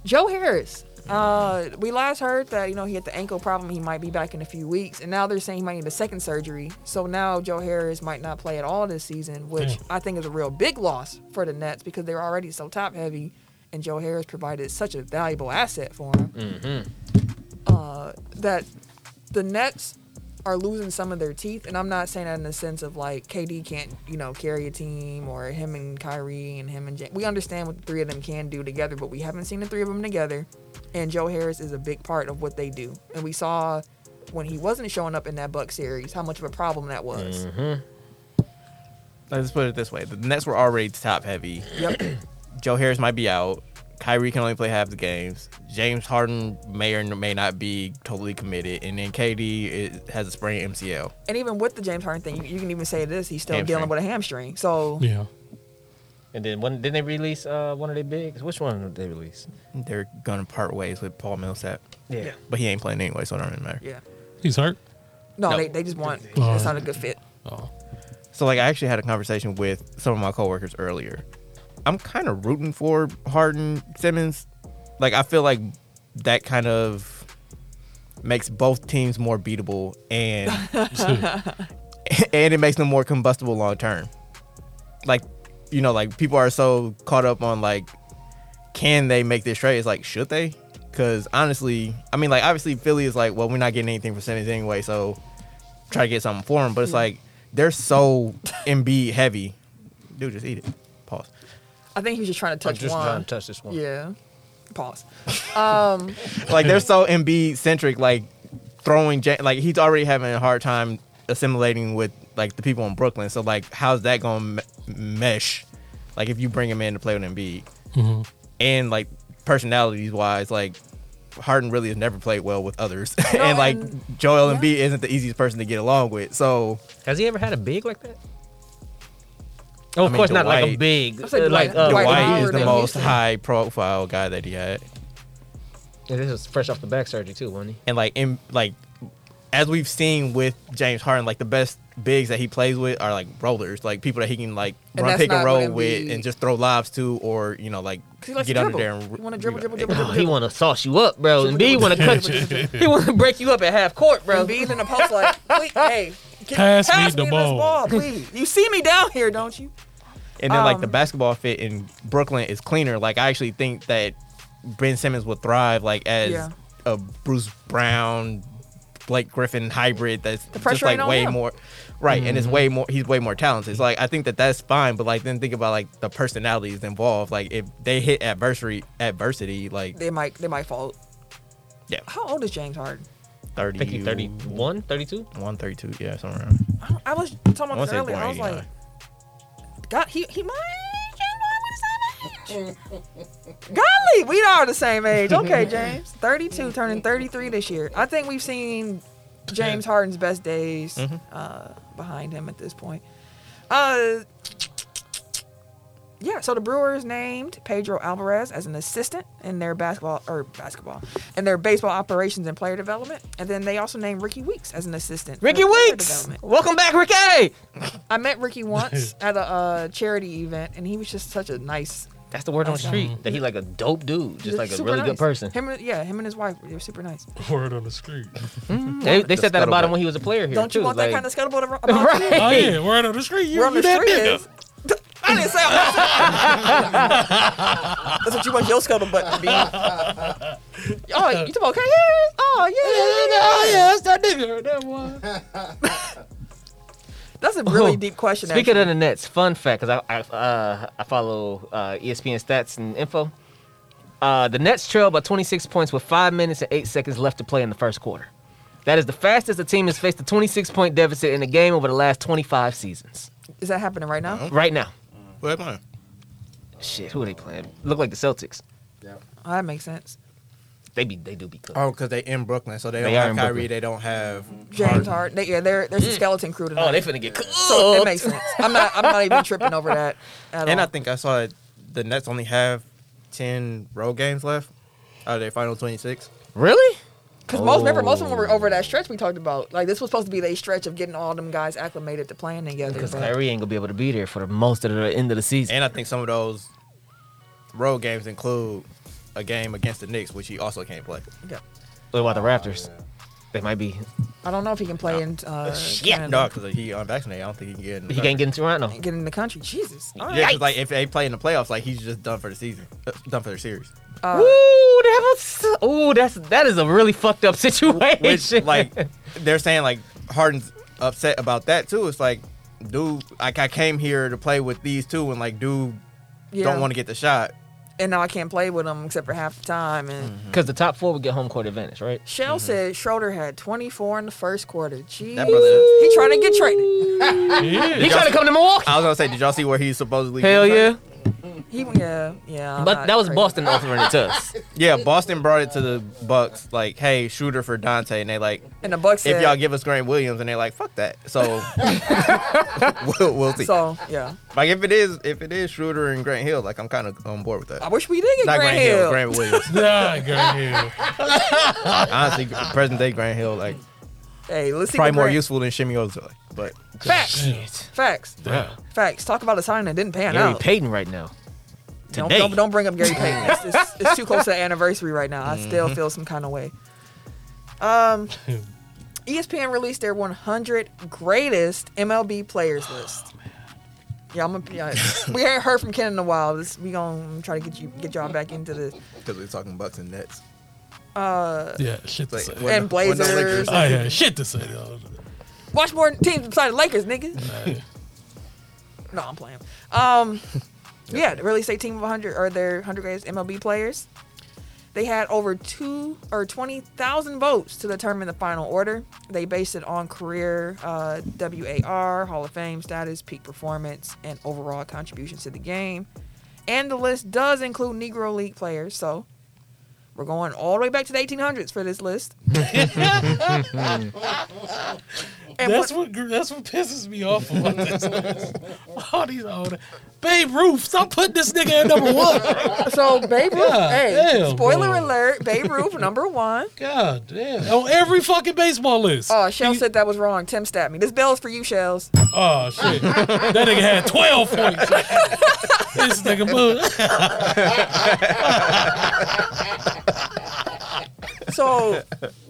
Joe Harris. Uh, we last heard that you know he had the ankle problem. He might be back in a few weeks, and now they're saying he might need a second surgery. So now Joe Harris might not play at all this season, which
Damn.
I think is a real big loss for the Nets because they're already so top heavy, and Joe Harris provided such a valuable asset for him uh, that the Nets are losing some of their teeth, and I'm not saying that in the sense of like KD can't, you know, carry a team or him and Kyrie and him and Jan- we understand what the three of them can do together, but we haven't seen the three of them together, and Joe Harris is a big part of what they do, and we saw when he wasn't showing up in that Buck series how much of a problem that was.
Let's put it this way: the Nets were already top heavy.
Yep,
Joe Harris might be out. Kyrie can only play half the games. James Harden may or may not be totally committed, and then KD is, has a sprained MCL.
and even with the James Harden thing, you, you can even say this: he's still
Hamstring.
dealing with a hamstring. So
Yeah.
And then when didn't they release uh, one of their bigs? Which one did they release?
They're gonna part ways with Paul Millsap,
Yeah.
but he ain't playing anyway, so it don't really matter.
yeah,
He's hurt.
no,
No.
They, they just want
Oh.
it's not a good fit.
Oh.
So like I actually had a conversation with some of my coworkers earlier. I'm kind of rooting for Harden Simmons. Like I feel like that kind of makes both teams more beatable and and it makes them more combustible long term. Like you know like people are so caught up on like can they make this trade? It's like should they? Cuz honestly, I mean like obviously Philly is like well we're not getting anything for Simmons anyway, so try to get something for him, but it's like they're so MB heavy. Dude, just eat it. Pause.
I think he was just trying to touch one.
touch this one.
Yeah. Pause.
Like they're so MB centric. Like throwing, ja- like he's already having a hard time assimilating with like the people in Brooklyn. So like, how's that gonna m- mesh? Like if you bring him in to play with Embiid,
Mm-hmm.
and like personalities wise, like Harden really has never played well with others, and like
and-
Joel
yeah.
Embiid isn't the easiest person to get along with. So
Has he ever had a big like that? Oh, of
mean,
course not like a
Dwight-
big.
I said
uh, like
Dwight-
uh,
Dwight
Dwight is
Howard
the
in
most
Houston.
high profile guy that he had.
And this was fresh off the back surgery too, wasn't he?
and like in like as we've seen with James Harden, like the best bigs that he plays with are like rollers, like people that he can like
And
run
that's
pick and
not
roll
gonna
with
be-
and just throw lobs to, or you know like
'Cause he likes
get
to
under
dribble.
there and
He wanna dribble, dribble, dribble,
Oh, he want to sauce you up, bro. And B want to cut. he want to break you up at half court, bro.
Bro, being in the post like, please, hey, get,
Pass me the
this
ball.
please. You see me down here, don't you?
And then like the
Um,
basketball fit in Brooklyn is cleaner. Like I actually think that Ben Simmons would thrive like as
Yeah.
a Bruce Brown, Blake Griffin hybrid. That's just
pressure
like
ain't on
way
him.
more, right? And it's way more. He's way more talented. So, like I think that that's fine. But like then think about like the personalities involved. Like if they hit adversary adversity, like
They might, they might fall.
Yeah.
How old is James Harden?
thirty.
I think he 31, 32.
132, yeah, somewhere around.
I, don't- I was talking
I
about this
want to say
earlier. I was
189.
like, God, he he might Golly, we are the same age. Okay, James. 32, turning 33 this year. I think we've seen James Harden's best days
Mm-hmm.
uh, behind him at this point. Uh, yeah, so the Brewers named Pedro Alvarez as an assistant in their basketball or basketball and their baseball operations and player development, and then they also named Ricky Weeks as an assistant. for
Ricky
player
Weeks,
development.
welcome back, Ricky.
I met Ricky once at a uh, charity event, and he was just such a nice
That's the word on the street.
Awesome.
That he like a dope dude, just like a
super
really
nice.
good person.
Him, and- yeah, him and his wife, they were super nice.
Word on the street.
They, they said that about him
scuttlebutt.
when he was a player here.
Don't you
too,
want
like-
that kind of scuttlebutt around?
right?
Oh yeah, word on the street. You,
We're on
you
the
that
street
nigga.
is. I didn't say I'm not. That's what you want your scuttlebutt to be. oh, you talking about okay? Yeah. Oh, yeah, yeah, yeah.
Oh yeah, that's that nigga. That one.
That's a really
Oh.
deep question.
Speaking
actually.
of the Nets, fun fact because I I, uh, I follow uh, ESPN stats and info. Uh, the Nets trail by 26 points with five minutes and eight seconds left to play in the first quarter. That is the fastest the team has faced a 26 point deficit in a game over the last 25 seasons.
is that happening right now?
Right now,
What am I?
shit, who are they playing? Look like the Celtics.
Yep.
Oh, that makes sense.
They be they do be cooked.
Oh, because they in Brooklyn, so they,
They
don't
are
have
in
Kyrie.
Brooklyn.
They don't have.
James Harden. They, yeah, they're, there's a skeleton crew tonight.
Oh, they finna get cooked.
so it makes sense. I'm not. I'm not even tripping over that. At
And
all.
I think I saw that the Nets only have ten road games left out of their final twenty-six.
Really?
Because most remember most of them
Oh.
were over that stretch we talked about. Like this was supposed to be their stretch of getting all them guys acclimated to playing together.
Because
but-
Kyrie ain't gonna be able to be there for the most of the end of the season.
And I think some of those road games include a game against the Knicks, which he also can't play.
Yeah.
what about the Raptors? They might be.
I don't know if he can play in. Uh,
Yeah,
Canada.
no, because he unvaccinated. I don't think he can get. In the
He can't get in Toronto.
Get in the country, Jesus. All
Yeah,
right.
'cause, like if they play in the playoffs, like he's just done for the season, uh, done for the series.
Uh,
Ooh, that was ooh, that's that is a really fucked up situation.
Which like they're saying like Harden's upset about that too. It's like, dude, like I came here to play with these two, and like, dude,
yeah.
don't want to get the shot.
And now I can't play with him except for half the time. And
Mm-hmm.
because the top four would get home court advantage, right?
Shell said Schroeder had 24 in the first quarter. Jeez.
That brother.
he trying to get traded.
Yeah.
He trying to come to Milwaukee.
I was gonna say, did y'all see where he's supposedly?
Hell
getting
yeah!
from?
He yeah yeah. I'm
But
not
that was
crazy.
Boston offering it to us.
Yeah, Boston brought it to the Bucks. Like, hey, shooter for Dante, and they like,
And the Bucks said.
if y'all give us Grant Williams, and they like, fuck that. So we'll, we'll see.
so yeah,
like, if it is, if it is Schroeder and Grant Hill, like I'm kind of on board with that.
I wish we did get
Not
Grant, Hill.
Grant Williams.
Nah, girl, yeah.
Honestly, present day Grant Hill, like
Hey, let's see.
probably
what
more
Grant-
useful than Shimmy Ozoy. But
Facts, facts,
Damn.
facts. Talk about a sign that didn't pan
Gary
out.
Payton right now.
Don't,
Today.
don't, don't bring up Gary Payton. It's, it's, it's too close to the anniversary right now. I still feel some kind of way. Um, ESPN released their 100 greatest MLB players list. Yeah, I'm gonna. Yeah, we ain't heard from Ken in a while. This, we gonna try to get you get y'all back into this.
because we're talking Bucks and Nets,
Uh,
Yeah, shit to
It's
say.
like,
Oh
we're
And
not- we're not
Blazers.
Lakers.
yeah, shit to say though.
watch more teams besides the Lakers, nigga. No, I'm playing. Um, yeah, the really say team of 100 or their 100 greatest MLB players. They had over two or 20,000 votes to determine the final order. They based it on career uh, WAR, Hall of Fame status, peak performance, and overall contributions to the game. And the list does include Negro League players, so we're going all the way back to the 1800s for this list. And
That's
what-
what gr- that's what pisses me off about this. list. All these old Babe Ruth, stop putting this nigga at number one.
So Babe Ruth,
Yeah,
hey,
damn,
spoiler
bro.
alert, Babe Ruth number one.
God damn, on every fucking baseball list.
Oh, Shell
He-
said that was wrong. Tim stabbed me. This bell's for you, Shells.
Oh shit, that nigga had twelve points. this nigga boo.
So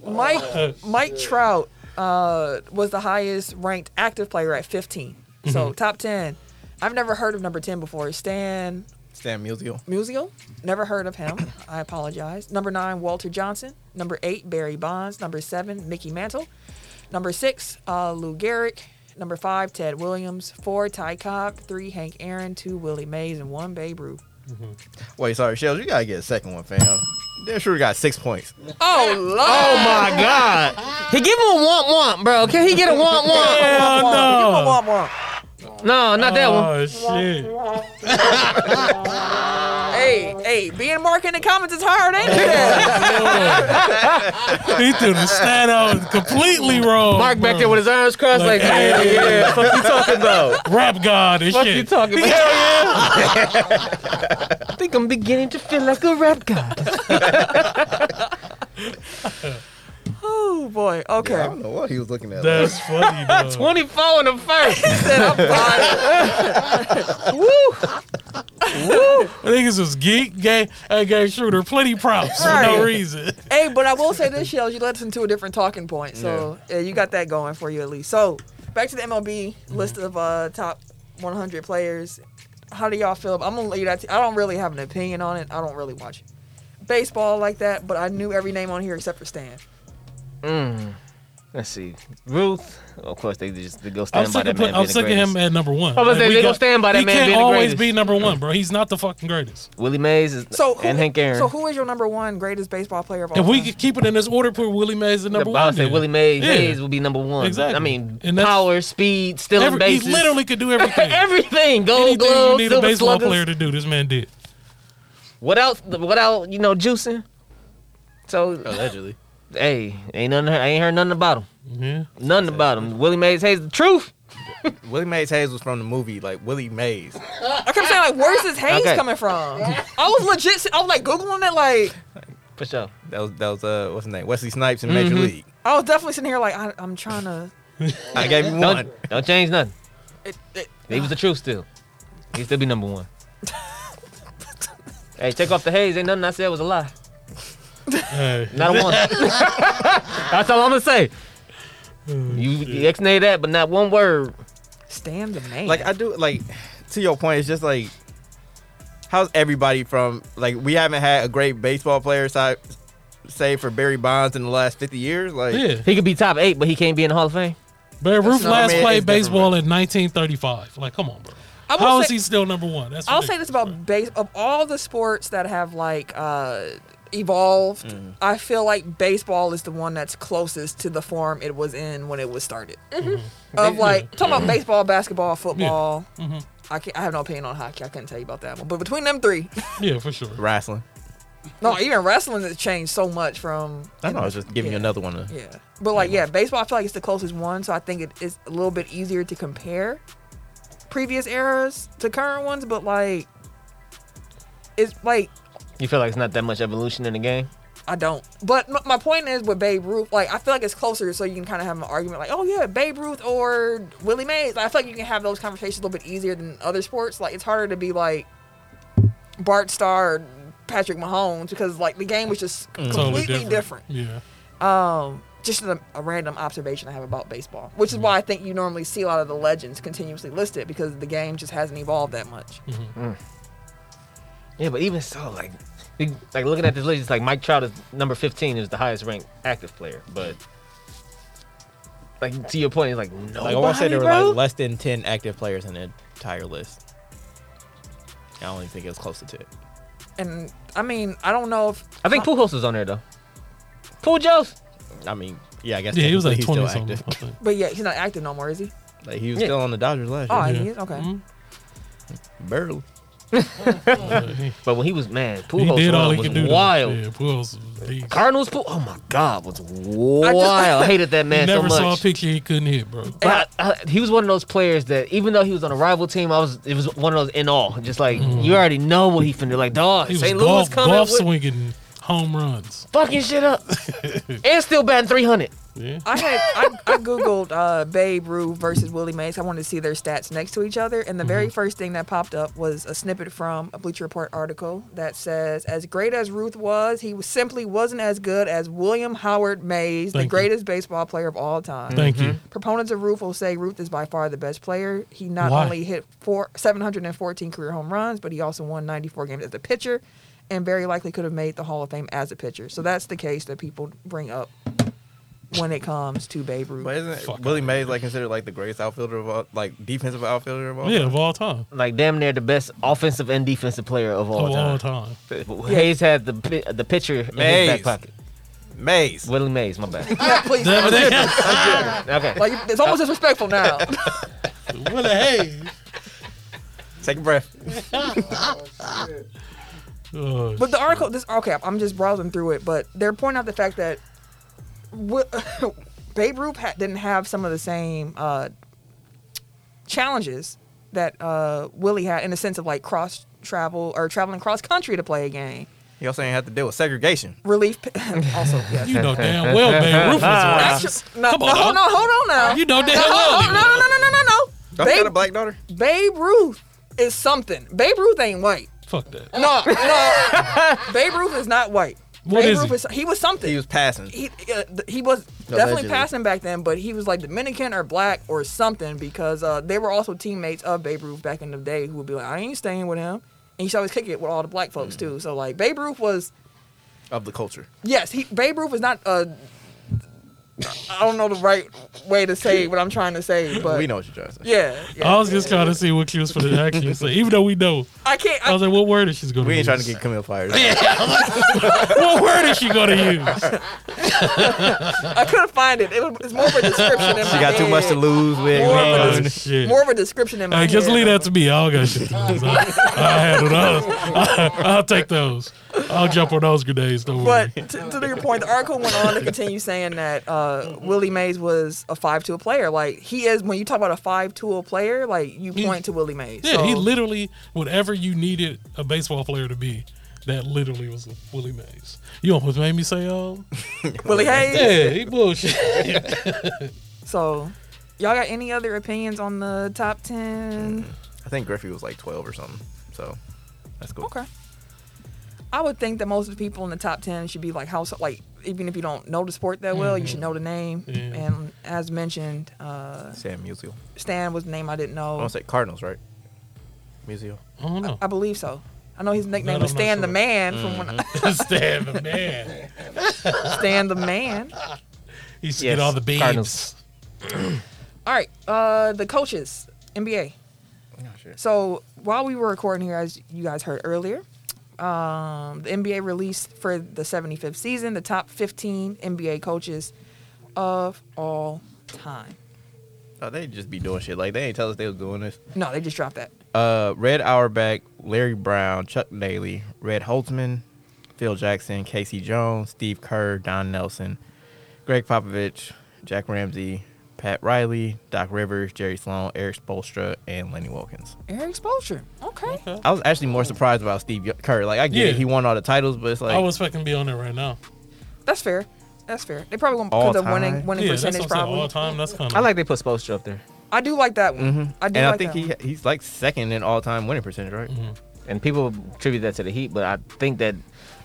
Mike Mike Trout uh, was the highest ranked active player at 15.
Mm-hmm.
So top 10. I've never heard of number 10 before. Stan
Stan Musial.
Musial, never heard of him. I apologize. Number nine, Walter Johnson. Number eight, Barry Bonds. Number seven, Mickey Mantle. Number six, uh, Lou Gehrig. Number five, Ted Williams. Four, Ty Cobb. Three, Hank Aaron. Two, Willie Mays. And one, Babe Ruth.
Wait, sorry, Shells, you gotta get a second one, fam. Damn sure got six points.
Oh, Lord. Oh,
My God, he give him a womp womp, bro. Can he get a womp womp?
Hell no.
Womp womp.
Uh,
No, not that one.
Oh shit.
hey, hey, being Mark in the comments is hard, ain't it?
he threw the stat out completely wrong.
Mark back
bro.
there with his arms crossed,
Like,
like,
hey,
yeah, yeah, fuck you talking about?
rap god and
Fuck
shit.
you talking about? Hell yeah! I think I'm beginning to feel like a rap god.
oh boy. Okay.
I don't know what he was looking at.
That's funny, bro.
24 in the first.
Niggas was geek, gay, uh, gay shooter, plenty props for no
Right.
reason.
hey, but I will say this, Shells, you led us into a different talking point. So yeah. you got that going for you at least. So back to the MLB list of uh, top 100 players. How do y'all feel? I'm gonna leave that. To, I don't really have an opinion on it. I don't really watch baseball like that, but I knew every name on here except for Stan.
Let's see. Ruth. Of course, they just they go
I'm
stand by
sick
that
of, put,
man.
I'm
being the
sick of him
greatest.
at number one.
I was gonna say,
we
they gonna
got-
stand by that
He
man
can't
being the
always
greatest.
be number one, bro. He's not the fucking greatest.
Willie Mays is,
So who,
and Hank Aaron.
So who is your number one greatest baseball player of all
If we
time?
could keep it in this order, put Willie Mays at number
I
one.
would say
then.
Willie Mays,
Yeah.
Mays will be number one.
Exactly.
I mean,
And that's-
power, speed, stealing
Every- he
bases.
literally could do everything.
everything. Gold
Anything you
gloves,
need a
silver
baseball
sluggers.
player to do, this man did.
Without, without you know, juicing. So
Allegedly.
hey, ain't nothing. I ain't heard nothing about him.
Yeah.
Nothing about him. Willie Mays Hayes, the truth.
Willie Mays Hayes was from the movie, like Willie Mays.
I kept saying like, where's this Hayes
Okay.
coming from? I was legit. I was like googling it. Like
For sure.
That was that was uh what's his name? Wesley Snipes in Major League.
I was definitely sitting here like I, I'm trying to.
I gave you one.
Don't, don't change nothing.
It, it,
He was the truth still. He still be number one. hey, take off the haze. Ain't nothing I said was a lie.
Hey.
Not a one. That's all I'm gonna say.
Oh,
You, you ex-nay that, but not one word.
Stan the man.
Like I do like to your point, it's just like how's everybody from like we haven't had a great baseball player side say for Barry Bonds in the last fifty years? Like
Yeah.
He could be top eight, but he can't be in the Hall of Fame.
Babe Ruth
not-
last
I mean,
played
it's different,
baseball in 1935. Like, come on, bro.
I will
How is
say-
he still number one? That's
I'll say
ridiculous,
this about base of all the sports that have like uh, evolved. I feel like baseball is the one that's closest to the form it was in when it was started. Of like talking about baseball, basketball, football. I can't, I have no opinion on hockey. I couldn't tell you about that one. But between them three,
bro. Yeah, for sure.
wrestling.
no, even wrestling has changed so much from.
I know I was just giving
Yeah.
you another one. To,
Yeah, but like yeah, baseball. I feel like it's the closest one, so I think it is a little bit easier to compare previous eras to current ones. But like, it's like
You feel like it's not that much evolution in the game.
I don't. But m- my point is with Babe Ruth, like I feel like it's closer, so you can kind of have an argument like, oh yeah, Babe Ruth or Willie Mays. Like, I feel like you can have those conversations a little bit easier than other sports. Like it's harder to be like Bart Starr, or Patrick Mahomes, because like the game was just completely
Mm, Totally different.
different.
Yeah.
Um, just a, a random observation I have about baseball, which is why I think you normally see a lot of the legends continuously listed because the game just hasn't evolved that much.
Mm.
Yeah, but even so, like, we- like looking at this list, it's like Mike Trout is number 15 is the highest ranked active player, but like to your point, it's like no.
Like I want to say there were like less than ten active players in the entire list. I don't even think it was close to ten.
And I mean, I don't know if
I think Pujols was on there though. Pujols.
I mean, yeah, I guess
Yeah, he was like
technically
20
he's still
something.
active.
I think.
But yeah, he's not active no more, is he?
Like he was
Yeah.
still on the Dodgers last
Oh,
year.
he
Yeah.
is? Okay.
Mhm.
Barely.
Uh, he-
But when he was man,
He
Pujols
did all
run
he
was
could do. though.
wild.
Yeah, Pujols. He
Cardinals. Pu- oh my God, was wild. I hated that man so
never
much.
saw a picture he couldn't hit, bro.
But I, I- he was one of those players that even though he was on a rival team, I was it was one of those in awe. Just like you already know what he finna do. Like dog,
Mm-hmm. He was
St.
golf,
Louis coming
golf
with
swinging home runs.
fucking shit up, and still batting three hundred.
Yeah.
I had I, I googled uh, Babe Ruth versus Willie Mays. I wanted to see their stats next to each other, and the
Mm-hmm.
very first thing that popped up was a snippet from a Bleacher Report article that says, "As great as Ruth was, he was simply wasn't as good as William Howard Mays,
Thank
the
you.
greatest baseball player of all time."
Thank you.
Proponents of Ruth will say Ruth is by far the best player. He not
Why?
only hit four, 714 career home runs, but he also won 94 games as a pitcher and very likely could have made the Hall of Fame as a pitcher. So that's the case that people bring up when it comes to Babe Ruth.
But isn't
Fuck.
Willie Mays like considered like the greatest outfielder of all, like defensive outfielder of all?
Yeah, of all time.
Like damn near the best offensive and defensive player of all
Of
time.
all time.
Hayes had the pi- the pitcher in his back
Mays.
pocket.
Mays.
Willie Mays, my bad.
yeah, please.
Okay.
Like you- it's almost disrespectful now.
Willie Hayes.
Take a breath.
Oh,
But the article, this okay, I'm just browsing through it, but they're pointing out the fact that wi- Babe Ruth ha- didn't have some of the same uh, challenges that uh, Willie had in the sense of like cross travel or traveling cross country to play a game.
He also ain't have to deal with segregation.
Relief p- also yes.
you know damn well Babe Ruth was
Actu-
racist.
no,
Come
no,
on
hold
now.
on, hold on now.
You know damn
no,
well.
no,
he
no, no, no, no, no, no, no.
Don't you got a
Babe,
black daughter?
Babe Ruth is something. Babe Ruth ain't white.
was. Fuck that.
No, no. Babe Ruth is not white.
What
Babe
is
Ruth
he?
is he was something.
He was passing.
he uh, th- he was
Allegedly.
definitely passing back then, but he was like Dominican or black or something because uh, they were also teammates of Babe Ruth back in the day who would be like, I ain't staying with him. And he used to always kick it with all the black folks
Mm-hmm.
too. So like Babe Ruth was
of the culture.
yes, he Babe Ruth is not uh I don't know the right way to say what I'm trying to say, but
we know what you're trying to say.
Yeah, yeah.
I was just trying to see what she was for the actually say, even though we know.
I can't
I
I,
was like, what word is she going to use?
We ain't trying to get Camille fired.
What word is she going to use?
I couldn't find it. it was, it's more of a description in
She got too much to lose with.
More of, a,
Oh,
des-
shit.
more of a description in my
Hey, just
head.
leave that to me. I don't got shit to lose. I, I handle those. I, I'll take those. I'll jump on those grenades. Don't worry.
But to, to your point, the article went on to continue saying that uh,
Mm-hmm.
Willie Mays was a five tool player. Like he is when you talk about a five tool player, like you
He-
point to Willie Mays.
yeah, he
So,
literally whatever you needed a baseball player to be. That literally was Willie Mays. You almost made me say, "Oh,
Willie Hayes.
yeah, he bullshit."
So, y'all got any other opinions on the top ten?
Mm-hmm.
I think Griffey was like 12 or something. So that's cool.
Okay. I would think that most of the people in the top ten should be like household, like even if you don't know the sport that well, you should know the name.
Mm-hmm. Yeah.
And as mentioned, uh,
Sam Musial.
Stan was the name I didn't
I
know.
Oh,
want to say Cardinals, right? Musial.
I don't know.
I believe so. I know his nickname
That
was
I'm not
Stan the
sure.
Man from when
Stan the man. Mm-hmm.
Stan the Man.
He used to
Yes,
get all the beams.
Cardinals.
All right, uh, the coaches, NBA. Oh, So while we were recording here, as you guys heard earlier, um, the NBA released for the 75th season the top 15 NBA coaches of all time.
Oh, they just be doing shit. Like, they ain't tell us they was doing this.
No, they just dropped that.
Uh, Red Auerbach, Larry Brown, Chuck Daly, Red Holtzman, Phil Jackson, Casey Jones, Steve Kerr, Don Nelson, Greg Popovich, Jack Ramsey, Pat Riley, Doc Rivers, Jerry Sloan, Eric Spolstra, and Lenny Wilkins.
Eric Spoelstra. Okay.
Mm-hmm.
I was actually more surprised about Steve Yo- Kerr. Like, I get it.
Yeah.
He won all the titles, but it's like,
I was fucking be on there right now.
That's fair. That's fair. They probably won't
All
because of winning
time?
winning
Yeah, that's what I'm
percentage
saying. All
probably.
time. That's kind of.
I like they put Spoelstra up there,
I do like that one.
Mhm.
I do
and
like
I think
that
he
one. Mm-hmm.
he's like second in all time winning percentage, right?
and people attribute that to the Heat. But I think that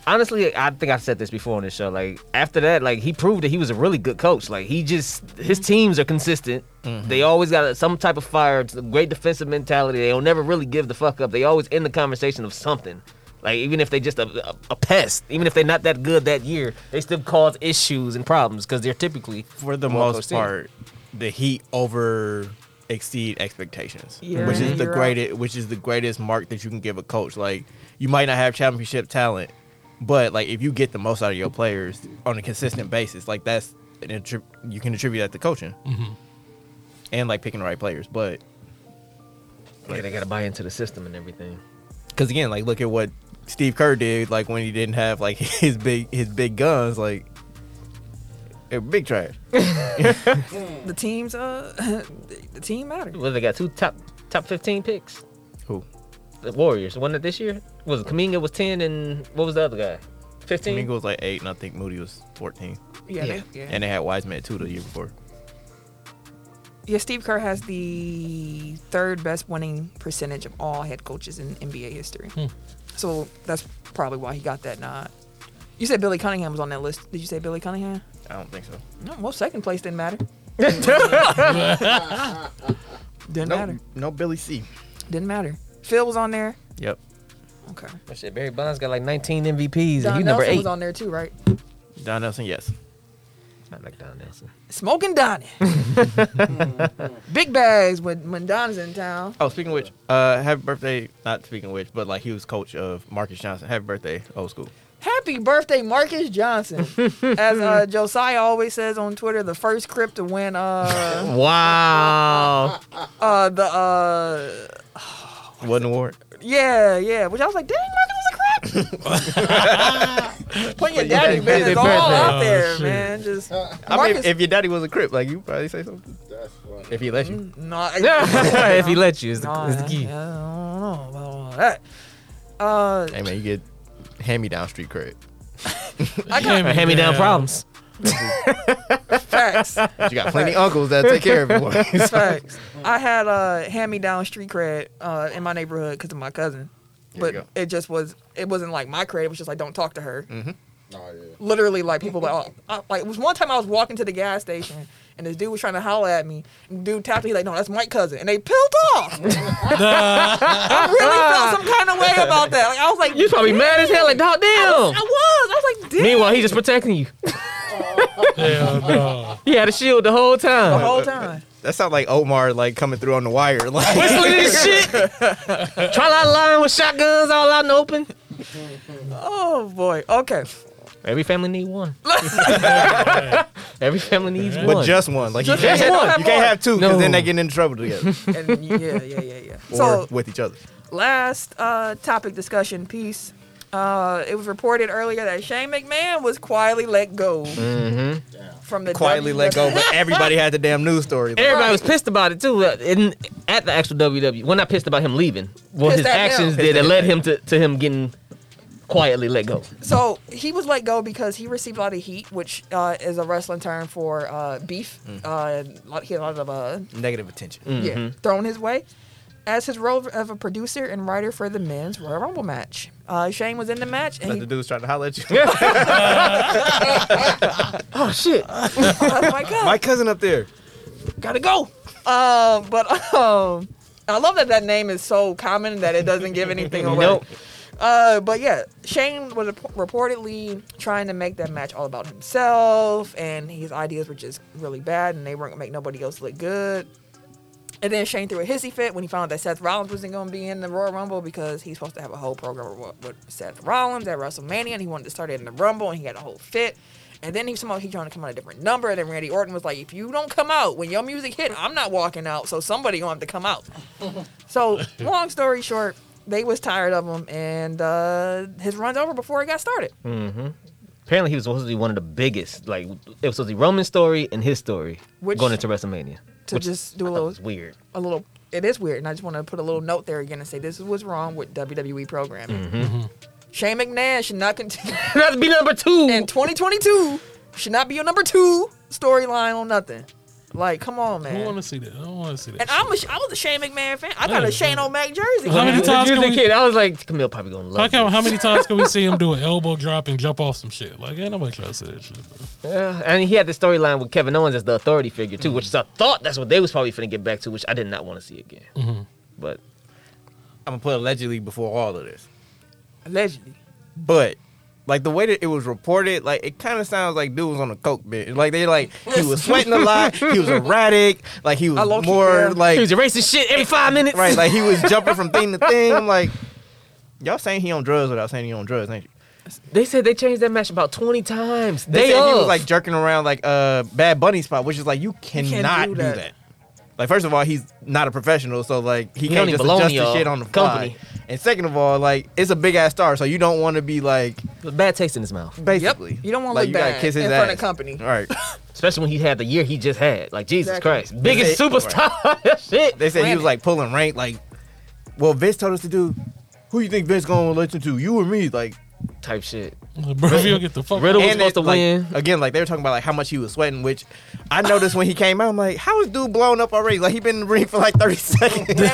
honestly, I think I've said this before on this show. Like after that, like he proved that he was a really good coach. Like he just his teams are consistent. They always got some type of fire, it's a great defensive mentality. They'll never really give the fuck up. They always end the conversation of something. Like even if they just a, a, a pest, even if they're not that good that year, they still cause issues and problems because they're typically
For the
Well,
most
Christina.
part, the Heat over exceed expectations,
Yeah,
which is the
you're
greatest, which is the greatest mark that you can give a coach. Like you might not have championship talent, but like if you get the most out of your players on a consistent basis, like that's an attrib- you can attribute that to coaching and like picking the right players. But
like they got to buy into the system and everything.
because again, like look at what Steve Kerr did, like when he didn't have like his big his big guns, like they were big trash.
The team's uh the- the team mattered.
Well, they got two top top fifteen picks.
Who?
the Warriors. Wasn't it this year? Was it Kaminga was ten and what was the other guy? Fifteen.
Mingo was like eight, and I think Moody was fourteen,
Yeah,
Yeah.
they- yeah.
and they had Wiseman at two the year before.
Yeah, Steve Kerr has the third best winning percentage of all head coaches in NBA history.
Hmm.
So that's probably why he got that nod. You said Billy Cunningham was on that list. Did you say Billy Cunningham?
I don't think so.
No, well, second place didn't matter. didn't matter.
no Billy C.
Didn't matter. Phil was on there.
Yep.
Okay.
Oh, shit, Barry Bonds got like nineteen MVPs and
Don
he number
Nelson
eight.
was on there too, right?
Don Nelson, yes.
Not like Don Nelson.
Smoking Donnie. Big bags when when Don's in town.
Oh, speaking of which, uh, happy birthday. Not speaking of which, but like he was coach of Marcus Johnson. Happy birthday, old school.
Happy birthday, Marcus Johnson. As uh, Josiah always says on Twitter, the first Crip to win uh,
Wow.
uh, the uh,
What an award.
yeah, yeah. Which I was like, dang, Marcus was a Crip. Put your
your daddy-
daddy business
daddy
all
birthday.
out there,
Oh, shit.
man. Just
Uh,
I
Marcus,
mean, if your daddy was a crip, like you probably say something
That's funny.
if he let you.
no, I,
if he lets you, is the,
no,
is the key.
I, I don't know about all that. Uh,
Hey man, you get hand me down street cred.
I got
Hand me down problems.
facts.
You got plenty uncles that take care of you.
Facts. I had uh, hand-me-down street cred uh, in my neighborhood because of my cousin,
you
but
go. Mm.
it just was. It wasn't like my cred. It was just like don't talk to her.
Oh, yeah.
literally like people like, oh, I, like it was one time I was walking to the gas station and this dude was trying to holler at me. And the dude tapped me he's like, no, that's my cousin, and they peeled off. I really felt some kind of way about that. Like I was like,
You probably mad as hell, like
I
dog
was.
damn.
I was like, damn.
Meanwhile, he just protecting you.
Hell no.
He had a shield the whole
the
time.
whole time.
That sounds like Omar like coming through on the wire. Like
Whistling this shit. Try out line with shotguns all out in the open.
Oh boy. Okay.
Every family need one. Every family needs one.
but just one. Like you
Just
can't,
one.
have, you can't have two because
No.
then they get into trouble together.
And yeah, yeah, yeah, yeah.
or
so
with each other.
last uh, topic discussion piece. Uh, it was reported earlier that Shane McMahon was quietly let go from the
Mm-hmm. Quietly let go,
WWE.
but everybody had the damn news story. Like,
Everybody was pissed about it too. uh, In at the actual WWE, well, not pissed about him leaving. Well,
Pissed
his
at him.
actions
Pissed
did that
at
led
him.
him to, to him getting quietly let go.
So he was let go because he received a lot of heat, which uh, is a wrestling term for uh, beef.
Mm.
Uh, lot- he had a lot of uh,
negative attention.
yeah, thrown his way. As his role of a producer and writer for the men's Royal Rumble match, uh, Shane was in the match, and
Let
he,
the dudes trying to holler at you.
Oh shit!
oh my god,
My cousin up there.
Gotta go.
Um, but um, I love that that name is so common that it doesn't give anything away.
Nope.
Uh, but yeah, Shane was rep- reportedly trying to make that match all about himself, and his ideas were just really bad, and they weren't gonna make nobody else look good. And then Shane threw a hissy fit when he found out that Seth Rollins wasn't gonna be in the Royal Rumble because he's supposed to have a whole program with, with Seth Rollins at WrestleMania, and he wanted to start it in the Rumble, and he had a whole fit. And then he somehow he trying to come out a different number, and then Randy Orton was like, "If you don't come out when your music hit, I'm not walking out, so somebody gonna have to come out." So long story short, they was tired of him, and uh, his run's over before it got started.
Apparently, he was supposed to be one of the biggest. Like it was supposed to be Roman's story and his story
Which-
going into WrestleMania.
To
which
just do a
I thought
little,
was weird.
a little. It is weird, and I just want to put a little note there again and say this is what's wrong with WWE programming.
Mm-hmm.
Shane McMahon should not continue
That'd be number two.
in 2022. Should not be your number two storyline on nothing. Like, come on,
I don't want
man.
to see that. I don't want to see that.
And I'm a, I was a Shane McMahon fan. I got
Yeah.
a Shane O'Mac jersey.
How many
When
times
you
can
was a
we-
kid, I was like, Camille probably gonna
How,
love.
can,
this.
how many times can we see him do an elbow drop and jump off some shit? Like, ain't nobody trying to see that shit.
Yeah, and he had the storyline with Kevin Owens as the authority figure too, which is, I thought that's what they was probably finna get back to, which I did not want to see again. But
I'm gonna put allegedly before all of this.
Allegedly.
But like the way that it was reported, like it kind of sounds like dude was on a coke bit. Like they like he was sweating a lot, he was erratic, like he
I low-key,
was more
yeah.
like
he was erasing shit every five minutes.
right, like he was jumping from thing to thing. I'm like, y'all saying he on drugs without saying he on drugs, ain't you?
They said they changed that match about 20 times.
They,
They,
said he was
up.
like jerking around like uh Bad Bunny spot, which is like you
do
cannot do,
that.
that. Like first of all, he's not a professional, so like he,
don't
can't
even
just
belong
adjust
to
the
y'all
shit on the
company.
company. And second of all, like it's a big ass star, so you don't want to be like
With bad taste in his mouth,
basically.
You don't want to
like,
look
you gotta
bad
kiss his
in
ass.
front of company.
All right.
especially when he had the year he just had. Like Jesus
Exactly.
Christ, biggest
They-
superstar. shit.
They said he
Planet.
was like pulling rank, like, well, Vince told us to do. Who you think Vince gonna listen to? You or me? Like,
type shit.
Bro, you'll get the fuck
Riddle was
and it-
supposed to
like,
win.
again. Like they were talking about like how much he was sweating, which I noticed when he came out. I'm like, how is dude blown up already? Like he been in the ring for like 30 seconds.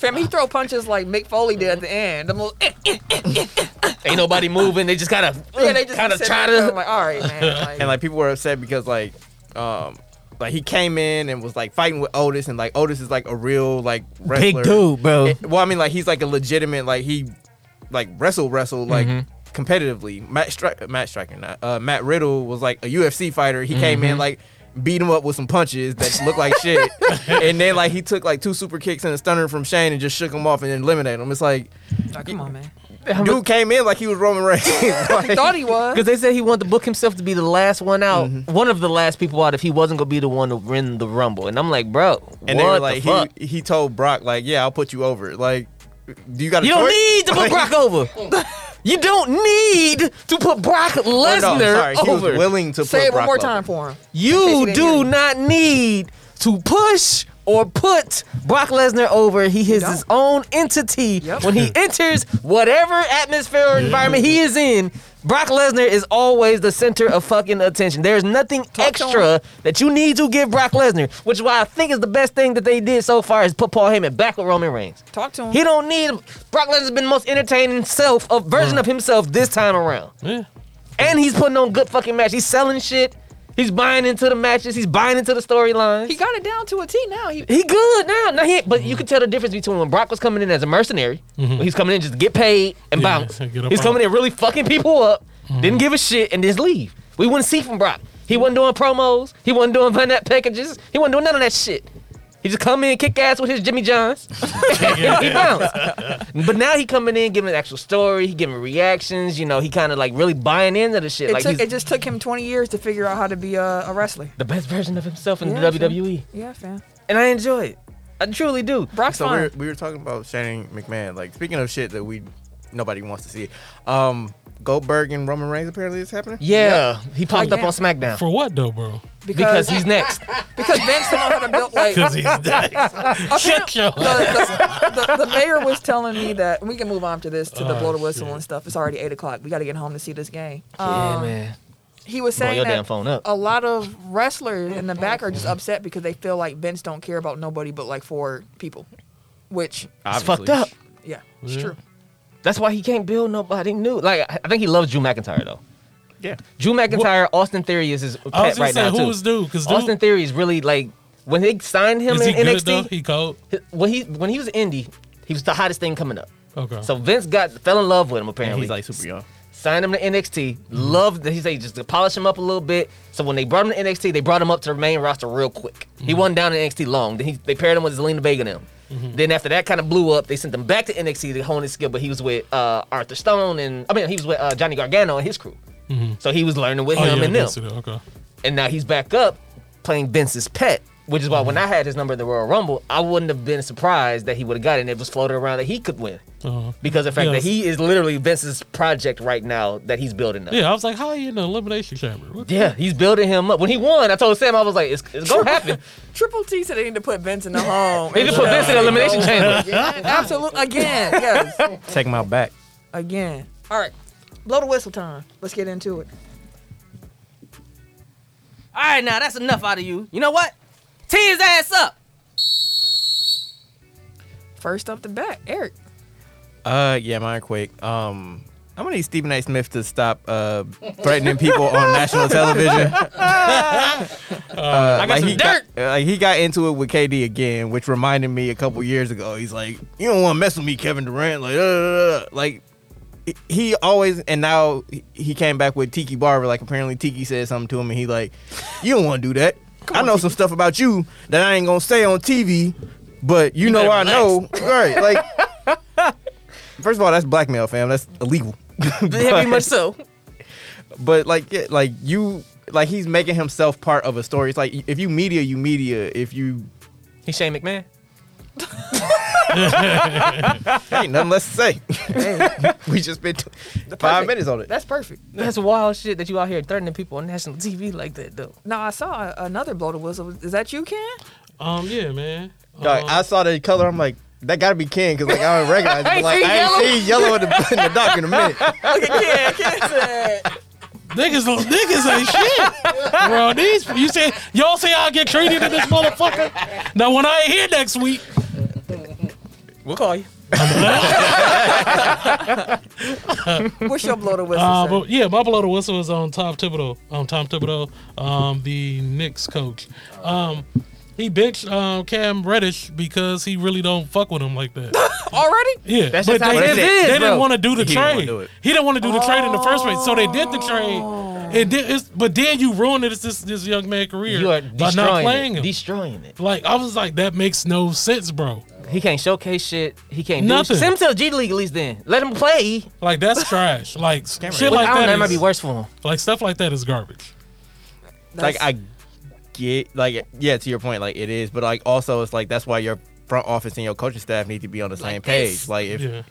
Fam, he throw punches like Mick Foley did at the end. The most,
Ain't nobody moving. They just gotta
eh, yeah, they just
kind of
sit
try
there,
to.
I'm like, all right, man. Like,
and like people were upset because like, um, like he came in and was like fighting with Otis, and like Otis is like a real like wrestler.
bro.
It- well, I mean, like he's like a legitimate, like he, like wrestle wrestle like competitively. Matt Stri- Matt Striker, not, uh, Matt Riddle was like a UFC fighter. He came in like beat him up with some punches that looked like shit, and then like he took like two super kicks and a stunner from Shane and just shook him off and then eliminated him. It's like
come on, man.
dude came in like he was Roman Reigns. Like,
Thought he was.
Because they said he wanted to book himself to be the last one out, one of the last people out, if he wasn't gonna be the one to win the rumble. And I'm like, bro,
and
what
then
the
like
fuck?
he he told Brock like, yeah, I'll put you over. Like, do you got? A
You don't
choice?
need to book
Like,
Brock over. You don't need to put Brock
Or no,
Lesnar
sorry, he was
over.
willing to
Say
put
it one
Brock
more
Lesnar.
time for him.
You
In case you didn't hear
do
me.
not need to push or put Brock Lesnar over. He is his own entity.
Yep.
When he enters whatever atmosphere or environment he is in, Brock Lesnar is always the center of fucking attention. There's nothing extra that you need to give Brock Lesnar, which is why I think is the best thing that they did so far is put Paul Heyman back with Roman Reigns.
Talk to him.
He don't need him. Brock Lesnar's been the most entertaining self, a version of himself this time around.
Yeah.
And he's putting on good fucking match. He's selling shit. He's buying into the matches. He's buying into the storylines.
He
He,
got it down to a T now. He
good now. Now he, but
Mm-hmm.
you can tell the difference between when Brock was coming in as a mercenary. When he's coming in just to get paid and
Yeah,
bounce.
get up
He's
out. Mm-hmm.
coming in really fucking people up. Didn't give a shit and just leave. We wouldn't see from Brock. He wasn't doing promos. He wasn't doing vignette packages. He wasn't doing none of that shit. He just come in, kick ass with his Jimmy Johns. he bounced. But now he coming in, giving an actual story. He giving reactions. You know, he kind of like really buying into the shit.
it,
like
took,
he's-
it just took him 20 years to figure out how to be a, a wrestler.
the best version of himself in
Yeah,
the E. WWE.
Yeah, fam.
And I enjoy it. I truly do.
Brock's
So we
fine.
were, we were talking about Shannon McMahon. Like speaking of shit that we nobody wants to see. Um, Goldberg and Roman Reigns apparently is happening.
Yeah, he popped
Like
up
that.
on SmackDown
For what though, bro?
Because
because he's next.
because Vince don't know how to build like
Because he's next. Shut your.
the, the, the, the mayor was telling me that and we can move on to this to the
Oh,
blow the whistle
shit.
and stuff. It's already eight o'clock. We got to get home to see this game.
yeah,
Um,
man.
He was
Blow
saying
your
that
damn phone up.
a lot of wrestlers in the back are just upset because they feel like Vince don't care about nobody but like four people, which
It's fucked up.
yeah, it's
Yeah.
true.
That's why he can't build nobody new. Like I I think he loves Drew McIntyre though.
Yeah.
Drew McIntyre, Austin Theory is his
I was
pet
gonna
right
say
now too.
who's dude? Because dude,
Austin Theory is really like when they signed him
is he
in
good though?
NXT.
He cold.
when he when he was in indie, he was the hottest thing coming up.
Okay.
So Vince got fell in love with him apparently.
he's like super young.
signed him to NXT. Loved that he said just to polish him up a little bit. So when they brought him to NXT, they brought him up to the main roster real quick. He
Mm-hmm.
wasn't down in NXT long. Then he, they paired him with Zelina Vega and him. Then after that kind of blew up, they sent him back to NXT to hone his skill. But he was with uh, Arthur Stone and I mean he was with uh, Johnny Gargano and his crew.
Mm-hmm.
So he was learning with
oh
him
yeah,
and
I see
them.
that. Okay.
And now he's back up playing Vince's pet. Which is why
Mm-hmm.
when I had his number in the Royal Rumble, I wouldn't have been surprised that he would have got it and it was floated around that he could win.
Uh-huh.
Because of the fact
Yeah,
that he is literally Vince's project right now that he's building up.
Yeah, I was like, how are you in the elimination chamber? What the-
Yeah, he's building him up. When he won, I told Sam I was like, "It's, it's gonna happen."
Triple T said they need to put Vince in the home.
They just put Vince in the elimination chamber.
Yeah, absolutely. Again, yes,
Take him out back.
again. All right, blow the whistle time. Let's get into it.
All right, now that's enough out of you. You know what? Tee his ass up.
First up the bat, Eric.
Uh, yeah, mine quick. Um, I'm gonna need Stephen A. Smith to stop uh threatening people on national television.
I Uh, got
like
some
he
dirt.
Got, uh, like he got into it with KD again, which reminded me a couple years ago. He's like, "You don't want to mess with me, Kevin Durant." Like, uh, uh, uh, like he- he always and now he- he came back with Tiki Barber. Like apparently Tiki said something to him, and he like, "You don't want to do that. I know some stuff about you that I ain't gonna say on TV, but you, know I know, right? Like, first of all, that's blackmail, fam. That's illegal.
Very much so.
But like, yeah, like you, like he's making himself part of a story. It's like if you media, you media. If you
He Shane McMahon.
ain't nothing less to say. we just been t- five
perfect.
minutes on it.
That's perfect.
That's wild shit that you out here threatening people on national TV like that, though.
Now I saw a- another blow the whistle. Is that you, Ken?
Um, yeah, man.
Dog,
Um,
I saw the color. I'm like, that gotta be Ken because like I don't recognize. it. But, like I ain't seen yellow in the, in the dark in a minute.
Look at Ken. Ken said.
Niggas, niggas ain't shit, bro. These you say y'all say I get treated in this motherfucker. Now when I ain't here next week,
We'll call you.
What's your blow the whistle?
uh,
sir?
but yeah, my blow the whistle is on Tom Thibodeau. Um, Tom Thibodeau, um, the Knicks coach. Um, he bitched um, Cam Reddish because he really don't fuck with him like that.
Already?
Yeah,
That's
but
just how
they,
it
didn't-
is,
they
bro.
didn't want to do the
He didn't wanna
trade.
do it.
he didn't want to do the trade in the first place, so they did the
Oh.
trade. It did, it's, but then you ruined this this, this young man career
You are
by not playing
destroying it.
him.
Destroying it.
like I was like, that makes no sense, bro.
He can't showcase shit. He can't
Nothing.
do Send him to the G League at least. Then let him play.
Like that's trash. Like shit
Well,
like
I don't know. That
that.
might be
Is,
worse for him.
like stuff like that is garbage.
That's-
like I get like yeah to your point like it is but like also it's like that's why your front office and your coaching staff need to be on the same page like if
Yeah.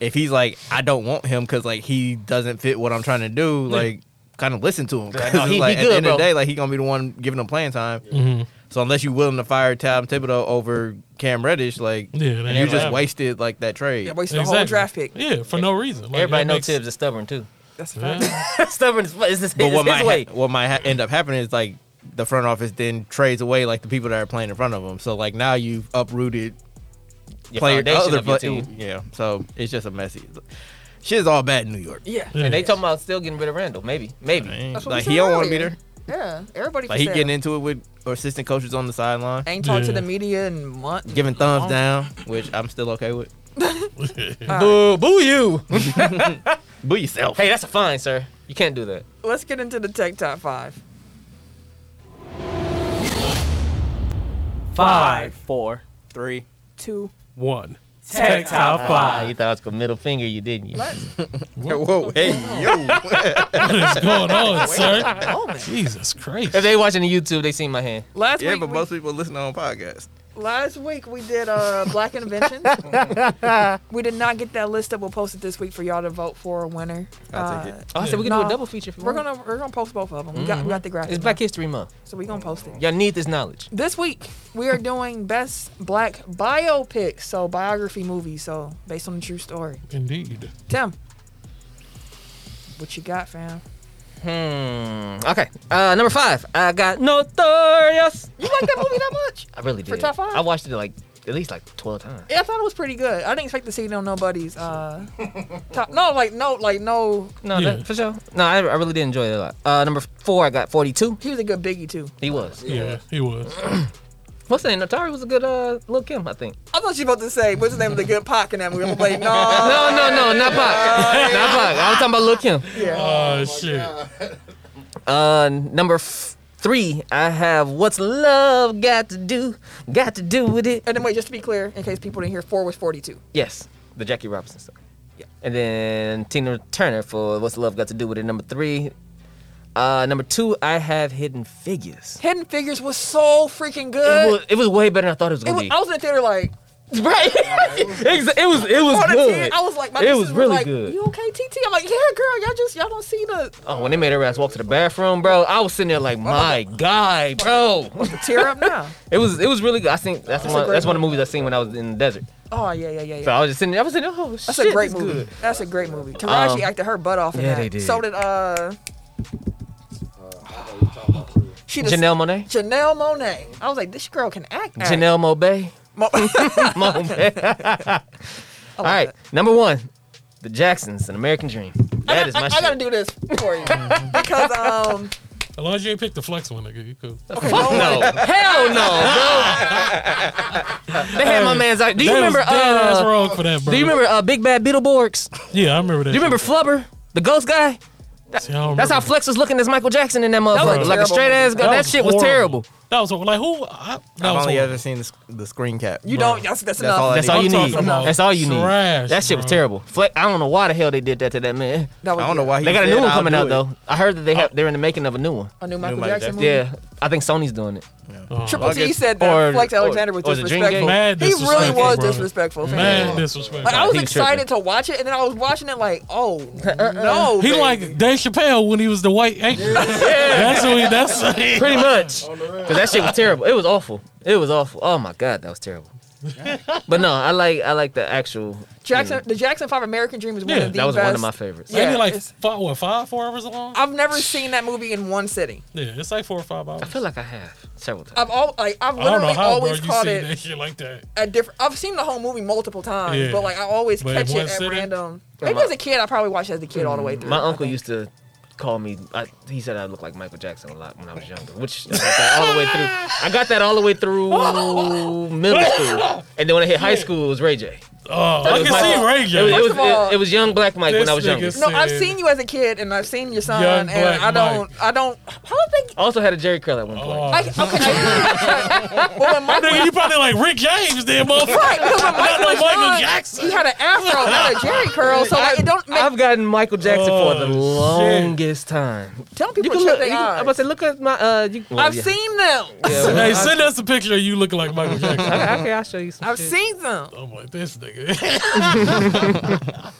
if he's like, I don't want him because like he doesn't fit what I'm trying to do, like kind of listen to him. 'Cause
no,
it's
he- he
like, at
good,
the end
bro.
of the day, like he gonna be the one giving him playing time.
Mhm.
So unless you're willing to fire Tom Thibodeau over Cam Reddish, like
Yeah, that ain't
you just
happening.
wasted like that trade.
Yeah, wasted the whole draft pick.
Yeah, for no reason. Like,
Everybody
that
knows
makes-
Tibbs is stubborn too.
That's a fact.
Yeah.
stubborn is it's his,
But
it's
what
his
might
way.
ha- what might ha- end up happening is like the front office then trades away like the people that are playing in front of them. So like now you've uprooted
Your
player
foundation
other
of your
play-
team.
yeah. So it's just a messy. Shit's all bad in New York.
Yeah.
Yeah.
And they talking about still getting rid of Randall. Maybe, maybe.
That's what we
Like
said
he don't want to be
earlier.
there.
Yeah. Everybody
Like he getting into it with assistant coaches on the sideline,
ain't talked to
Yeah.
the media in months.
giving thumbs down, which I'm still okay with.
Boo, boo you.
Boo yourself.
hey, that's a fine, sir. You can't do that.
Let's get into the tech top five.
Five, four,
Three.
Two.
One.
tech top
Ah,
five.
you thought I was gonna middle finger you, didn't you?
Let's
Whoa, hey,
What is going on, sir?
moment.
Jesus Christ.
If they watching the YouTube, they seen my hand.
Last
yeah,
week,
but
we,
most people listen on podcasts.
last week we did uh Black Interventions. we did not get that list up. We'll post it this week for y'all to vote for a winner.
I'll take it.
Oh, I said we can do
Nah.
a double feature. If you
We're
want. Mm-hmm.
gonna we're gonna post both of them. We got we got the graphic.
It's Black History Month.
so we gonna post it.
Y'all need this knowledge.
This week we are doing best black biopics, so biography movies, so based on a true story.
Indeed.
Tim, what you got, fam?
Hmm. Okay. Uh, number five. I got Notorious.
You like that movie that much?
I really did.
For top five?
I watched it like at least like twelve times.
Yeah, I thought it was pretty good. I didn't expect to see it on nobody's uh top. No, like no, like no.
No,
Yeah.
that, for sure. No, I, I really did enjoy it a lot. Uh, number four. I got forty-two.
He was a good Biggie too.
He was.
Yeah, he was.
Oh,
What's that? Notari was a good uh, Lil Kim, I think.
I thought you were about to say what's the name of the good Pac in that movie. I'm like, no,
No, no, no, not Pac. not Pac. I'm talking about Lil Kim.
Yeah.
Oh, shit.
Uh, number f- three, I have What's Love Got to Do? Got to Do with It.
And then wait, just to be clear, in case people didn't hear, four was 42.
Yes, the Jackie Robinson song.
Yeah.
And then Tina Turner for What's Love Got to Do with It. Number three. Uh, number two, I have Hidden Figures.
Hidden Figures was so freaking
It
good.
was, it was way better than I thought it was
It
gonna
was, I was in the theater like
be. Right? Exa- it was. It was
on a tear.
good.
I was like, my
It
sisters
was
were
really
like,
good.
You okay, TT? I'm like, yeah, girl. Y'all just y'all don't see the
Oh, when they made her ass walk to the bathroom, bro, I was sitting there like, my God, bro.
the tear up now.
It was it was really good. I think that's,
That's a
one
great
that's one of the movies I seen when I was in the desert.
Oh yeah, yeah, yeah, yeah.
So I was just sitting there. I was sitting there. Oh
That's
shit,
a great
this
movie.
Good.
That's a great movie. Taraji
Um,
acted her butt off in
yeah,
that.
they did.
So did uh, she just,
Janelle Monet.
Janelle Monet. I was like, this girl can act. act.
Janelle Monet.
Mo-
Monet. All right, number one, The Jacksons, An American Dream. That is my
I,
shit.
I gotta do this for you because um
As long as you ain't picked the flex one, nigga, you cool.
Fuck no. Hell no, bro. they had my man's. Do you
That
remember?
was dead ass
Uh,
wrong for that, bro.
do you remember uh, Big Bad Beetleborgs? Do
Yeah, I remember that.
you remember Flubber, the ghost guy?
See, I don't
That's how
remember.
Flex was looking as Michael Jackson in that
was
motherfucker. Like a
terrible.
straight ass. That, that shit was
horrible.
terrible.
That was like who? I, that
I've
was
only
horrible.
ever seen the, sc- the screen cap.
you
Bro.
don't. That's, that's,
That's all I
enough.
That's
need.
all you
I'm
need.
talking about
That's all you need.
trash,
That shit was
bro.
terrible. Fleck, I don't know why the hell they did that to that man.
That was
I don't know
it.
why he
They got a
said,
new one
"I'll
coming
do
out
it."
though. I heard that they have they're in the making of a new one.
A new Michael
Michael
Jackson
Jackson.
movie.
Yeah, I think Sony's doing it.
Oh,
Triple
I'll
T
get-
said that
or-
Flex Alexander was
or the Dream
disrespectful.
Game.
Mad
He really
disrespectful,
was
bro.
disrespectful. fam.
Man, disrespect.
Like I was
He
excited
tripping.
to watch it, and then I was watching it like, oh no,
Uh-uh. He
baby.
like Dave Chappelle when he was the white anchor. That's who he. That's
Pretty much, because that shit was terrible. It was awful. It was awful. Oh my god, that was terrible. but no, I like I like the actual
Jackson.
you
The Jackson Five American Dream is one
Yeah,
of the
know, that was
best.
one of my favorites.
Yeah,
Maybe like
it's-
five, what five, four hours long.
I've never seen that movie in one sitting.
yeah, it's like four or five hours.
I feel like I have several times.
I've all like I've
I don't know how,
literally
bro. You
always
seen
caught it
that shit like that?
at different. I've seen the whole movie multiple times,
Yeah.
but like I always
But
catch
in
it
one
at
sitting? Mm,
random.
Yeah,
Maybe
my-
as a kid, I probably watched it as a kid all the way through.
My
I
uncle
think.
used to call me. I, he said I looked like Michael Jackson a lot when I was younger, which I got that all the way through. I got that all the way through middle school, and then when I hit high school, it was Ray J.
Oh, I
It was
can
Mike-
see Ray
It was,
J.
it, was,
First of all-
it, it was young black Mike when I was
This
younger.
nigga's-
No, I've
said-
seen you as a kid, and I've seen your son,
Young
and
Black
I don't,
Mike.
I don't. How do they?
I also had a Jerry curl at one point.
Oh.
I, okay, I- well, when Michael,
Nigga, you probably like Rick James, then motherfucker.
right? Because when Michael,
no
was
Michael
young,
Jackson.
he had an afro, not a Jerry curl, so like, it don't make.
I've gotten Michael Jackson for
Oh,
the
shit.
longest time.
tell people
You can
to check
look.
their
you can-
eyes.
I'm about to say, look at my. Uh, you, well,
I've
yeah.
seen them.
Yeah, well,
Hey, send us a picture of you looking like Michael Jackson.
I- okay, I'll show you some.
I've
shit.
seen them.
I'm like this nigga. nigga.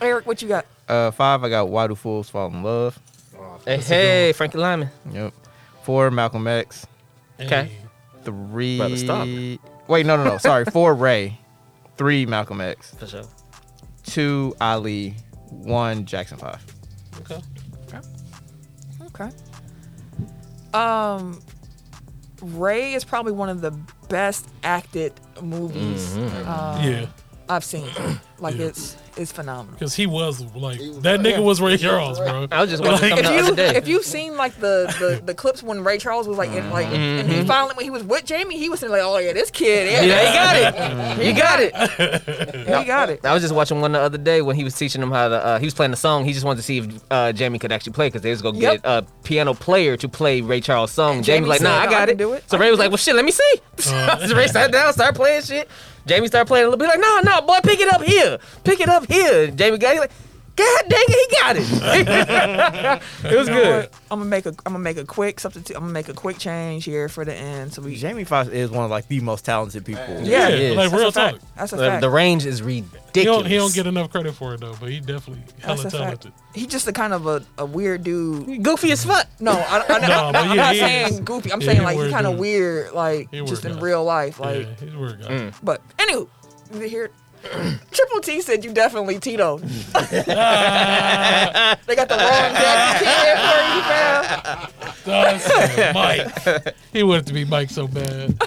Eric, what you got?
Uh, five, I got Why Do Fools Fall in Love?
Hey, hey, Frankie Lyman.
Yep. Four, Malcolm X.
Okay.
Three.
Brother, stop.
Wait, no, no, no. Sorry. Four, Ray. Three, Malcolm X.
For sure.
Two, Ali. One, Jackson Five.
Hey, okay.
Okay. Um, Ray is probably one of the best acted movies
Mm-hmm.
uh,
Yeah.
I've seen. Like
Yeah.
it's it's phenomenal.
Because he was like,
He was
that
like-
nigga was Ray
He was
Charles,
Ray.
bro.
I was just watching
Like-
something the
If
other
you
day.
if you've seen like the, the the clips when Ray Charles was like in like
Mm-hmm.
and he finally when he was with Jamie he was sitting like oh yeah this kid yeah,
yeah, you got it. You got it.
he got it
I was just watching one the other day when he was teaching him how to. Uh, he was playing the song. He just wanted to see if uh, Jamie could actually play because they was gonna
Yep.
get a piano player to play Ray Charles' song.
And
Jamie was like,
Jamie
Nah,
said,
I
"No, I
got
can
it.
do it.
So Ray was like, Well, shit, let me see. so Ray sat down, started playing shit. Jamie started playing a little bit. Like, No, no, boy, pick it up here. Pick it up here. Jamie got it. He's like, God dang it, he got it. it was good.
I'm gonna make a I'm gonna make a quick substitute I'm gonna make a quick change here for the end so we
Jamie Foxx is one of like the most talented
Yeah,
people.
yeah,
is.
like
that's
real
a fact
talk.
that's a
The,
fact
the range is
He
ridiculous.
don't, he don't get enough credit for it though, but he definitely hella
that's a fact
talented.
he's just a kind of a, a weird dude
goofy as fuck.
No, I, I,
No, but
am
yeah,
not
he
saying
is.
goofy. I'm
Yeah,
saying
he
like
weird
he's kind of
dude.
weird, like
He
just
weird
in
guy.
real life. Like, mm.
yeah, he's a weird guy.
but anywho, you hear, Triple T said you definitely Tito. they got the wrong Jackie Chan for you, fam.
Dog said Mike. He wanted to be Mike so bad.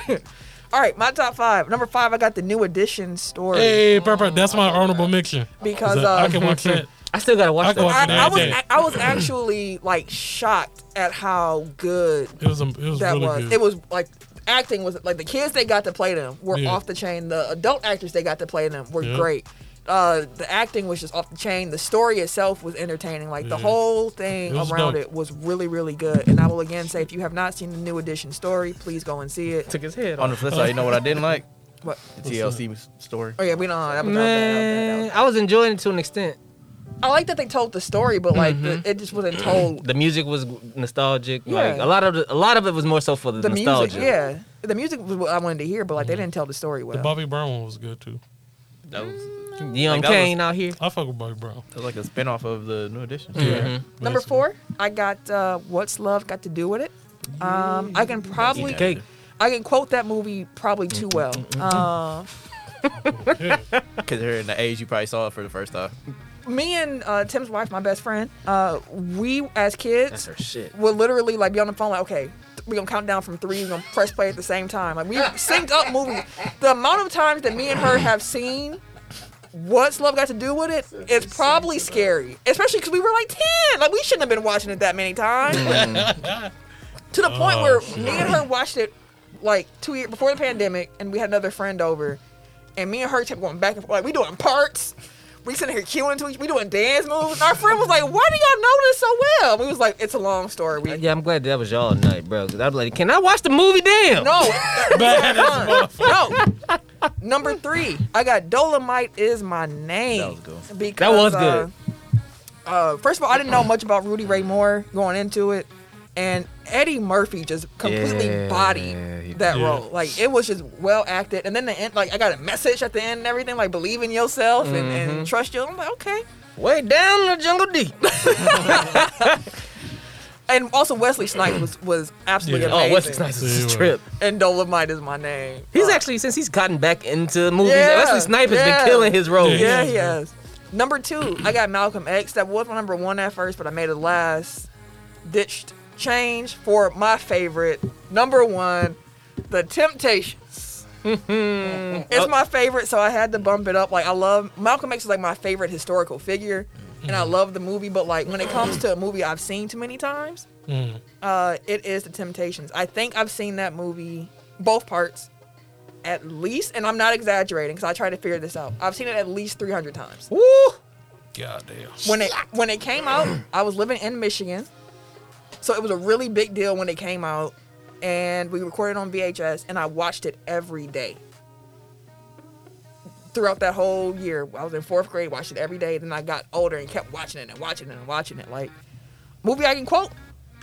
All right, my top five. Number five, I got the new edition story
Hey, Pepper, that's my honorable mention.
because
So I can
uh,
watch that.
I still gotta watch
I can
that.
watch
I,
that.
I was
day.
I was actually like shocked at how good
It was, um, it was
that
really
was.
good.
It was like acting was like the kids they got to play them were
Yeah.
off the chain. The adult actors they got to play them were
Yeah.
great. Uh, the acting was just off the chain. The story itself was entertaining. Like the
Yeah.
whole thing
It was
around
dope.
it was really, really good. And I will again say, if you have not seen the new edition story, please go and see it.
Took his head
On the flip side, you know what I didn't like?
What?
The TLC story.
Oh yeah, we don't. That was, that was bad, that was bad, that
Man, I was enjoying it to an extent.
was- I like that they told the story, but like
Mm-hmm.
the, it just wasn't told.
The music was nostalgic. Like
Yeah.
a lot of the, a lot of it was more so for the,
The music,
nostalgia.
yeah, the music was what I wanted to hear, but like they didn't tell the story well.
the Bobby Brown one was good too.
Young
Like, that was-
Kane out here.
I fuck with Bobby Brown.
It was like a spinoff of the new edition.
Mm-hmm.
Yeah.
Number
basically.
four, I got uh, "What's Love Got to Do with It." Um, I can probably,
Cake.
I can quote that movie probably too well. Uh,
Yeah.
Because they're in the age you probably saw it for the first time.
me and uh, Tim's wife, my best friend, uh, we as kids
shit.
would literally like be on the phone like, okay, we're gonna count down from three, we're gonna press play at the same time. Like we synced up movies. The amount of times that me and her have seen. What's love got to do with it? It's probably scary, especially because we were like ten. Like we shouldn't have been watching it that many times. to the point
Mm. Oh,
where
shit.
me and her watched it like two years before the pandemic, and we had another friend over, and me and her kept going back and forth. Like we doing parts, we sitting here queuing to each, we doing dance moves. Our friend was like, "Why do y'all know this so well?" We was like, "It's a long story." We
Yeah, I'm glad that was y'all night, bro. Cause I'm like, can I watch the movie? Damn.
no,
Bad as fuck.
no. Number three, I got Dolomite is my name.
That was good.
Because,
That was good.
Uh, uh, first of all, I didn't know much about Rudy Ray Moore going into it, and Eddie Murphy just completely
Yeah, he-
bodied that
Yeah.
role. Like it was just well acted, and then the end, like I got a message at the end and everything, like believe in yourself and,
Mm-hmm.
and trust you. I'm like, okay.
Way down in the jungle deep.
And also Wesley Snipes was was absolutely
Yeah.
amazing.
oh, Wesley Snipes
Yeah,
is
he was.
a trip.
And Dolomite is my name.
He's
Uh,
actually since he's gotten back into movies.
Yeah,
Wesley Snipes has
yeah.
been killing his role.
Yeah.
Oh, Yeah, he has. Number two, I got Malcolm X. That was my number one at first, but I made a last ditched change for my favorite. Number one, The Temptations. it's my favorite, so I had to bump it up. Like I love Malcolm X is like my favorite historical figure, and I love the movie. But like when it comes to a movie I've seen too many times,
Mm.
uh, it is The Temptations. I think I've seen that movie, both parts, at least, and I'm not exaggerating because I tried to figure this out. I've seen it at least 300 times.
Woo!
Goddamn.
When it when it came out, I was living in Michigan, so it was a really big deal when it came out, and we recorded on VHS, and I watched it every day. Throughout that whole year, I was in fourth grade, watched it every day. Then I got older and kept watching it and watching it and watching it. Like movie, I can quote.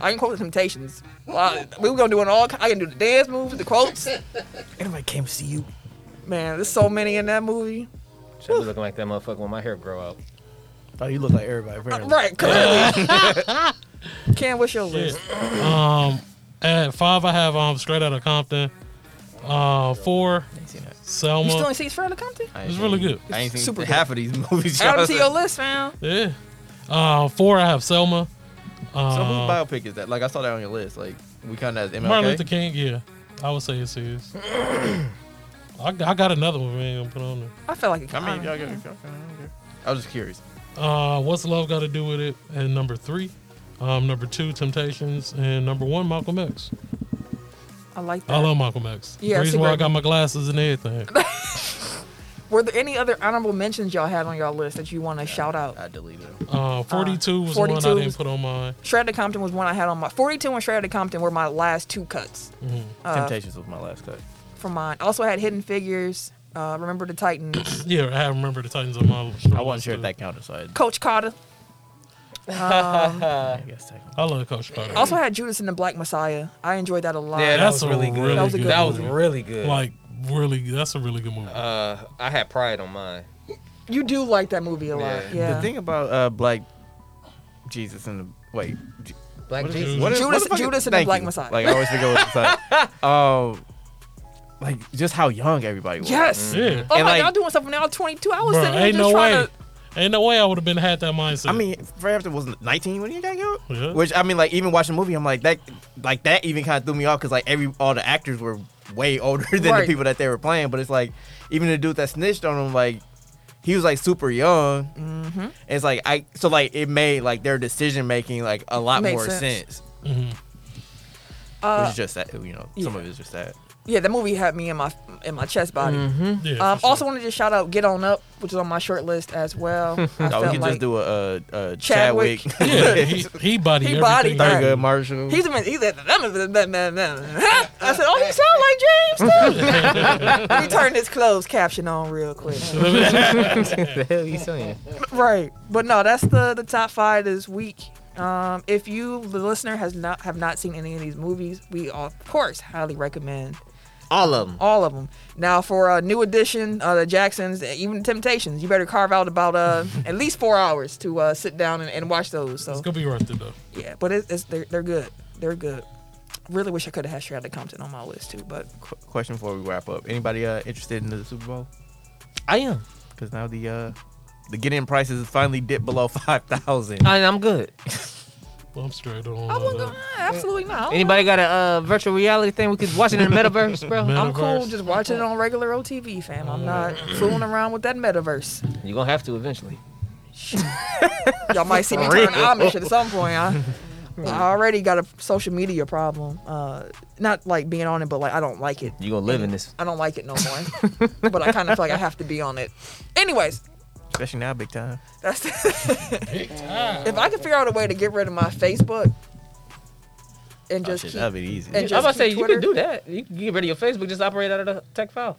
I can quote the Temptations. Well, we were gonna do an all. I can do the dance moves, the quotes.
Anybody came to see you?
Man, there's so many in that movie.
Should be looking like that motherfucker when my hair grow out.
Oh, you look like everybody. apparently.
Right, clearly. Cam, what's your list?
Um, at five, I have um straight out of Compton. Uh, four,
You still
Selma.
ain't seen Straight Outta Compton?
I ain't
It's
seen-
really good.
I ain't seen
Super
half of these movies.
Add
y'all
them to your
said.
list, man.
Yeah. Uh, four, I have Selma.
So whose
Uh,
biopic is that? Like I saw that on your list. Like we count that as MLK.
Martin Luther King. Yeah, I would say it's his. I, I got another one, man. I'm gonna put on there.
I feel like it.
I mean,
kinda-
y'all got- y'all got- I was just curious.
Uh, what's love got to do with it? And number three, um, number two, Temptations, and number one, Malcolm X.
I like that.
I love Malcolm X.
Yeah, I see
reason why I
Greg.
got my glasses and everything.
Were there any other honorable mentions y'all had on y'all list that you want to shout out?
I deleted it.
Uh, 42 was one I
42
didn't put on mine.
Shred to Compton was one I had on my 42 and Shred to Compton were my last two cuts uh,
Temptations was my last cut.
from mine. Also had Hidden Figures, uh, Remember the Titans,
Yeah, I have remember the Titans on my. short
I wasn't
list,
sure if
too.
that counted, so I,
Coach Carter. Uh,
I guess technically.
I love Coach Carter.
Also had Judas and the Black Messiah. I enjoyed that a lot.
Yeah, that
That's
was
a
really good.
really
That was a good
that
movie.
was really good.
like really, good- that's a really good movie.
uh, I had pride on mine.
you do like that movie a lot.
Yeah.
Yeah.
The thing about uh, Black Jesus and the wait, J-
Black
is
Jesus.
it?
what is,
Judas-
what the fuck
Judas
is,
and the
thank
Black
you.
Messiah.
Like I always forget what it's like. Um, like just how young everybody was.
yes.
Yeah,
Oh, my
And, like-
y'all doing something now? 22. I was
bro,
sitting here
ain't
just
no
trying
way,
to.
ain't no way I would have been had that mindset.
I mean, Fred Hampton was 19 when he got killed.
Yeah.
Which I mean, like even watching the movie, I'm like that, like that even kind of threw me off because like every all the actors were way older than
Right.
the people that they were playing. But it's like even the dude that snitched on him, like he was like super young. Mm-hmm. It's like I so like it made like their decision making like a lot
Makes
more
sense.
sense.
Mhm.
Uh,
which is just that you know some of it's just that.
Yeah, that movie had me in my in my chest body.
yeah, for
Um,
sure.
also, want to just shout out "Get On Up," which is on my short list as well. I
No, we
felt
can
like
just do a, a, a
Chadwick.
Chadwick,
yeah, he, he body,
He body
everything.
that.
Thurgood Marshall.
He's a man. He's a, I said, "Oh, you sound like James." Too. Let me turn this closed caption on real quick.
the hell you saying?
right, but no, that's the the top five this week. Um, if you, the listener, has not have not seen any of these movies, we of course highly recommend
All of them.
all of them. Now, for a new edition, uh, the Jacksons, even Temptations, you better carve out about uh, at least four hours to uh, sit down and, and watch those. So
It's gonna be worth it though.
yeah, but it's, it's they're, they're good. They're good. Really wish I could have had Shredder Compton on my list too, but
Qu- question before we wrap up. Anybody uh, interested in the Super Bowl?
I am.
Because now the uh, the get in prices has finally dipped below five
Uh,
thousand.
I, I'm good.
I'm straight on.
I
all
wouldn't.
that.
go- nah, Absolutely not. I don't
Anybody got a uh, virtual reality thing we could watch it in the metaverse, bro?
know. Mm. I'm cool
Metaverse?
just watching it on regular OTV, fam. I'm not fooling around with that metaverse.
You're gonna have to eventually.
Y'all might see me turn Amish at some point. I, I already got a social media problem. Uh, not like being on it, but like I don't like it.
You're gonna live in this.
I don't like it no more. but I kind of feel like I have to be on it. Anyways,
Especially now, big time.
that's if I could figure out a way to get rid of my Facebook and just
Shit,
keep,
that'd be easy.
and
I'm
just
about to say
keep
you
Twitter,
can do that. You can get rid of your Facebook, just operate out of the tech file.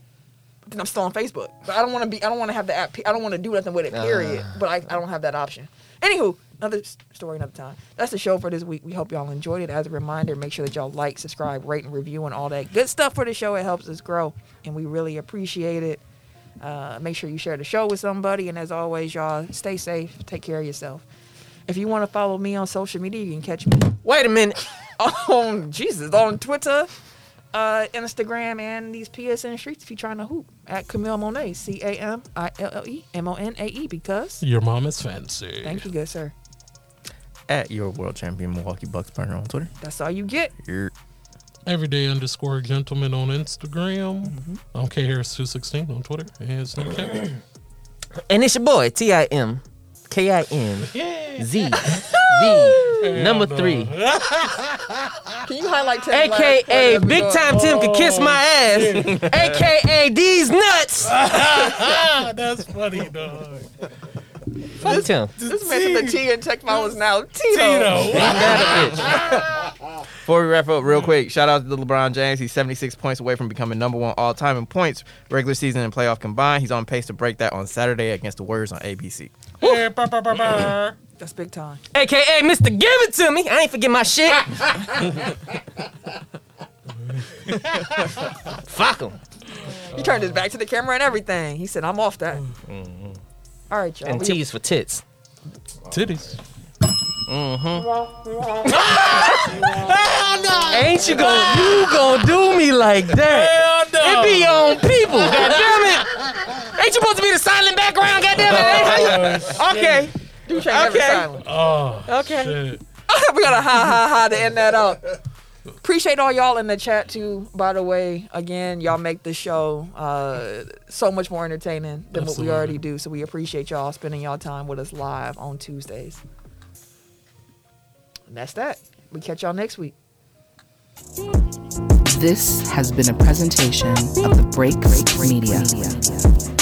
then I'm still on Facebook. But I don't want to be. I don't want to have the app. I don't want to do nothing with it. Period. but I, I don't have that option. Anywho, another s- story, another time. That's the show for this week. We hope y'all enjoyed it. As a reminder, make sure that y'all like, subscribe, rate, and review, and all that good stuff for the show. It helps us grow, and we really appreciate it. Uh, make sure you share the show with somebody. And as always, y'all stay safe. Take care of yourself. If you want to follow me on social media, you can catch me
Wait a minute.
on Jesus on Twitter, uh, Instagram, and these PSN streets if you're trying to hoop at Camille Monet, C A M I L L E M O N A E. Because
Your mom is fancy.
thank you, good sir.
At your world champion Milwaukee Bucks burner on Twitter.
That's all you get.
You're
Everyday underscore gentleman on Instagram. I'm K Harris two sixteen on Twitter and Snapchat.
And it's your boy, T I M K I M Z V, number three.
Can you highlight Tim?
AKA Big Time Tim could kiss my ass. AKA These Nuts.
Ah, that's funny, dog.
Fuck Tim.
This man said the T and Tech Mom was now
You
Tito.
know,
Ain't that a bitch?
Before we wrap up, real quick, shout out to LeBron James. He's 76 points away from becoming number one all time in points, regular season and playoff combined. He's on pace to break that on Saturday against the Warriors on ABC.
Yeah, bah, bah, bah, bah.
That's big time.
AKA Mr. Give It To Me. I ain't forget my shit. Fuck 'em.
He turned his back to the camera and everything. He said, "I'm off that." mm. All right, y'all.
And
We-
T's for tits.
Titties.
Ain't you gonna you gonna do me like that?
Hell no.
It be your own people, goddammit. Ain't you supposed to be the silent background, goddammit?
Okay. Do change okay. silent.
Oh,
Okay.
shit.
we got to ha ha ha to end that up. Appreciate all y'all in the chat too. By the way, again, y'all make the show uh, so much more entertaining than what
Absolutely.
we already do. So we appreciate y'all spending y'all time with us live on Tuesdays. And that's that. We catch y'all next week.
This has been a presentation of the Break Break Media.